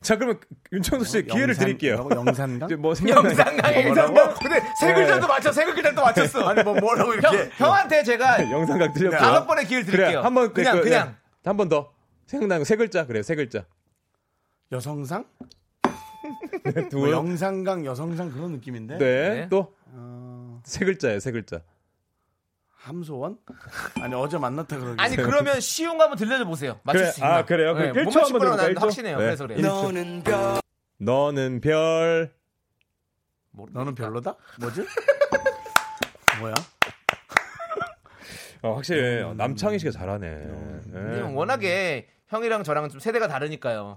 Speaker 9: 자 그러면 윤창수 씨 기회를
Speaker 2: 영산-
Speaker 9: 드릴게요.
Speaker 2: 뭐라고? 영산강?
Speaker 9: 이제 뭐 생각나요?
Speaker 3: 영상강의
Speaker 9: 뭐라고?
Speaker 3: 영상강. 근데 세 글자도 맞춰, 세 글자도 맞췄어. 아니 뭐 뭐라고 이렇게? 형, 형한테 제가
Speaker 9: 영상각 드렸고요.
Speaker 3: 다섯 번의 기회를
Speaker 9: 그래
Speaker 3: 드릴게요.
Speaker 9: 한번
Speaker 3: 그냥 그냥
Speaker 9: 한번 더. 생각나는 세 글자 그래요 세 글자.
Speaker 2: 여성상?
Speaker 9: 두.
Speaker 2: 뭐 영상강, 여성상 그런 느낌인데?
Speaker 9: 네.
Speaker 3: 네.
Speaker 9: 또. 세 글자예요 세 글자.
Speaker 2: 함소원? 아니, 어제 만났다 그러길래.
Speaker 3: 아니 그러면 쉬운 거 한번 들려줘 보세요. 맞출
Speaker 9: 그래,
Speaker 3: 수 있나?
Speaker 9: 아, 그래요? 그럼
Speaker 3: 네,
Speaker 9: 일
Speaker 3: 못
Speaker 9: 초
Speaker 3: 맞출
Speaker 9: 한번
Speaker 3: 거라고
Speaker 9: 들어볼까요?
Speaker 3: 난
Speaker 9: 일초?
Speaker 3: 확신해요.
Speaker 9: 네.
Speaker 3: 그래서 그래요.
Speaker 9: 일-
Speaker 8: 너는 별
Speaker 9: 너는 별.
Speaker 3: 모르니까.
Speaker 2: 너는 별로다? 뭐지? 뭐야?
Speaker 9: 어, 확실히 남창희 씨가 잘하네.
Speaker 3: 음. 근데 뭐 형
Speaker 9: 네.
Speaker 3: 워낙에 형이랑 저랑은 좀 세대가 다르니까요.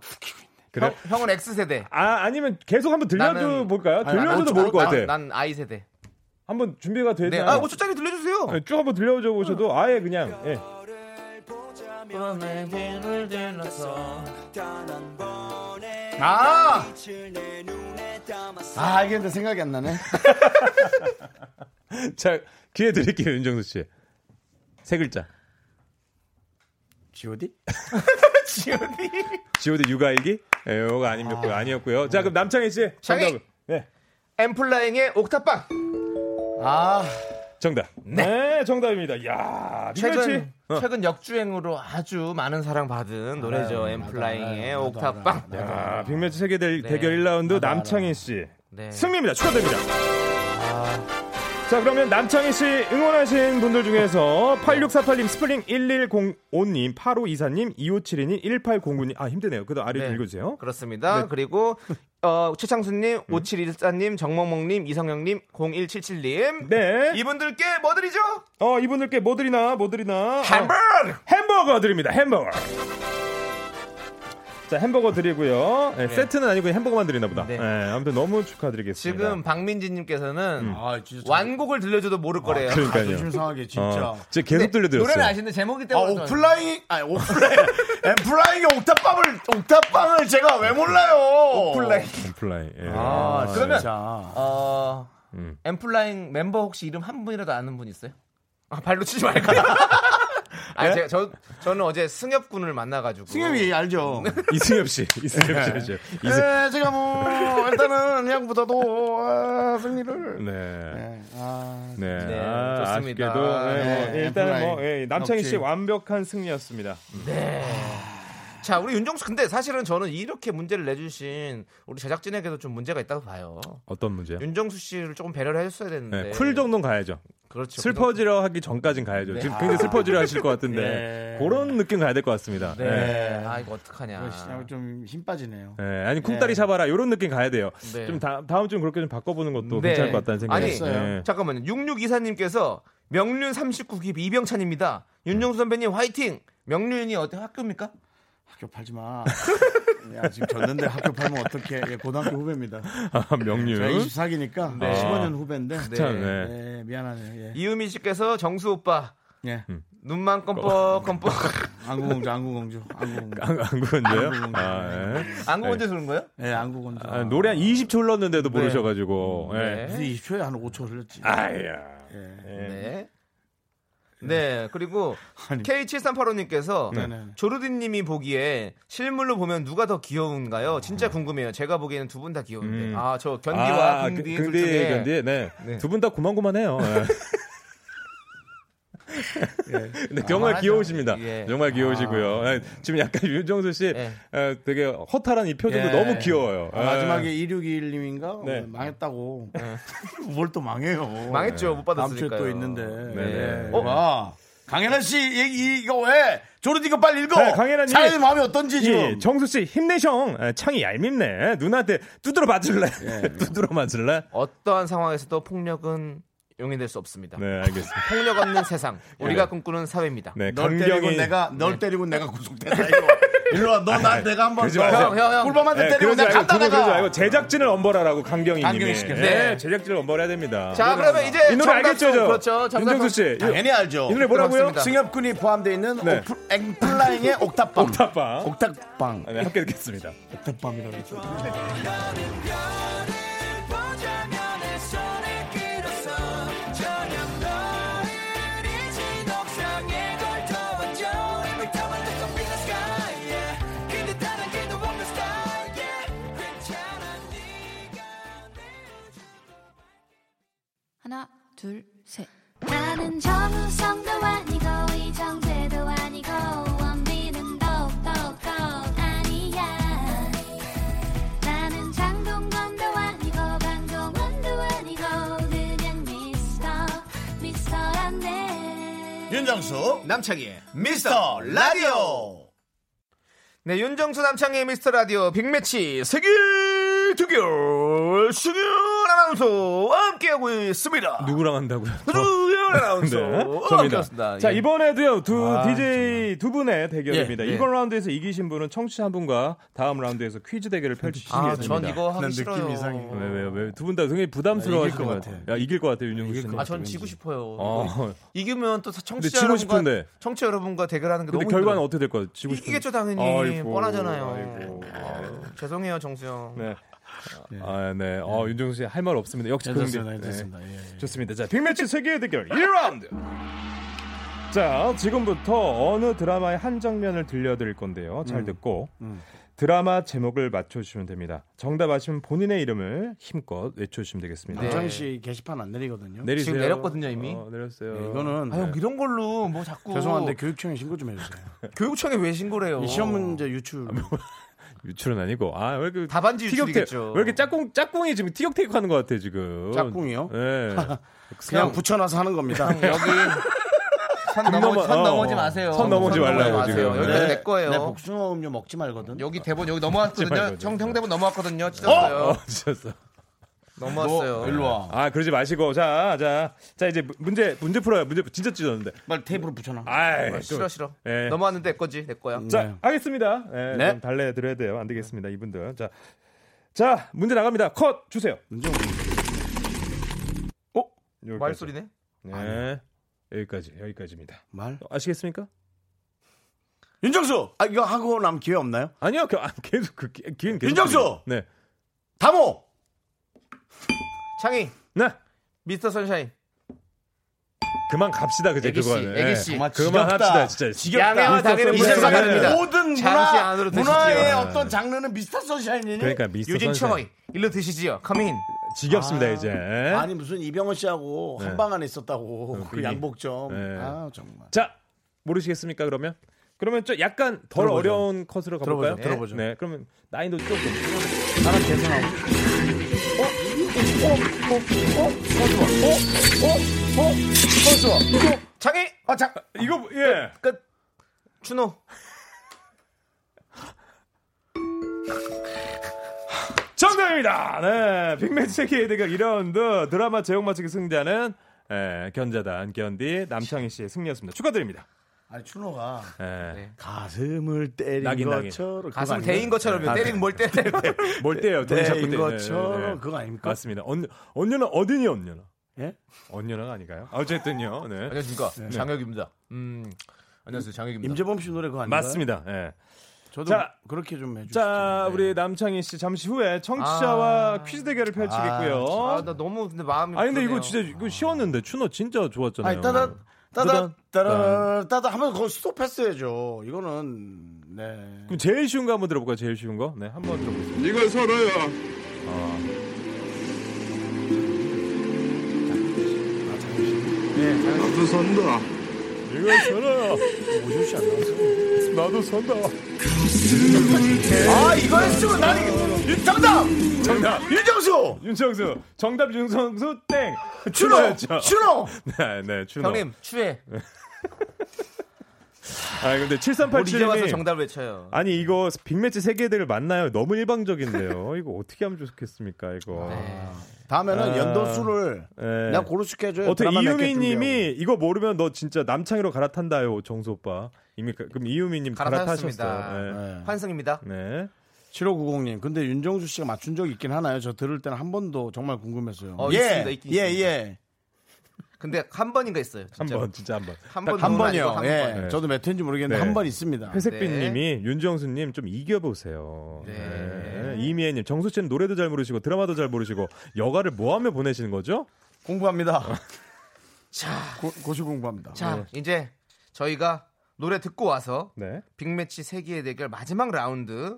Speaker 9: 그래.
Speaker 3: 형, 형은 X 세대.
Speaker 9: 아 아니면 계속 한번 들려줘
Speaker 3: 나는-
Speaker 9: 볼까요?
Speaker 3: 아니, 나는
Speaker 9: 들려줘도
Speaker 3: 오초-
Speaker 9: 모를 것
Speaker 3: 난-
Speaker 9: 같아.
Speaker 3: 난 I 세대.
Speaker 9: 한번 준비가 되지
Speaker 3: 네,
Speaker 9: 않아요?
Speaker 3: 아 5초짜리 들려주세요.
Speaker 9: 네, 쭉 한번 들려줘 보셔도 아예 그냥 예.
Speaker 2: 아! 아, 알겠는데 생각이 안 나네.
Speaker 9: 자 기회 드릴게요 윤정수 씨. 세 글자.
Speaker 2: G.O.D?
Speaker 9: G.O.D 육아일기? 예, 요거 아니었고요. 아니었고요. 자 그럼 남창희 씨
Speaker 3: 창희!
Speaker 9: 정답. 네
Speaker 3: 엠플라잉의 옥탑방.
Speaker 2: 아,
Speaker 9: 정답. 네, 정답입니다. 야
Speaker 3: 최근
Speaker 9: 최근 어.
Speaker 3: 최근 역주행으로 아주 많은 사랑 받은 노래죠. 엠플라잉의
Speaker 2: 나도
Speaker 3: 옥탑방.
Speaker 9: 아, 빅매치 세계 대, 결 1라운드 남창희 씨
Speaker 3: 네. 아.
Speaker 9: 승리입니다. 축하드립니다. 자, 그러면 남창희 씨 응원하신 분들 중에서
Speaker 3: 네.
Speaker 9: 8648님, 스프링 1105님, 8524님, 2572님, 1809님. 아, 힘드네요. 그다음 아래 좀
Speaker 3: 네.
Speaker 9: 읽어주세요.
Speaker 3: 그렇습니다. 그리고 어, 최창수님, 5714님, 정몽몽님, 이성영님, 0177님.
Speaker 9: 네.
Speaker 3: 이분들께 뭐 드리죠?
Speaker 9: 어, 이분들께 뭐 드리나, 뭐 드리나.
Speaker 3: 햄버거!
Speaker 9: 아, 햄버거 드립니다, 햄버거. 자, 햄버거 드리고요. 네, 세트는 아니고 햄버거만 드리나 보다. 네.
Speaker 3: 네.
Speaker 9: 아무튼 너무 축하드리겠습니다.
Speaker 3: 지금 박민지님께서는
Speaker 2: 아, 진짜.
Speaker 3: 완곡을 들려줘도 모를 거래요.
Speaker 9: 그러니까요.
Speaker 2: 조심 상하게, 아, 진짜.
Speaker 9: 어, 제가 계속 들려드렸어요.
Speaker 3: 네, 노래는 아시는데 제목이
Speaker 2: 아,
Speaker 3: 때문에.
Speaker 2: 오프라인, 아니, 오프라인. 엠프라인이 옥탑방을, 옥탑방을 제가 왜 몰라요?
Speaker 3: 오프라인.
Speaker 9: 플라이. 예.
Speaker 3: 아, 그러면
Speaker 2: 진짜.
Speaker 3: 어,
Speaker 9: 음.
Speaker 3: 엠플라잉 멤버 혹시 이름 한 분이라도 아는 분 있어요? 아, 발로 치지 말까? 아, 제가 저 저는 어제 승엽 군을 만나가지고
Speaker 2: 승엽이 알죠?
Speaker 9: 이승엽 씨, 이승엽 씨, 알죠? 이승-
Speaker 2: 네, 제가 뭐, 일단은 야구보다도, 아, 승리를.
Speaker 9: 네.
Speaker 2: 아,
Speaker 9: 네.
Speaker 3: 네,
Speaker 9: 아,
Speaker 3: 좋습니다.
Speaker 9: 아쉽게도 네,
Speaker 2: 네,
Speaker 9: 뭐, 일단은 뭐
Speaker 2: 엠플라잉.
Speaker 9: 예, 남창희 씨
Speaker 2: 역시.
Speaker 9: 완벽한 승리였습니다.
Speaker 3: 자, 우리 윤정수 근데 사실은 저는 이렇게 문제를 내주신 우리 제작진에게도 좀 문제가 있다고 봐요.
Speaker 9: 어떤 문제요?
Speaker 3: 윤정수 씨를 조금 배려를 해줬어야
Speaker 9: 네,
Speaker 3: 되는데.
Speaker 9: 쿨 정도는 가야죠.
Speaker 3: 그렇죠.
Speaker 9: 슬퍼지려 하기 전까진 가야죠. 지금 굉장히 슬퍼지려 하실 것 같은데
Speaker 2: 네.
Speaker 9: 그런 느낌 가야 될 것 같습니다.
Speaker 3: 네.
Speaker 9: 네.
Speaker 3: 아 이거 어떡하냐.
Speaker 2: 좀 힘 빠지네요.
Speaker 9: 네, 아니 쿵따리 샤바라 이런 느낌 가야 돼요.
Speaker 3: 네.
Speaker 9: 좀 다, 다음 주는 그렇게 좀 바꿔보는 것도
Speaker 3: 네.
Speaker 9: 괜찮을 것 같다는 생각이
Speaker 3: 아니,
Speaker 9: 들었어요. 네.
Speaker 3: 잠깐만요. 6624님께서 명륜 39기 이병찬입니다. 윤정수 선배님 화이팅. 명륜이 어때 학교입니까?
Speaker 2: 학교 팔지 마. 야, 지금 졌는데 학교 팔면 어떡해. 예, 고등학교 후배입니다.
Speaker 9: 아, 명륜.
Speaker 2: 제가 24기니까 15년 후배인데.
Speaker 9: 참, 네.
Speaker 2: 네, 미안하네요. 예.
Speaker 3: 이유미 씨께서 정수 오빠
Speaker 2: 예.
Speaker 3: 눈만 껌뻑 껌뻑
Speaker 2: 안구공주, 안구공주, 안구공주.
Speaker 9: 안, 안 그건데요?
Speaker 2: 안 그건
Speaker 9: 아, 예.
Speaker 3: 안구 먼저 들은 거예요?
Speaker 2: 예, 안구공주.
Speaker 9: 아, 노래 한 20초 흘렀는데도 모르셔가지고. 예.
Speaker 3: 네.
Speaker 2: 무슨 20초에 한 5초 흘렸지.
Speaker 9: 아야.
Speaker 2: 예.
Speaker 3: 네. 네, 그리고
Speaker 2: 아니.
Speaker 3: K7385님께서
Speaker 2: 네네.
Speaker 3: 조르디님이 보기에 실물로 보면 누가 더 귀여운가요? 진짜 궁금해요. 제가 보기에는 두 분 다 귀여운데.
Speaker 9: 네. 음.
Speaker 3: 아, 저 견디와
Speaker 9: 아,
Speaker 3: 근디,
Speaker 9: 그-
Speaker 3: 둘 중에
Speaker 9: 근디, 네.
Speaker 3: 네.
Speaker 9: 두 분 다 고만고만해요. 예. 근데 정말
Speaker 3: 아,
Speaker 9: 귀여우십니다.
Speaker 3: 예.
Speaker 9: 정말 귀여우시고요. 예, 지금 약간 윤정수 씨
Speaker 3: 예.
Speaker 9: 어, 되게 허탈한 이 표정도
Speaker 2: 예.
Speaker 9: 너무 귀여워요.
Speaker 2: 아,
Speaker 9: 예.
Speaker 2: 마지막에 2621님인가?
Speaker 9: 네.
Speaker 2: 망했다고. 뭘 또 망해요.
Speaker 3: 망했죠. 못
Speaker 2: 다음 주에
Speaker 3: 받았으니까요.
Speaker 2: 또 있는데.
Speaker 9: 네.
Speaker 2: 어? 와. 강현아 씨, 얘기, 이거 왜? 조르디 이거 빨리 읽어!
Speaker 9: 네, 강현아 님.
Speaker 2: 차의 마음이 어떤지 지금.
Speaker 9: 예, 정수 씨 힘내셔. 예, 창이 얄밉네. 누나한테 두드려 맞을래? 두드려 맞을래?
Speaker 3: 어떠한 상황에서도 폭력은 용인될 수 없습니다.
Speaker 9: 네, 알겠습니다.
Speaker 3: 폭력 없는 세상. 우리가 꿈꾸는 사회입니다.
Speaker 9: 예. 네,
Speaker 2: 널 때리고
Speaker 9: 강경이 네.
Speaker 2: 내가 널 때리고 내가 구속됐다 이거. 일로 와. 너 나 내가 한번
Speaker 9: 아, 그러지 마세요.
Speaker 3: 형, 형, 형.
Speaker 2: 꿀밤한테 때리고
Speaker 9: 네, 그러지
Speaker 2: 내가
Speaker 9: 말고,
Speaker 2: 갖다
Speaker 9: 그러지
Speaker 2: 나가.
Speaker 9: 말고 제작진을 엄벌하라고 강경이 님이.
Speaker 2: 강경이 시켰어요.
Speaker 9: 네, 제작진을 엄벌해야 됩니다.
Speaker 3: 자, 그러면 이제
Speaker 9: 아, 이 노래
Speaker 3: 정답
Speaker 9: 알겠죠, 저?
Speaker 3: 그렇죠. 정답
Speaker 9: 윤정수 씨. 이-
Speaker 2: 당연히 알죠.
Speaker 9: 이 노래 뭐라고요?
Speaker 3: 들어봤습니다.
Speaker 2: 승엽군이 포함되어 있는
Speaker 9: 네.
Speaker 2: 오프- 앵플라잉의 옥탑방.
Speaker 9: 옥탑방.
Speaker 2: 옥탑방.
Speaker 9: 네, 함께 듣겠습니다.
Speaker 2: 옥탑방이라고 했죠.
Speaker 6: 그
Speaker 7: 하나, 둘, 셋. 나는 정우성도 아니고 이정재도 아니고 원빈은 더욱더 아니야 나는 장동건도 아니고 방종원도 아니고 그냥 미스터 미스터란데
Speaker 2: 윤정수
Speaker 3: 남창희의
Speaker 2: 미스터 라디오.
Speaker 3: 네, 윤정수 남창희의 미스터 라디오 빅매치 세계 두결 승윤 아나운서와 함께하고 있습니다.
Speaker 9: 누구랑 한다고요?
Speaker 3: 승윤 아나운서 어,
Speaker 9: 저입니다. 자 이번에도요 두 DJ 두 분의 대결입니다.
Speaker 3: 예, 예.
Speaker 9: 이번 라운드에서 이기신 분은 청취자 한 분과 다음 라운드에서 퀴즈 대결을 펼치시겠습니다.
Speaker 3: 아전 이거 하기
Speaker 2: 난 느낌
Speaker 3: 싫어요.
Speaker 2: 이상해.
Speaker 9: 왜왜왜두 분 다 굉장히 부담스러워하실
Speaker 2: 이길
Speaker 9: 것
Speaker 2: 것
Speaker 9: 같아요. 야 이길 것 같아요 윤정수 씨는.
Speaker 3: 아, 전 지고 싶어요.
Speaker 9: 어.
Speaker 3: 이기면 또 청취자
Speaker 9: 지고
Speaker 3: 여러분과
Speaker 9: 싶은데.
Speaker 3: 청취 자 여러분과 대결하는 게
Speaker 9: 근데
Speaker 3: 너무
Speaker 9: 결과는
Speaker 3: 힘들어요.
Speaker 9: 어떻게 될 거예요? 지고 싶은데.
Speaker 3: 이기겠죠 당연히
Speaker 9: 아이고,
Speaker 3: 뻔하잖아요. 네.
Speaker 9: 아이고.
Speaker 3: 아유, 죄송해요 정수 형.
Speaker 9: 네. 아, 네. 어, 윤정수 씨 할 말 없습니다. 역시 긍디.
Speaker 2: 됐습니다.
Speaker 9: 네.
Speaker 2: 됐습니다. 예, 예.
Speaker 9: 좋습니다. 자, 빅매치 세계 대결 1라운드. 자, 지금부터 어느 드라마의 한 장면을 들려드릴 건데요. 잘 듣고 드라마 제목을 맞춰주시면 됩니다. 정답 아시면 본인의 이름을 힘껏 외쳐주시면 되겠습니다.
Speaker 3: 네.
Speaker 2: 남창희 씨 게시판 안 내리거든요.
Speaker 9: 내리세요.
Speaker 3: 지금 내렸거든요, 이미.
Speaker 9: 어, 내렸어요.
Speaker 2: 네, 이거는
Speaker 3: 아형 이런 걸로 뭐 자꾸
Speaker 2: 죄송한데 교육청에 신고 좀 해주세요. 어.
Speaker 3: 교육청에 왜 신고래요?
Speaker 2: 아, 뭐, 이 시험 문제 유출
Speaker 9: 유출은 아니고 아 왜 이렇게
Speaker 3: 다반지
Speaker 9: 티격태-
Speaker 3: 유출이겠죠.
Speaker 9: 왜 이렇게 짝꿍 짝꿍이 지금 티격태격 하는 것 같아 지금.
Speaker 2: 짝꿍이요?
Speaker 9: 예.
Speaker 2: 그냥 붙여놔서 하는 겁니다.
Speaker 3: 네, 여기 선, 넘어, 선
Speaker 9: 어,
Speaker 3: 넘어지
Speaker 9: 어.
Speaker 3: 마세요.
Speaker 9: 선 넘어지
Speaker 3: 선
Speaker 9: 말라고
Speaker 3: 마세요.
Speaker 9: 지금.
Speaker 3: 여기까지
Speaker 2: 네. 내-
Speaker 3: 내 거예요.
Speaker 2: 내 복숭아 음료 먹지 말거든.
Speaker 3: 여기 대본 여기 넘어왔거든요.
Speaker 9: 말고.
Speaker 3: 형, 형 대본 넘어왔거든요. 찢었어요.
Speaker 9: 어, 지쳤어.
Speaker 3: 넘어왔어요.
Speaker 2: 일로 와.
Speaker 9: 아 그러지 마시고 자, 자, 자 이제 문제 문제 풀어요. 문제 진짜 찢었는데.
Speaker 2: 빨리 테이블로 붙여놔.
Speaker 9: 아,
Speaker 3: 네, 싫어 싫어.
Speaker 9: 예.
Speaker 3: 넘어왔는데 내 거지 내 거야.
Speaker 9: 자,
Speaker 2: 네.
Speaker 9: 하겠습니다. 예,
Speaker 2: 네.
Speaker 9: 좀 달래 드려야 돼요. 안 되겠습니다, 이분들. 자, 자 문제 나갑니다. 컷 주세요. 어?
Speaker 2: 문제 없네.
Speaker 9: 여기까지.
Speaker 3: 말소리네.
Speaker 9: 네. 여기까지 여기까지입니다. 뭐,
Speaker 2: 말.
Speaker 9: 아시겠습니까?
Speaker 2: 윤정수. 아 이거 하고 남 기회 없나요?
Speaker 9: 아니요, 그- 아, 계속 그 기- 기회는 계속.
Speaker 2: 윤정수!
Speaker 9: 네,
Speaker 2: 다모.
Speaker 3: 창희
Speaker 9: 네.
Speaker 3: 미스터 선샤인.
Speaker 9: 그만 갑시다 그제
Speaker 3: 애기 씨,
Speaker 9: 그거는. 네.
Speaker 3: 애기 씨.
Speaker 2: 정말
Speaker 9: 그만
Speaker 2: 지겹다.
Speaker 9: 합시다 진짜.
Speaker 2: 지겹다.
Speaker 3: 양해와 당해를
Speaker 2: 이
Speaker 9: 부탁드립니다.
Speaker 2: 세상에
Speaker 9: 네.
Speaker 2: 모든
Speaker 3: 잠시
Speaker 2: 문화
Speaker 3: 안으로 드시죠.
Speaker 2: 문화의 어떤 장르는 미스터 선샤인이니?
Speaker 9: 그러니까 미스터
Speaker 3: 유진
Speaker 9: 선샤인.
Speaker 3: 초이 일로 드시지요. 커민.
Speaker 9: 지겹습니다 이제.
Speaker 2: 아니 무슨 이병헌 씨하고
Speaker 9: 네. 어,
Speaker 2: 한 방 안에 있었다고 그
Speaker 9: 그게.
Speaker 2: 양복점.
Speaker 9: 네.
Speaker 2: 아 정말.
Speaker 9: 자 모르시겠습니까 그러면? 그러면 좀 약간 덜
Speaker 2: 들어보죠.
Speaker 9: 어려운 컷으로 가볼까요?
Speaker 2: 들어보죠, 들어보죠.
Speaker 9: 네, 그러면 난이도 조금.
Speaker 2: 나랑 계속 나오고.
Speaker 3: 창희
Speaker 2: 아 자.
Speaker 9: 이거 예.
Speaker 3: 끝. 추노.
Speaker 9: 정답입니다. 네, 빅맨 세계의 대결 2라운드 드라마 제목 맞추기 승자는 예, 견자단 견디 남창희 씨의 승리였습니다. 축하드립니다.
Speaker 2: 아니 추노가
Speaker 9: 예.
Speaker 2: 네. 가슴을 때린
Speaker 9: 낙인, 낙인.
Speaker 2: 것처럼 그거
Speaker 3: 가슴
Speaker 2: 아닌가요?
Speaker 3: 대인 것처럼
Speaker 9: 아,
Speaker 3: 때리는 뭘 때려.
Speaker 9: 뭘 때요? 네,
Speaker 2: 때인 것처럼 네, 그거 아닙니까?
Speaker 9: 맞습니다. 언 언녀는 어디니 언녀는?
Speaker 2: 예?
Speaker 9: 언녀는 아닌가요? 어쨌든요. 네.
Speaker 3: 안녕하십니까 장혁입니다. 음 안녕하세요 장혁입니다.
Speaker 2: 임재범 씨 노래 그거 아닌가요?
Speaker 9: 맞습니다. 예.
Speaker 2: 저도
Speaker 9: 자,
Speaker 2: 그렇게 좀 해주시죠. 네.
Speaker 9: 자, 우리 남창희 씨 잠시 후에 청취자와 퀴즈 대결을 펼치겠고요.
Speaker 3: 아, 나 너무 근데 마음이.
Speaker 9: 어? 아니 근데 이거
Speaker 3: 그러네요.
Speaker 9: 진짜 이거 쉬웠는데 추노 진짜 좋았잖아요.
Speaker 2: 아니 따다 따다
Speaker 9: 따단,
Speaker 2: 따다 따다 하면 그거 스톱 패스해줘. 이거는 네.
Speaker 9: 그럼 제일 쉬운 거 한번 들어볼까요? 제일 쉬운 거? 네, 한번 아. 들어보세요.
Speaker 10: 이걸 서로요.
Speaker 3: 네,
Speaker 10: 나도 선다.
Speaker 9: 이거 전화야. 나도 선다.
Speaker 2: 아 이거 했으면 난 이거 정답
Speaker 9: 정답.
Speaker 2: 윤정수
Speaker 9: 윤정수. 정답 윤정수 땡.
Speaker 2: 추노
Speaker 9: 추노였죠.
Speaker 2: 추노
Speaker 9: 네, 네, 추노.
Speaker 3: 형님 추해.
Speaker 9: 아 근데
Speaker 3: 뭘 이제 와서
Speaker 9: 7387님이
Speaker 3: 정답 을 외쳐요.
Speaker 9: 아니 이거 빅매치 세계 대를 만나요. 너무 일방적인데요. 이거 어떻게 하면 좋겠습니까? 이거.
Speaker 3: 네.
Speaker 2: 다음에는
Speaker 9: 아,
Speaker 2: 연도수를
Speaker 9: 예.
Speaker 2: 내가 고르게 해줘요.
Speaker 9: 어떻게
Speaker 2: 드라마 몇개
Speaker 9: 이유미님이 이거 모르면 너 진짜 남창희로 갈아탄다요, 정수 오빠. 이미 그- 그럼 이유미님
Speaker 3: 갈아타셨습니다.
Speaker 9: 갈아타셨어요.
Speaker 2: 준비하고. 네.
Speaker 3: 환승입니다.
Speaker 9: 네. 네.
Speaker 2: 7590님 근데 윤정수 씨가 맞춘 적이 있긴 하나요? 저 들을 때는 한 번도 정말 궁금했어요.
Speaker 3: 어,
Speaker 2: 예,
Speaker 3: 있습니다. 있긴
Speaker 2: 예,
Speaker 3: 있습니다.
Speaker 2: 예.
Speaker 3: 근데 한 번인가 있어요. 진짜.
Speaker 9: 한번 진짜 한 번.
Speaker 3: 한 번.
Speaker 2: 한
Speaker 3: 정도 아니고
Speaker 2: 번이요.
Speaker 3: 한
Speaker 2: 예.
Speaker 9: 번.
Speaker 2: 저도 몇 회인지 모르겠는데
Speaker 9: 네.
Speaker 2: 한 번 있습니다.
Speaker 9: 회색빛님이 윤정수님 좀 이겨보세요.
Speaker 3: 네.
Speaker 9: 네. 이미애님 정수 씨는 노래도 잘 모르시고 드라마도 잘 모르시고 여가를 뭐하며 보내시는 거죠?
Speaker 2: 공부합니다.
Speaker 3: 자,
Speaker 2: 고, 고시 공부합니다. 네.
Speaker 3: 자 이제 저희가 노래 듣고 와서
Speaker 9: 네.
Speaker 3: 빅매치 세기의 대결 마지막 라운드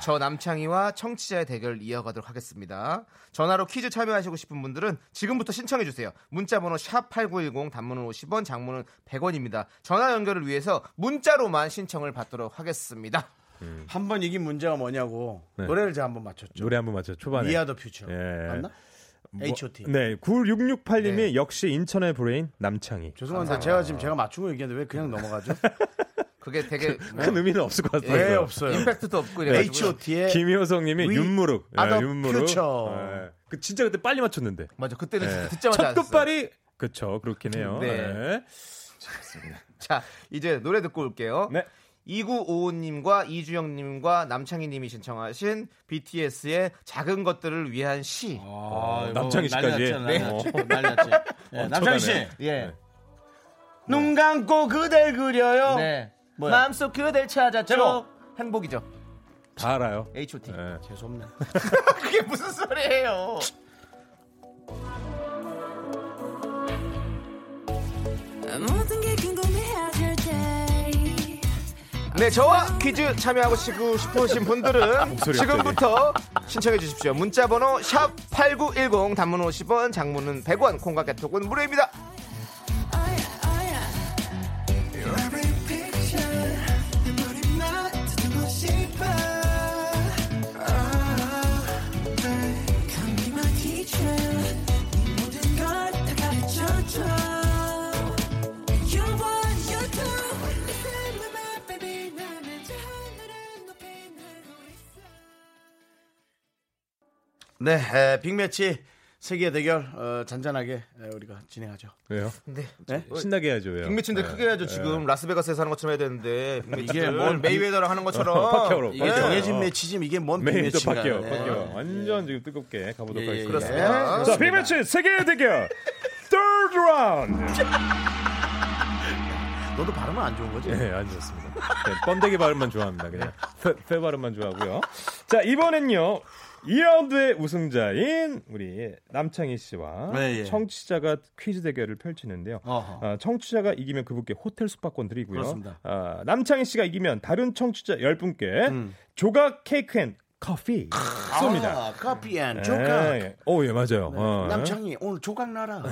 Speaker 3: 저 남창희와 청취자의 대결 이어가도록 하겠습니다. 전화로 퀴즈 참여하시고 싶은 분들은 지금부터 신청해 주세요. 문자 번호 샵 8910 단문은 50원, 장문은 100원입니다. 전화 연결을 위해서 문자로만 신청을 받도록 하겠습니다.
Speaker 2: 한 번 이긴 문제가 뭐냐고
Speaker 9: 네.
Speaker 2: 노래를 제가 한 번 맞췄죠.
Speaker 9: 노래 한번 맞춰 초반에.
Speaker 2: We are the future.
Speaker 9: 예.
Speaker 2: 맞나?
Speaker 9: 뭐-
Speaker 2: H.O.T.
Speaker 9: 네. 9668님이
Speaker 3: 네.
Speaker 9: 역시 인천의 브레인 남창희.
Speaker 2: 죄송한데 제가 지금 제가 맞춘 거 얘기했는데 왜 그냥 넘어가죠?
Speaker 3: 그게 되게 뭐
Speaker 9: 큰 의미는 없을 것 같아요.
Speaker 2: 왜 네. 없어요?
Speaker 3: 임팩트도 없고 이래가지고
Speaker 2: H.O.T.의
Speaker 9: 김효성님이
Speaker 2: We
Speaker 9: 윤무룩. 네,
Speaker 2: are the
Speaker 9: 윤무룩.
Speaker 2: future. 네.
Speaker 9: 예. 그 진짜 그때 빨리 맞췄는데.
Speaker 3: 맞아 그때는
Speaker 9: 예.
Speaker 3: 듣자마자
Speaker 9: 첫
Speaker 3: 알았어요.
Speaker 9: 끝발이 그쵸 그렇긴 해요.
Speaker 3: 네.
Speaker 9: 예.
Speaker 3: 자 이제 노래 듣고 올게요.
Speaker 9: 네.
Speaker 3: 2955님과 이주영님과 남창희님이 신청하신 BTS의 작은 것들을 위한 시.
Speaker 2: 아, 이거
Speaker 9: 남창희
Speaker 2: 난리
Speaker 9: 씨까지.
Speaker 2: 났잖아, 난리
Speaker 9: 네.
Speaker 2: 났죠, 난리 났지. 예, 남창희 씨.
Speaker 9: 초반에.
Speaker 2: 예. 눈 감고 그댈 그려요.
Speaker 3: 네.
Speaker 2: 뭐야?
Speaker 3: 마음속 그댈 찾았죠.
Speaker 2: 제목.
Speaker 3: 행복이죠.
Speaker 9: 다 알아요.
Speaker 3: H.O.T.
Speaker 9: 예.
Speaker 2: 죄송합니다.
Speaker 3: 그게 무슨 소리예요?
Speaker 6: 모든 게 궁금해하실 때
Speaker 3: 네, 저와 퀴즈 참여하고 싶고 싶으신 분들은
Speaker 9: 목소리
Speaker 3: 지금부터 신청해 주십시오. 문자 번호 샵 8910 단문 50원, 장문은 100원, 콩과 개톡은 무료입니다.
Speaker 11: Every picture 내 머리 맡아두고 싶어
Speaker 2: 네, 에, 빅매치 세계 대결 어, 잔잔하게 에, 우리가 진행하죠.
Speaker 9: 왜요?
Speaker 3: 근데
Speaker 2: 네?
Speaker 9: 신나게 해야죠. 왜요? 네.
Speaker 3: 빅매치인데 크게 해야죠. 지금 라스베가스에서 하는 것처럼 해야 되는데
Speaker 2: 이게
Speaker 3: 이게
Speaker 2: 뭘
Speaker 3: 뭘 메이웨더랑 하는 것처럼
Speaker 9: 박혀로,
Speaker 2: 이게
Speaker 3: 예.
Speaker 9: 박혀로.
Speaker 2: 정해진 매치지만 이게 뭔
Speaker 9: 메인도
Speaker 2: 빅매치인가?
Speaker 9: 바뀌어,
Speaker 2: 네.
Speaker 9: 바뀌어. 완전 지금 뜨겁게
Speaker 2: 예,
Speaker 9: 가보도록
Speaker 2: 예, 예.
Speaker 9: 하겠습니다.
Speaker 2: 네, 그렇습니다.
Speaker 9: 자, 빅매치 세계 대결. Third round.
Speaker 2: 너도 발음은 안 좋은 거지?
Speaker 9: 네, 안 좋습니다. 네, 뻔데기 발음만 좋아합니다. 그냥 페, 페 발음만 좋아하고요. 자, 이번엔요. 2라운드의 우승자인 우리 남창희 씨와
Speaker 2: 네, 예.
Speaker 9: 청취자가 퀴즈 대결을 펼치는데요.
Speaker 2: 어허.
Speaker 9: 아, 청취자가 이기면 그분께 호텔 숙박권 드리고요.
Speaker 2: 그렇습니다.
Speaker 9: 아, 남창희 씨가 이기면 다른 청취자 10분께
Speaker 2: 음.
Speaker 9: 조각 케이크 앤 커피 쏩니다.
Speaker 2: 아, 커피 앤 조각. 네.
Speaker 9: 예. 오, 예, 맞아요. 어,
Speaker 2: 남창이 오늘 조각 나라.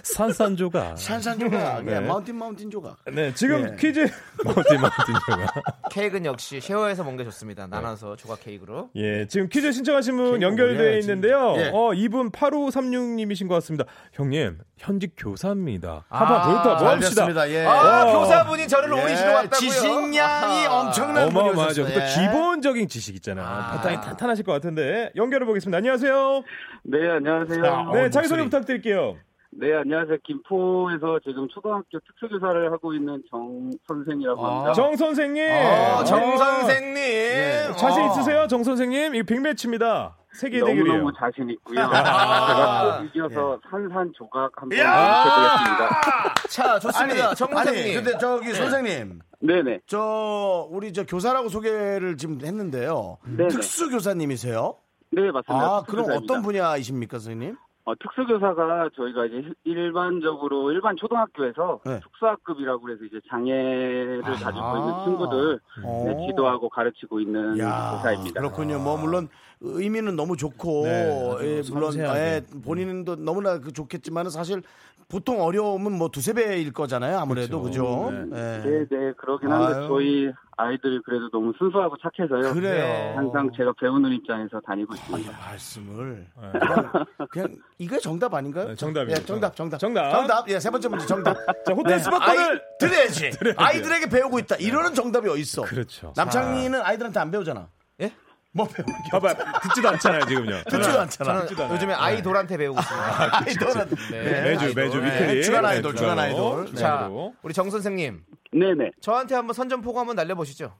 Speaker 9: 산산조각.
Speaker 2: 산산 조각.
Speaker 9: 네.
Speaker 2: 예, 마운틴 마운틴 조각.
Speaker 9: 네, 지금
Speaker 2: 예.
Speaker 9: 퀴즈 마운틴 마운틴 조각.
Speaker 3: 케이크는 역시 쉐어해서 먹는 게 좋습니다. 나눠서 조각 케이크로.
Speaker 9: 예, 지금 퀴즈 신청하신 분
Speaker 2: 퀴즈
Speaker 9: 연결되어
Speaker 2: 올려야지.
Speaker 9: 있는데요.
Speaker 2: 예.
Speaker 9: 어, 이분 8536님이신 것 같습니다. 형님, 현직 교사입니다. 한번 보였다, 뭐
Speaker 2: 아, 잘
Speaker 9: 합시다.
Speaker 2: 됐습니다. 예.
Speaker 3: 아
Speaker 9: 어.
Speaker 3: 교사분이 저를
Speaker 2: 예,
Speaker 3: 오이시러 왔다고요.
Speaker 2: 지식량이
Speaker 3: 아하.
Speaker 2: 엄청난
Speaker 9: 어마어마하죠.
Speaker 2: 분이었어요. 예.
Speaker 9: 또 기본적인 지식 있잖아. 바탕이 탄탄하실 것 같은데 연결해 보겠습니다. 안녕하세요.
Speaker 10: 네, 안녕하세요.
Speaker 9: 네, 자기 소개 부탁드릴게요.
Speaker 10: 네, 안녕하세요. 김포에서 지금 초등학교 특수교사를 하고 있는 정 선생이라고
Speaker 2: 아.
Speaker 10: 합니다. 네.
Speaker 9: 정 선생님.
Speaker 3: 어,
Speaker 9: 어.
Speaker 3: 정 선생님. 어.
Speaker 9: 자신 있으세요, 정 선생님? 이 빅매치입니다. 세계 대결이에요. 아. 예.
Speaker 10: 너무너무 자신 있고요. 제가 꼭 이겨서 산산조각 한번 해보겠습니다.
Speaker 3: 자 좋습니다. 정 선생님.
Speaker 2: 아니, 근데 저기 선생님.
Speaker 10: 네네.
Speaker 2: 저 우리 저 교사라고 소개를 지금 했는데요.
Speaker 10: 네네.
Speaker 2: 특수 교사님이세요?
Speaker 10: 네, 맞습니다.
Speaker 2: 아, 그럼
Speaker 10: 특수교사입니다.
Speaker 2: 어떤 분야이십니까, 선생님?
Speaker 10: 어, 특수교사가 저희가 이제 일반적으로 일반 초등학교에서
Speaker 2: 네.
Speaker 10: 특수학급이라고 해서 이제 장애를 가지고 있는 친구들 네,
Speaker 2: 아. 어.
Speaker 10: 지도하고 가르치고 있는
Speaker 2: 야,
Speaker 10: 교사입니다.
Speaker 2: 그렇군요. 뭐 물론 의미는 너무 좋고 예, 물론 예, 본인도 너무나 그 좋겠지만 사실 보통 어려움은 뭐 두세 배일 거잖아요. 아무래도 그죠? 예.
Speaker 10: 네, 네, 그러긴 한데
Speaker 2: 아유.
Speaker 10: 저희 아이들이 그래도 너무 순수하고 착해서요.
Speaker 2: 그래요.
Speaker 10: 항상 제가 배우는 입장에서 다니고 있습니다.
Speaker 2: 말씀을 그냥, 그냥 이게 네. 정답 아닌가요?
Speaker 9: 네, 정답이에요.
Speaker 2: 예, 정답, 정답,
Speaker 9: 정답.
Speaker 2: 정답. 예, 세 번째 문제 정답.
Speaker 9: 자, 호텔
Speaker 10: 네.
Speaker 2: 아이
Speaker 9: 스파권을
Speaker 2: 드려야지. 네. 아이들에게 배우고 있다. 이러는 정답이 어디 있어?
Speaker 9: 그렇죠.
Speaker 2: 남창희는 아이들한테 안 배우잖아.
Speaker 3: 예?
Speaker 2: 뭐 배우는 게 없어.
Speaker 9: 봐봐, 듣지도 않잖아요, 지금요.
Speaker 2: 듣지도 않잖아.
Speaker 3: 저는 요즘에 아이돌한테 배우고 있습니다.
Speaker 2: 아이돌은
Speaker 3: 네.
Speaker 9: 매주 매주
Speaker 3: 네,
Speaker 9: 위클리
Speaker 2: 주간
Speaker 9: 네,
Speaker 2: 아이돌, 주간 아이돌.
Speaker 9: 주간으로. 네,
Speaker 3: 자
Speaker 9: 주간으로.
Speaker 3: 우리 정 선생님
Speaker 10: 네네.
Speaker 3: 저한테 한번 선전포고 한번 날려보시죠.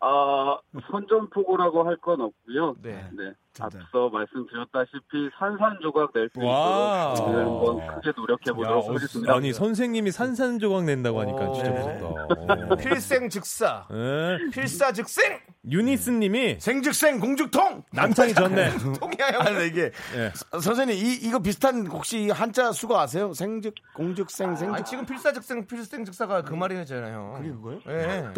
Speaker 10: 아, 선전포고라고 할 건 없고요.
Speaker 3: 네.
Speaker 10: 앞서 말씀드렸다시피 산산조각 낼 수
Speaker 9: 와우.
Speaker 10: 있도록 오늘 한번 크게 노력해
Speaker 9: 야,
Speaker 10: 보도록
Speaker 9: 어,
Speaker 10: 하겠습니다.
Speaker 9: 아니 선생님이 산산조각 낸다고 하니까 진짜 무섭다. 어.
Speaker 3: 필생즉사
Speaker 9: 예.
Speaker 3: 필사즉생
Speaker 9: 유니스님이
Speaker 2: 생즉생 공죽통.
Speaker 9: 남창이 졌네.
Speaker 3: 통이야
Speaker 2: 음.
Speaker 3: 형.
Speaker 2: 아니 이게
Speaker 9: 예.
Speaker 2: 서- 선생님 이 이거 비슷한 혹시 이 한자 수가 아세요? 생즉 공즉생
Speaker 3: 아니
Speaker 2: 생즉
Speaker 3: 지금 필사즉생 필생즉사가 그 말이잖아요. 그게
Speaker 2: 그거예요?
Speaker 3: 예.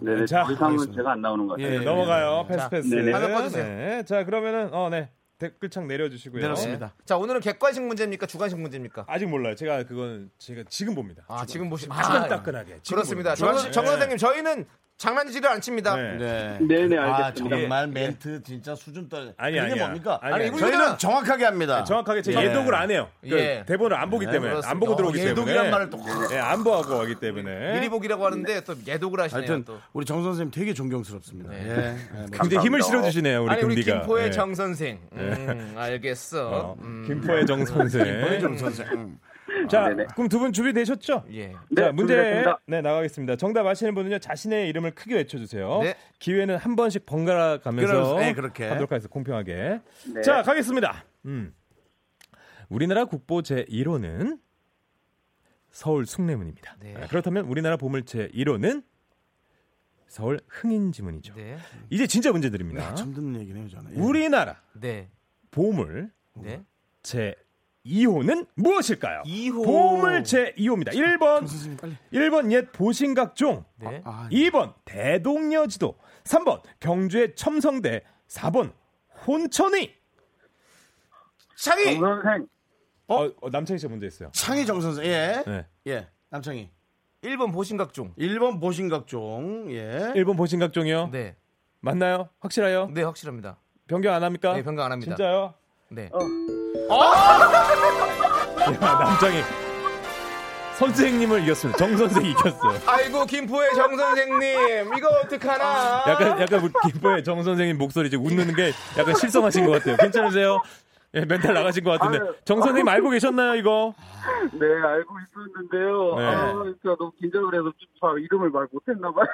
Speaker 10: 네네.
Speaker 9: 자,
Speaker 10: 더 이상은
Speaker 2: 알겠습니다.
Speaker 10: 제가 안 나오는 것 같아요.
Speaker 2: 예,
Speaker 9: 넘어가요. 패스
Speaker 3: 자,
Speaker 9: 패스.
Speaker 10: 네네.
Speaker 3: 화면 꺼주세요.
Speaker 9: 네. 자 그러면은 어네 댓글창 내려주시고요.
Speaker 2: 내렸습니다.
Speaker 3: 네. 자 오늘은 객관식 문제입니까 주관식 문제입니까?
Speaker 9: 아직 몰라요. 제가 그건 제가 지금 봅니다.
Speaker 3: 아 지금 보시면
Speaker 9: 따끈따끈하게. 지금
Speaker 3: 그렇습니다.
Speaker 9: 봅니다.
Speaker 3: 정, 정 선생님 저희는 장난질을 안 칩니다.
Speaker 9: 네.
Speaker 2: 네.
Speaker 10: 네네,
Speaker 2: 아
Speaker 10: 알겠습니다.
Speaker 2: 정말 멘트 진짜 수준 떨.
Speaker 9: 아니,
Speaker 2: 이게
Speaker 9: 아니야.
Speaker 2: 뭡니까?
Speaker 9: 아니, 아니야.
Speaker 2: 저희는 정확하게 합니다.
Speaker 9: 정확하게 제
Speaker 2: 예.
Speaker 9: 예독을 안 해요. 그
Speaker 3: 예.
Speaker 9: 대본을 안 보기 때문에 안 보고
Speaker 3: 그렇습니다.
Speaker 9: 들어오기
Speaker 2: 예,
Speaker 9: 때문에.
Speaker 2: 예독이란 말을 또.
Speaker 9: 예, 안 보고 하기 때문에.
Speaker 3: 미리보기라고 하는데 또 예독을 하시네요.
Speaker 2: 하여튼
Speaker 3: 또.
Speaker 2: 우리 정 선생님 되게 존경스럽습니다.
Speaker 3: 네.
Speaker 2: 예. 예, 뭐
Speaker 9: 굉장히 힘을 실어주시네요 우리
Speaker 3: 아니 우리
Speaker 9: 금디가.
Speaker 3: 김포의
Speaker 9: 예.
Speaker 3: 정 선생. 음, 알겠어. 음.
Speaker 9: 어, 김포의 정 선생.
Speaker 2: 예. 선생님.
Speaker 9: 자,
Speaker 10: 네네.
Speaker 9: 그럼 두 분 준비되셨죠?
Speaker 3: 예.
Speaker 10: 네,
Speaker 9: 자, 문제
Speaker 10: 준비됐습니다.
Speaker 9: 네, 나가겠습니다. 정답 아시는 분은요. 자신의 이름을 크게 외쳐 주세요.
Speaker 3: 네.
Speaker 9: 기회는 한 번씩 번갈아 가면서
Speaker 2: 그럼, 네, 그렇게.
Speaker 9: 하도록 하겠습니다. 공평하게.
Speaker 10: 네.
Speaker 9: 자, 가겠습니다. 음. 우리나라 국보 제1호는 서울 숭례문입니다.
Speaker 3: 네.
Speaker 9: 아, 그렇다면 우리나라 보물 제1호는 서울 흥인지문이죠.
Speaker 3: 네.
Speaker 9: 이제 진짜 문제 드립니다.
Speaker 2: 참 아, 듣는 얘기네요, 저는. 예.
Speaker 9: 우리나라
Speaker 3: 네.
Speaker 9: 보물
Speaker 3: 네.
Speaker 9: 제 2호는 무엇일까요?
Speaker 3: 이호.
Speaker 9: 보물 제 2호입니다. 1번
Speaker 2: 선생님 빨리.
Speaker 9: 1번 옛 보신각종,
Speaker 3: 네.
Speaker 2: 아,
Speaker 9: 2번 대동여지도, 3번 경주의 첨성대, 4번 혼천이.
Speaker 3: 창희.
Speaker 10: 정 선생,
Speaker 9: 어, 어, 남창희 씨 문제 있어요.
Speaker 2: 창희 정 선생. 예.
Speaker 9: 네.
Speaker 2: 예. 남창희.
Speaker 3: 1번 보신각종.
Speaker 2: 1번 보신각종. 예.
Speaker 9: 1번 보신각종이요?
Speaker 3: 네.
Speaker 9: 맞나요? 확실해요?
Speaker 3: 네, 확실합니다.
Speaker 9: 변경 안 합니까?
Speaker 3: 네, 변경 안 합니다.
Speaker 9: 아, 진짜요? 어. 아!
Speaker 3: 네.
Speaker 9: 야, 남창희. 선생님을 이겼습니다. 정 선생이 이겼어요.
Speaker 3: 아이고 김포의 정 선생님 이거 어떡하나
Speaker 9: 아, 약간 약간 우리 김포의 정 선생님 목소리 지금 웃는 게 약간 실성하신 것 같아요. 괜찮으세요? 예, 멘탈 나가신 것 같은데
Speaker 10: 아유.
Speaker 9: 정 선생님 알고 계셨나요 이거?
Speaker 10: 네, 알고 있었는데요.
Speaker 9: 네.
Speaker 10: 아, 진짜 너무 긴장을 해서 좀 잘 이름을 말 못했나봐요.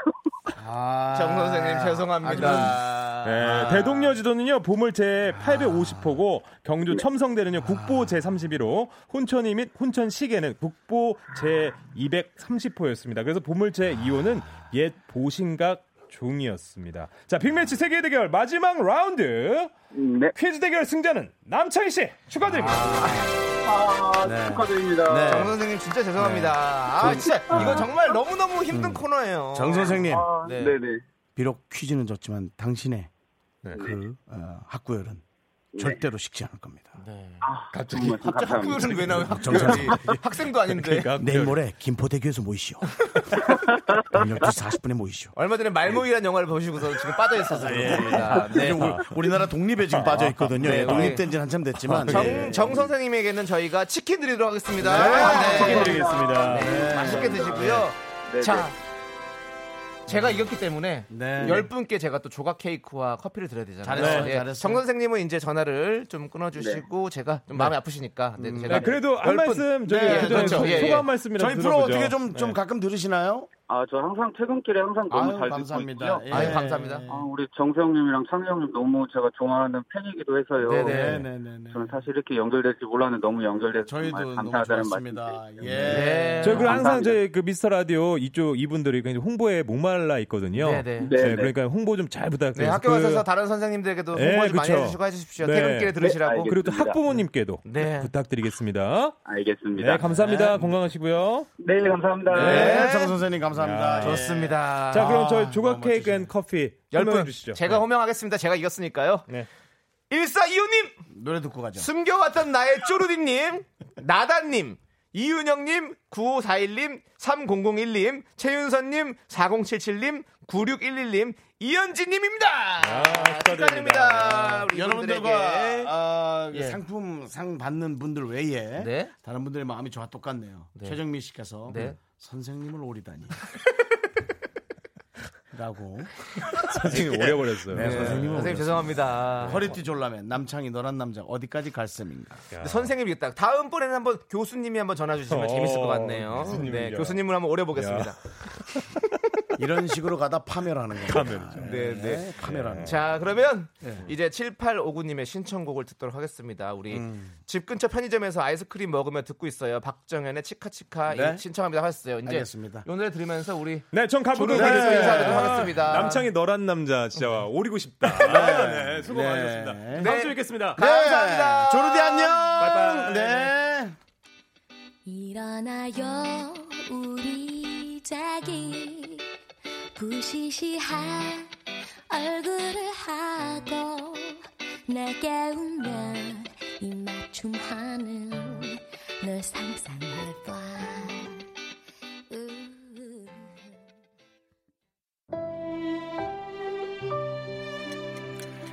Speaker 3: 정
Speaker 2: 아,
Speaker 3: 선생님 죄송합니다
Speaker 2: 네,
Speaker 9: 예, 대동여지도는요 보물 제 850호고 경주 첨성대는요 국보 제 31호, 혼천이 및 혼천시계는 국보 제 230호였습니다. 그래서 보물 제 2호는 옛 보신각 종이었습니다. 자 빅매치 세계 대결 마지막 라운드
Speaker 10: 네,
Speaker 9: 퀴즈 대결 승자는 남창희 씨 축하드립니다.
Speaker 10: 아,
Speaker 3: 네.
Speaker 10: 축하드립니다.
Speaker 3: 정 선생님 진짜 죄송합니다 아 진짜 이거 정말 너무너무 힘든 코너예요
Speaker 2: 정 선생님
Speaker 10: 아,
Speaker 3: 네.
Speaker 10: 네, 네.
Speaker 2: 비록 퀴즈는 졌지만 당신의 그 어, 학구열은 절대로 식지 않을 겁니다.
Speaker 10: 갑자기
Speaker 3: 갑자기
Speaker 10: 감사합니다.
Speaker 3: 학교율은 왜 나와요 아,
Speaker 2: 정 선생님.
Speaker 3: 학생도 아닌데
Speaker 9: 그러니까
Speaker 2: 내일 모레 김포대교에서 모이시오. 밤 12시 40분에 모이시오. 네.
Speaker 3: 얼마 전에 말모이란 영화를 보시고서 지금 빠져있어서 그렇습니다 네.
Speaker 2: 요즘 우리- 우리나라 독립에 지금 빠져 있거든요.
Speaker 3: 네,
Speaker 2: 예, 독립된 지는 한참 됐지만
Speaker 3: 정,
Speaker 2: 예.
Speaker 3: 정 선생님에게는 저희가 치킨 드리도록 하겠습니다 네.
Speaker 9: 드리겠습니다.
Speaker 3: 맛있게 드시고요. 자, 제가 이겼기 때문에
Speaker 2: 네.
Speaker 3: 열 분께 제가 또 조각 케이크와 커피를 드려야 되잖아요. 네.
Speaker 2: 잘했어요, 잘했어요.
Speaker 3: 정 선생님은 이제 전화를 좀 끊어주시고 제가 좀 마음이 아프시니까. 네, 제가
Speaker 9: 네, 그래도 한
Speaker 3: 열 분.
Speaker 9: 말씀 저희
Speaker 3: 네,
Speaker 9: 그 전에
Speaker 3: 그렇죠.
Speaker 9: 소-
Speaker 3: 예, 예.
Speaker 9: 소감 말씀이라도
Speaker 2: 저희 프로
Speaker 9: 들어보죠.
Speaker 2: 어떻게 좀, 좀
Speaker 9: 네.
Speaker 2: 가끔 들으시나요?
Speaker 10: 아, 저 항상 퇴근길에 항상 너무
Speaker 2: 아유,
Speaker 10: 잘 듣고
Speaker 2: 감사합니다.
Speaker 10: 있고요.
Speaker 2: 예.
Speaker 3: 아유, 네, 감사합니다.
Speaker 10: 아, 우리 정세형님이랑 창희형님 너무 제가 좋아하는 팬이기도 해서요.
Speaker 3: 네네.
Speaker 2: 네네네.
Speaker 10: 저는 사실 이렇게 연결될지 몰랐는데 너무 연결돼서
Speaker 2: 저희도
Speaker 10: 정말
Speaker 2: 너무
Speaker 10: 감사하다는
Speaker 2: 좋았습니다.
Speaker 10: 말씀.
Speaker 2: 예.
Speaker 3: 네.
Speaker 9: 저희 그 항상
Speaker 10: 감사합니다.
Speaker 9: 저희 그 미스터 라디오 이쪽 이분들이 굉장히 홍보에 목말라 있거든요.
Speaker 3: 네, 네.
Speaker 10: 네,
Speaker 9: 네,
Speaker 10: 네.
Speaker 9: 그러니까 홍보 좀 잘 부탁드려요.
Speaker 3: 네, 학교 가셔서 다른 선생님들에게도
Speaker 9: 네,
Speaker 3: 홍보 좀 많이
Speaker 9: 그렇죠.
Speaker 3: 해주시고 해주십시오.
Speaker 9: 네.
Speaker 3: 퇴근길에 들으시라고.
Speaker 10: 네,
Speaker 9: 그리고 또 학부모님께도
Speaker 3: 네.
Speaker 9: 부탁드리겠습니다.
Speaker 10: 알겠습니다.
Speaker 9: 네, 감사합니다. 건강하시고요.
Speaker 10: 네, 감사합니다.
Speaker 3: 네.
Speaker 2: 정 선생님 감사합니다. 예.
Speaker 3: 좋습니다.
Speaker 9: 자, 그럼 저희
Speaker 2: 너무
Speaker 9: 조각 케이크
Speaker 2: 멋지시네.
Speaker 9: 앤 커피
Speaker 3: 열
Speaker 9: 설명해
Speaker 3: 분.
Speaker 9: 주시죠.
Speaker 3: 제가 호명하겠습니다. 제가 이겼으니까요.
Speaker 9: 네.
Speaker 3: 일사이오님!
Speaker 2: 노래 듣고 가죠.
Speaker 3: 숨겨왔던 나의 쪼르디님, 나다님, 이윤영님, 9541님, 3001님, 최윤선님, 4077님, 9611님, 이현진님입니다.
Speaker 9: 아,
Speaker 3: 축하드립니다. 우리
Speaker 2: 여러분들과
Speaker 3: 분들에게.
Speaker 2: 아,
Speaker 3: 예.
Speaker 2: 상품 상 받는 분들 외에
Speaker 3: 네.
Speaker 2: 다른 분들의 마음이 저와 똑같네요. 최정민 씨께서
Speaker 3: 네.
Speaker 2: 선생님을 오리다니. 라고
Speaker 9: 선생님 오래 버렸어요.
Speaker 2: 네, 선생님을
Speaker 3: 선생님
Speaker 2: 오리다.
Speaker 3: 죄송합니다.
Speaker 2: 허리띠 졸라맨 남창이 너란 남자 어디까지 갈 셈인가
Speaker 3: 근데 선생님이 있다. 다음 번에는 한번 교수님이 한번 전화 주시면
Speaker 9: 어,
Speaker 3: 재밌을 것 같네요.
Speaker 9: 교수님이요.
Speaker 3: 네, 교수님을 한번 오래 보겠습니다.
Speaker 2: 이런 식으로 가다 파멸하는 겁니다.
Speaker 3: 네, 네.
Speaker 2: 파멸하는. 자,
Speaker 3: 자, 그러면 이제 7859님의 신청곡을 듣도록 하겠습니다. 우리 집 근처 편의점에서 아이스크림 먹으며 듣고 있어요. 박정현의 치카치카
Speaker 2: 네.
Speaker 3: 이 신청합니다 하셨어요. 이제
Speaker 2: 알겠습니다.
Speaker 3: 이 노래 들으면서 우리
Speaker 9: 네, 전 가보도록
Speaker 3: 조르디에서
Speaker 9: 하겠습니다.
Speaker 3: 인사드리도록
Speaker 9: 아,
Speaker 3: 하겠습니다.
Speaker 9: 남창이 너란 남자 진짜 오리고 싶다. 네, 수고
Speaker 2: 네.
Speaker 9: 많으셨습니다.
Speaker 2: 네.
Speaker 9: 다음 주에 뵙겠습니다.
Speaker 3: 감사합니다.
Speaker 2: 조르디 안녕.
Speaker 9: 바이바이.
Speaker 2: 네.
Speaker 6: 일어나요 우리 자기 부시시한 얼굴을 하고 내게 웃는 이 맞춤하는 널 상상해봐 우.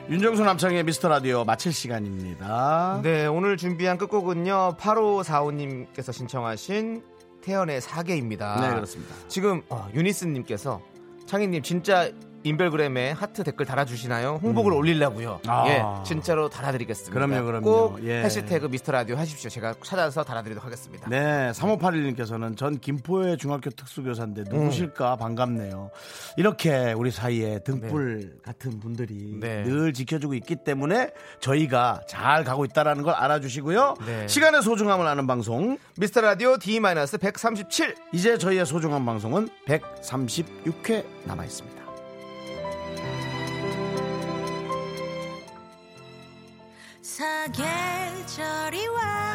Speaker 2: 윤정수 남창의 미스터 라디오 마칠 시간입니다.
Speaker 3: 네, 오늘 준비한 끝곡은요. 8545님께서 신청하신 태연의 사계입니다.
Speaker 2: 네, 그렇습니다.
Speaker 3: 지금 어, 유니스님께서 창희님 진짜 인별그램에 하트 댓글 달아주시나요? 홍보글 올리려고요.
Speaker 2: 아.
Speaker 3: 예, 진짜로 달아드리겠습니다.
Speaker 2: 그럼요, 그럼요.
Speaker 3: 꼭
Speaker 2: 예.
Speaker 3: 해시태그 미스터 라디오 하십시오. 제가 찾아서 달아드리도록 하겠습니다.
Speaker 2: 네, 3581님께서는 전 김포의 중학교 특수교사인데 누구실까
Speaker 3: 음.
Speaker 2: 반갑네요. 이렇게 우리 사이에 등불 같은 분들이
Speaker 3: 네.
Speaker 2: 늘 지켜주고 있기 때문에 저희가 잘 가고 있다라는 걸 알아주시고요.
Speaker 3: 네.
Speaker 2: 시간의 소중함을 아는 방송.
Speaker 3: 미스터 라디오 D-137.
Speaker 2: 이제 저희의 소중한 방송은 136회 남아 있습니다.
Speaker 6: 사계절이 와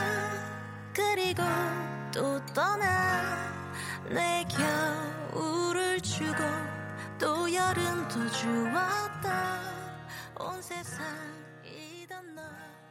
Speaker 6: 그리고 또 떠나 내 겨울을 주고 또 여름도 주었다 온 세상 이던 널